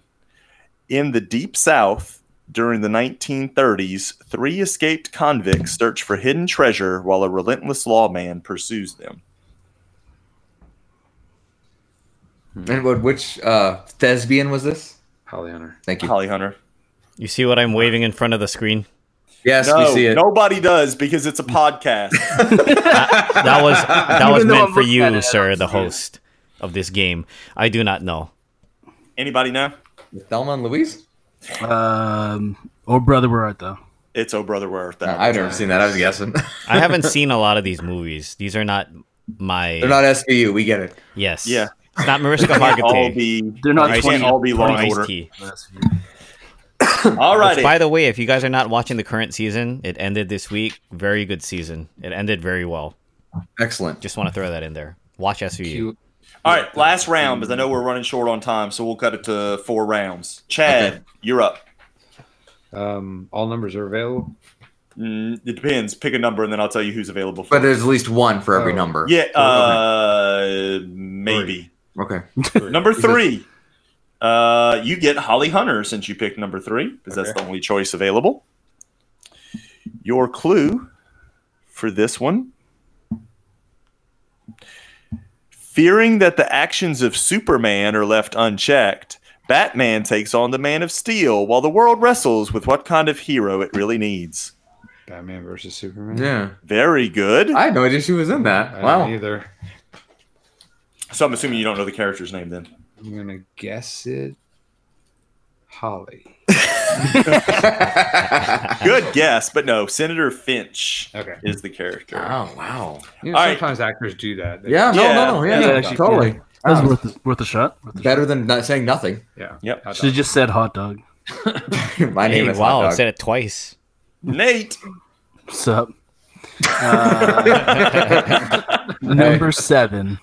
Speaker 1: In the deep south during the 1930s, three escaped convicts search for hidden treasure while a relentless lawman pursues them.
Speaker 3: And what, which uh, thespian was this?
Speaker 5: Holly Hunter.
Speaker 3: Thank you.
Speaker 1: Holly Hunter.
Speaker 4: You see what I'm waving in front of the screen?
Speaker 3: Yes, we
Speaker 1: No,
Speaker 3: see it.
Speaker 1: nobody does because it's a podcast.
Speaker 4: That was that was
Speaker 7: Even though
Speaker 4: meant
Speaker 7: I'm
Speaker 4: for
Speaker 7: looking at it, I
Speaker 4: you, sir,
Speaker 7: don't
Speaker 4: the
Speaker 7: see it.
Speaker 4: host of this game. I do not know.
Speaker 1: Anybody know?
Speaker 3: Thelma and Louise?
Speaker 7: Um, oh, brother, we're at though.
Speaker 1: It's Oh Brother Where Art Thou.
Speaker 3: No, I've never seen that. I was guessing.
Speaker 4: I haven't seen a lot of these movies. These are not my
Speaker 3: They're not SVU. We get it.
Speaker 4: yes.
Speaker 1: Yeah.
Speaker 4: It's not Mariska
Speaker 1: Can't all
Speaker 4: Hargitay.
Speaker 1: be,
Speaker 7: They're not
Speaker 1: they
Speaker 4: Ice
Speaker 1: can't
Speaker 7: twenty.
Speaker 1: all be law and
Speaker 4: Ice
Speaker 1: order.
Speaker 4: T.
Speaker 1: All
Speaker 4: Which,
Speaker 1: righty.
Speaker 4: by the way, if you guys are not watching the current season, it ended this week. Very good season. It ended very well.
Speaker 3: Excellent.
Speaker 4: Just want to throw that in there. Watch SVU.
Speaker 5: Cute.
Speaker 1: All right, last round because I know we're running short on time, so we'll cut it to four rounds. Chad, you're up.
Speaker 5: Um, all numbers are available.
Speaker 1: Mm, it depends. Pick a number, and then I'll tell you who's available for.
Speaker 3: But there's at least one for every
Speaker 5: Oh.
Speaker 3: number.
Speaker 1: yeah, uh, maybe
Speaker 3: Okay.
Speaker 1: number
Speaker 5: Is this-
Speaker 1: three. Uh, you get Holly Hunter since you picked number three because that's
Speaker 5: Okay.
Speaker 1: the only choice available. Your clue for this one. Fearing that the actions of Superman are left unchecked, Batman takes on the Man of Steel while the world wrestles with what kind of hero it really needs.
Speaker 5: Batman versus Superman.
Speaker 3: Yeah.
Speaker 1: Very good.
Speaker 3: I had no idea she was in
Speaker 5: Mm-hmm. I
Speaker 3: that.
Speaker 5: don't
Speaker 3: Wow.
Speaker 5: Either
Speaker 1: So I'm assuming you don't know the character's name then.
Speaker 5: I'm gonna guess it. Holly.
Speaker 1: Good guess, but no. Senator Finch
Speaker 5: Okay.
Speaker 1: is the character.
Speaker 3: oh wow.
Speaker 5: You
Speaker 1: All
Speaker 5: know,
Speaker 1: right.
Speaker 5: sometimes actors do that. They-
Speaker 3: Yeah, no,
Speaker 1: Yeah.
Speaker 3: no, no, yeah,
Speaker 1: Yeah,
Speaker 7: actually,
Speaker 3: totally.
Speaker 7: That was
Speaker 3: Wow.
Speaker 7: worth a, worth a shot. Worth a
Speaker 3: Better than not saying nothing.
Speaker 5: Yeah.
Speaker 1: Yep.
Speaker 5: Hot
Speaker 7: Should have
Speaker 5: dog.
Speaker 7: just said hot dog.
Speaker 3: My
Speaker 4: Hey,
Speaker 3: name is
Speaker 4: wow, I
Speaker 3: Hot Dog.
Speaker 4: said it twice.
Speaker 1: Nate.
Speaker 7: What's up? Uh, number seven.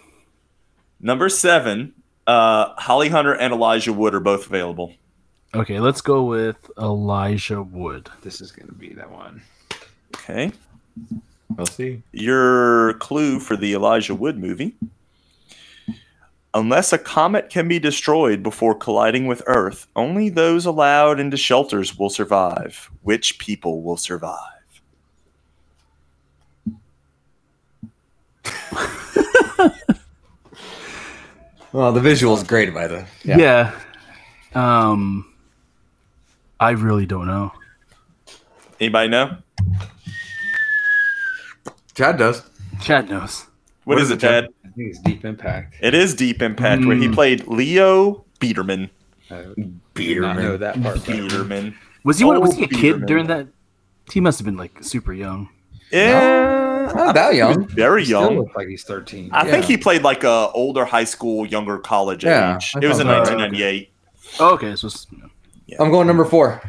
Speaker 1: Number seven. Uh, Holly Hunter and Elijah Wood are both available.
Speaker 7: Okay, let's go with Elijah Wood.
Speaker 5: This is gonna be that one.
Speaker 1: Okay.
Speaker 3: We'll see.
Speaker 1: Your clue for the Elijah Wood movie. Unless a comet can be destroyed before colliding with Earth, only those allowed into shelters will survive. Which people will survive?
Speaker 3: Well, the visual's great by the. Yeah.
Speaker 7: Yeah. Um, I really don't know.
Speaker 1: Anybody know?
Speaker 3: Chad does.
Speaker 7: Chad knows.
Speaker 1: what is, it, Ted? Hmm.
Speaker 5: I think it's Deep Impact.
Speaker 1: It is Deep Impact, where he
Speaker 7: Mm.
Speaker 1: played Leo Biederman.
Speaker 5: I did not know
Speaker 3: Beaterman.
Speaker 5: that part. but-
Speaker 1: Biederman.
Speaker 7: Was he one- was
Speaker 1: Oh,
Speaker 7: he a
Speaker 1: Peterman.
Speaker 7: kid during that? He must have been like super young.
Speaker 1: Yeah,
Speaker 3: Not that young.
Speaker 1: very
Speaker 5: He Still
Speaker 1: young.
Speaker 5: looks like he's 13.
Speaker 1: I think
Speaker 3: yeah.
Speaker 1: he played like a older high school, younger college
Speaker 3: Yeah,
Speaker 1: age.
Speaker 3: I
Speaker 1: It was in
Speaker 3: thought that.
Speaker 1: 1998.
Speaker 7: Oh, okay, so it's-
Speaker 3: I'm going number four.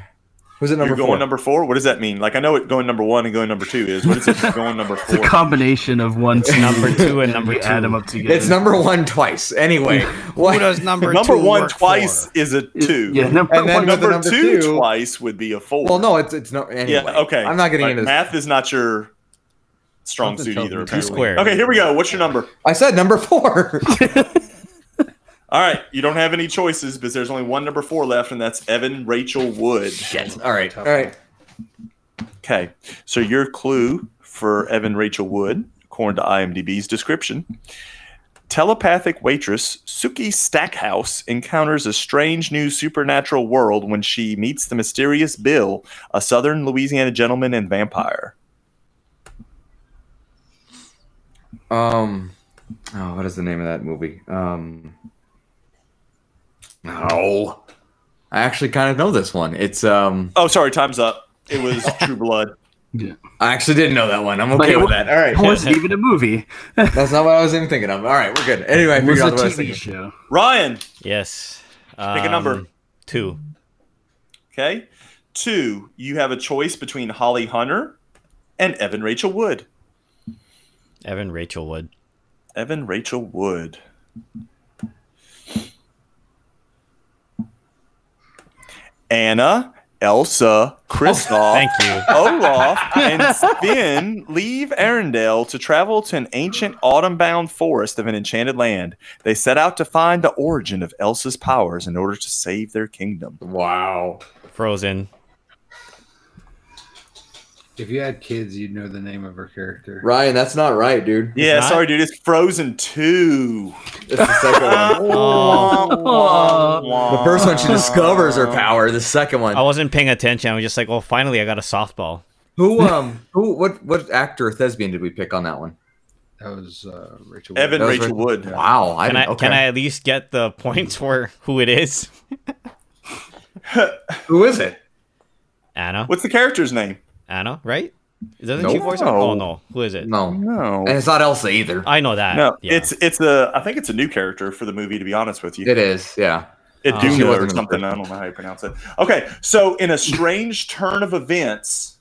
Speaker 3: Who's at number
Speaker 1: You're going
Speaker 3: four?
Speaker 1: number four. What does that mean? Like I know it going number one and going number two is. What is it going number
Speaker 7: it's a
Speaker 1: four?
Speaker 7: combination of one, two,
Speaker 4: Number two and number
Speaker 7: we
Speaker 4: two.
Speaker 7: add them up together.
Speaker 3: it's number one twice. Anyway,
Speaker 4: Who
Speaker 3: what?
Speaker 4: does number
Speaker 1: Number
Speaker 4: two
Speaker 1: one
Speaker 4: work
Speaker 1: twice
Speaker 4: for?
Speaker 1: is a two.
Speaker 7: Yeah, number
Speaker 3: And then-
Speaker 7: one.
Speaker 1: number,
Speaker 3: number
Speaker 1: two,
Speaker 3: two-
Speaker 1: twice would be a four.
Speaker 3: Well, no, it's it's not. Anyway,
Speaker 1: Yeah. Okay.
Speaker 3: I'm not getting
Speaker 1: Like,
Speaker 3: into this.
Speaker 1: math is not your strong
Speaker 3: Something
Speaker 1: suit
Speaker 3: tells
Speaker 1: either.
Speaker 3: me two
Speaker 1: apparently.
Speaker 4: squared.
Speaker 1: Okay. Here we go. What's your number?
Speaker 3: I said number four.
Speaker 1: All right, you don't have any choices because there's only one number four left, and that's Evan Rachel Wood.
Speaker 3: All right. All right.
Speaker 1: Okay, so your clue for Evan Rachel Wood, according to IMDb's description, telepathic waitress Suki Stackhouse encounters a strange new supernatural world when she meets the mysterious Bill, a Southern Louisiana gentleman and vampire.
Speaker 3: Um, oh, what is the name of that movie? Um, no, I actually kind of know this one. It's um,
Speaker 1: Oh, sorry, time's up. It was True Blood.
Speaker 3: I actually didn't know that one. I'm
Speaker 7: Like,
Speaker 3: okay
Speaker 7: it
Speaker 3: with
Speaker 7: wa-
Speaker 3: that. All right,
Speaker 7: It wasn't even a movie.
Speaker 3: that's not what I was even thinking of. All right, we're good. Anyway, I
Speaker 7: It was
Speaker 3: figured
Speaker 7: a
Speaker 3: out what I was
Speaker 7: TV
Speaker 3: thinking.
Speaker 7: show.
Speaker 1: Ryan,
Speaker 4: Yes.
Speaker 1: pick a number.
Speaker 4: Um, Two.
Speaker 1: Okay, two. You have a choice between Holly Hunter and Evan Rachel Wood.
Speaker 4: Evan Rachel Wood.
Speaker 1: Evan Rachel Wood. Anna, Elsa, Kristoff,
Speaker 4: Thank you.
Speaker 1: Olaf, and Sven leave Arendelle to travel to an ancient autumn bound forest of an enchanted land. They set out to find the origin of Elsa's powers in order to save their kingdom.
Speaker 3: Wow.
Speaker 4: Frozen.
Speaker 5: If you had kids, you'd know the name of her character.
Speaker 3: Ryan, that's not right, dude.
Speaker 1: Yeah,
Speaker 4: not?
Speaker 1: sorry, dude. It's Frozen 2.
Speaker 3: It's the second one.
Speaker 4: Oh.
Speaker 3: The first one, she discovers her power. The second one,
Speaker 4: I wasn't paying attention. I was just like, well, finally, I got a softball.
Speaker 3: who, um, who, what, what actor or thespian did we pick on that one?
Speaker 5: That was uh, Rachel.
Speaker 1: Evan
Speaker 3: That was
Speaker 1: Rachel
Speaker 3: right-
Speaker 1: Wood.
Speaker 3: Wow, I
Speaker 4: Can I,
Speaker 3: didn't, okay.
Speaker 4: can I at least get the points for who it is?
Speaker 3: Who is it?
Speaker 4: Anna.
Speaker 1: What's the character's name?
Speaker 4: Anna, right? Doesn't
Speaker 3: Nope.
Speaker 4: she voice it?
Speaker 1: No.
Speaker 4: Oh, no. Who is it?
Speaker 3: No,
Speaker 1: No.
Speaker 3: and it's not Elsa either.
Speaker 4: Uh, I know that.
Speaker 1: No,
Speaker 4: Yeah.
Speaker 1: it's it's a. I think it's a new character for the movie. To be honest with you,
Speaker 3: It is, yeah.
Speaker 1: It
Speaker 4: Um,
Speaker 1: do
Speaker 3: She
Speaker 1: know
Speaker 3: wasn't
Speaker 1: or
Speaker 3: in the
Speaker 1: something.
Speaker 3: first
Speaker 1: I don't know how you pronounce it. Okay, so in a strange turn of events,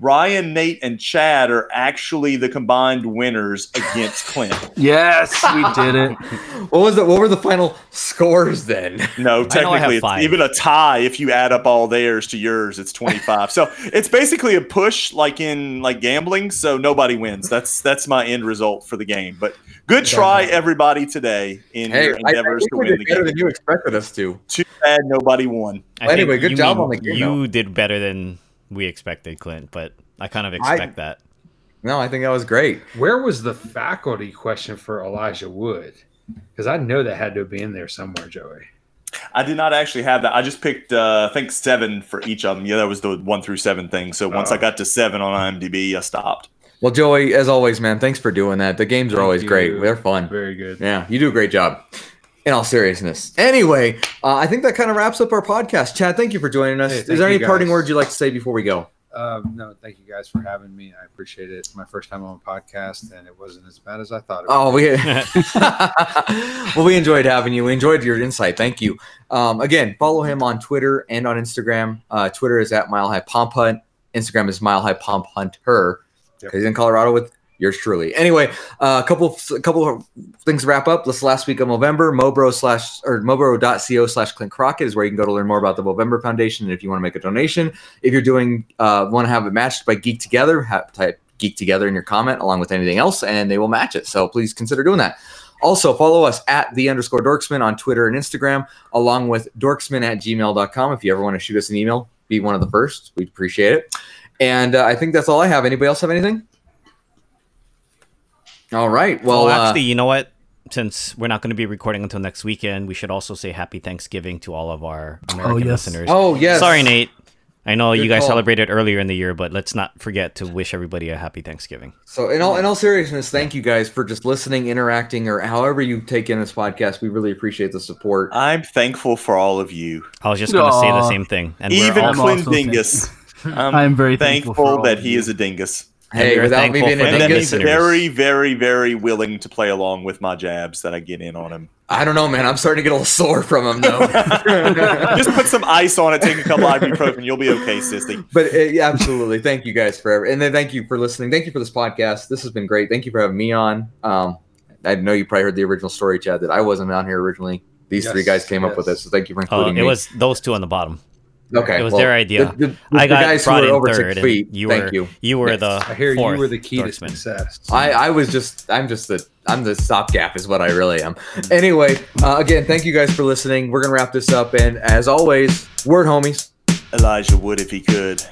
Speaker 1: Ryan, Nate, and Chad are actually the combined winners against Clint.
Speaker 7: Yes, we did it.
Speaker 3: What was it? What were the final scores then?
Speaker 1: No, technically, it's
Speaker 4: five.
Speaker 1: even a tie. If you add up all theirs to yours, it's twenty-five. so it's basically a push, like in like gambling. So nobody wins. That's that's my end result for the game. But good try, everybody, today in
Speaker 3: Hey,
Speaker 1: your
Speaker 3: I, I
Speaker 1: endeavors
Speaker 3: think
Speaker 1: to
Speaker 3: we
Speaker 1: win
Speaker 3: did
Speaker 1: the
Speaker 3: better
Speaker 1: game.
Speaker 3: than you expected us to.
Speaker 1: Too bad nobody won.
Speaker 4: I think
Speaker 3: Anyway, good
Speaker 4: you
Speaker 3: job
Speaker 4: mean
Speaker 3: on the game, though.
Speaker 4: You did better than we expected, Clint. But I kind of expect that.
Speaker 3: No, I think that was great.
Speaker 5: Where was the faculty question for Elijah Wood? Because I know that had to be in there somewhere, Joey.
Speaker 1: I did not actually have that. I just picked, uh, I think, seven for each of them. Yeah, that was the one through seven thing. So once I
Speaker 5: Oh.
Speaker 1: got to seven on IMDb, I stopped.
Speaker 3: Well, Joey, as always, man, thanks for doing that. The games are
Speaker 5: Thank
Speaker 3: always great.
Speaker 5: you.
Speaker 3: They're fun.
Speaker 5: Very good.
Speaker 3: Yeah, you do a great job. In all seriousness. Anyway, uh, I think that kind of wraps up our podcast. Chad, thank you for joining us.
Speaker 5: Hey,
Speaker 3: Is
Speaker 5: thank
Speaker 3: there
Speaker 5: you,
Speaker 3: any parting
Speaker 5: guys.
Speaker 3: words you'd like to say before we go?
Speaker 5: Um, no, thank you guys for having me. I appreciate it. It's my first time on a podcast, and it wasn't as bad as I thought it would.
Speaker 3: Oh, we well, Oh, we enjoyed having you. We enjoyed your insight. Thank you. Um, again, follow him on Twitter and on Instagram. Uh, Twitter is at Mile High Pomp Hunt. Instagram is Mile High Pomp Hunt Her.
Speaker 5: Yep.
Speaker 3: He's in Colorado with yours truly. Anyway, uh, a couple a couple of things to wrap up. This last week of November, Mobro slash or Mobro.co slash Clint Crockett is where you can go to learn more about the Movember Foundation. And if you want to make a donation, if you're doing uh, want to have it matched by Geek Together, have, type Geek Together in your comment along with anything else, and they will match it. So please consider doing that. Also, follow us at the underscore dorksman on Twitter and Instagram, along with dorksman at gmail.com. If you ever want to shoot us an email, be one of the first. We'd appreciate it. And uh, I think that's all I have. Anybody else have anything? All right. Well,
Speaker 4: Well,
Speaker 3: uh,
Speaker 4: actually, you know what? Since we're not going to be recording until next weekend, we should also say Happy Thanksgiving to all of our American
Speaker 7: yes.
Speaker 4: listeners.
Speaker 3: oh, yes.
Speaker 4: Sorry, Nate. I know
Speaker 3: Good
Speaker 4: you guys
Speaker 3: call.
Speaker 4: celebrated earlier in the year, but let's not forget to wish everybody a happy Thanksgiving.
Speaker 3: So in all in all seriousness, thank you guys for just listening, interacting, or however you take in this podcast. We really appreciate the support.
Speaker 4: Uh,
Speaker 1: I'm thankful for all of you,
Speaker 4: I was just going to say the
Speaker 7: Aw.
Speaker 4: same thing. And
Speaker 1: even
Speaker 4: we're
Speaker 7: I'm
Speaker 4: all,
Speaker 1: Clint
Speaker 7: also
Speaker 1: Dingus. I'm
Speaker 7: I am very
Speaker 1: thankful,
Speaker 7: thankful, for all
Speaker 1: that
Speaker 7: of
Speaker 1: he
Speaker 7: you.
Speaker 1: is a dingus,
Speaker 4: And we
Speaker 3: hey,
Speaker 4: are
Speaker 3: without me
Speaker 4: thankful
Speaker 3: being
Speaker 4: for
Speaker 3: a
Speaker 1: and
Speaker 4: the
Speaker 1: that
Speaker 3: dingus,
Speaker 1: he's
Speaker 4: listeners.
Speaker 1: very, very, very willing to play along with my jabs that I get in on him.
Speaker 3: I don't know, man. I'm starting to get a little sore from him though.
Speaker 1: Just put some ice on it, take a couple ibuprofen, you'll be okay, sissy.
Speaker 3: but uh, yeah, absolutely, thank you guys for ever, and then thank you for listening. Thank you for this podcast. This has been great. Thank you for having me on. Um, I know you probably heard the original story, Chad, that I wasn't on here originally. These three
Speaker 5: Yes,
Speaker 3: guys came up with it,
Speaker 5: yes.
Speaker 3: so thank you for including
Speaker 4: uh,
Speaker 3: me.
Speaker 4: it was those two on the bottom.
Speaker 3: okay.
Speaker 4: it was
Speaker 3: well,
Speaker 4: their idea.
Speaker 3: the- the-
Speaker 4: I
Speaker 3: the
Speaker 4: got
Speaker 3: guys who
Speaker 4: brought
Speaker 3: were
Speaker 4: in
Speaker 3: over
Speaker 4: third,
Speaker 3: six
Speaker 4: and
Speaker 3: feet.
Speaker 4: you
Speaker 3: thank
Speaker 4: were
Speaker 3: you.
Speaker 4: you were
Speaker 3: Yes.
Speaker 4: the
Speaker 5: I hear
Speaker 4: fourth
Speaker 5: you were the key
Speaker 4: Dorksman.
Speaker 5: to success.
Speaker 3: I, I was just I'm just the I'm the stopgap is what I really am. Anyway, uh, again, thank you guys for listening. We're gonna wrap this up, and as always, word homies.
Speaker 1: Elijah would if he could.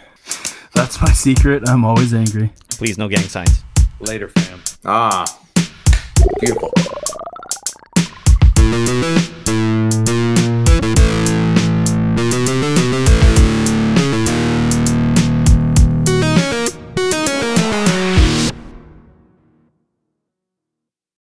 Speaker 7: That's my secret. I'm always angry.
Speaker 4: Please, no gang signs.
Speaker 5: Later, fam.
Speaker 3: Ah, beautiful.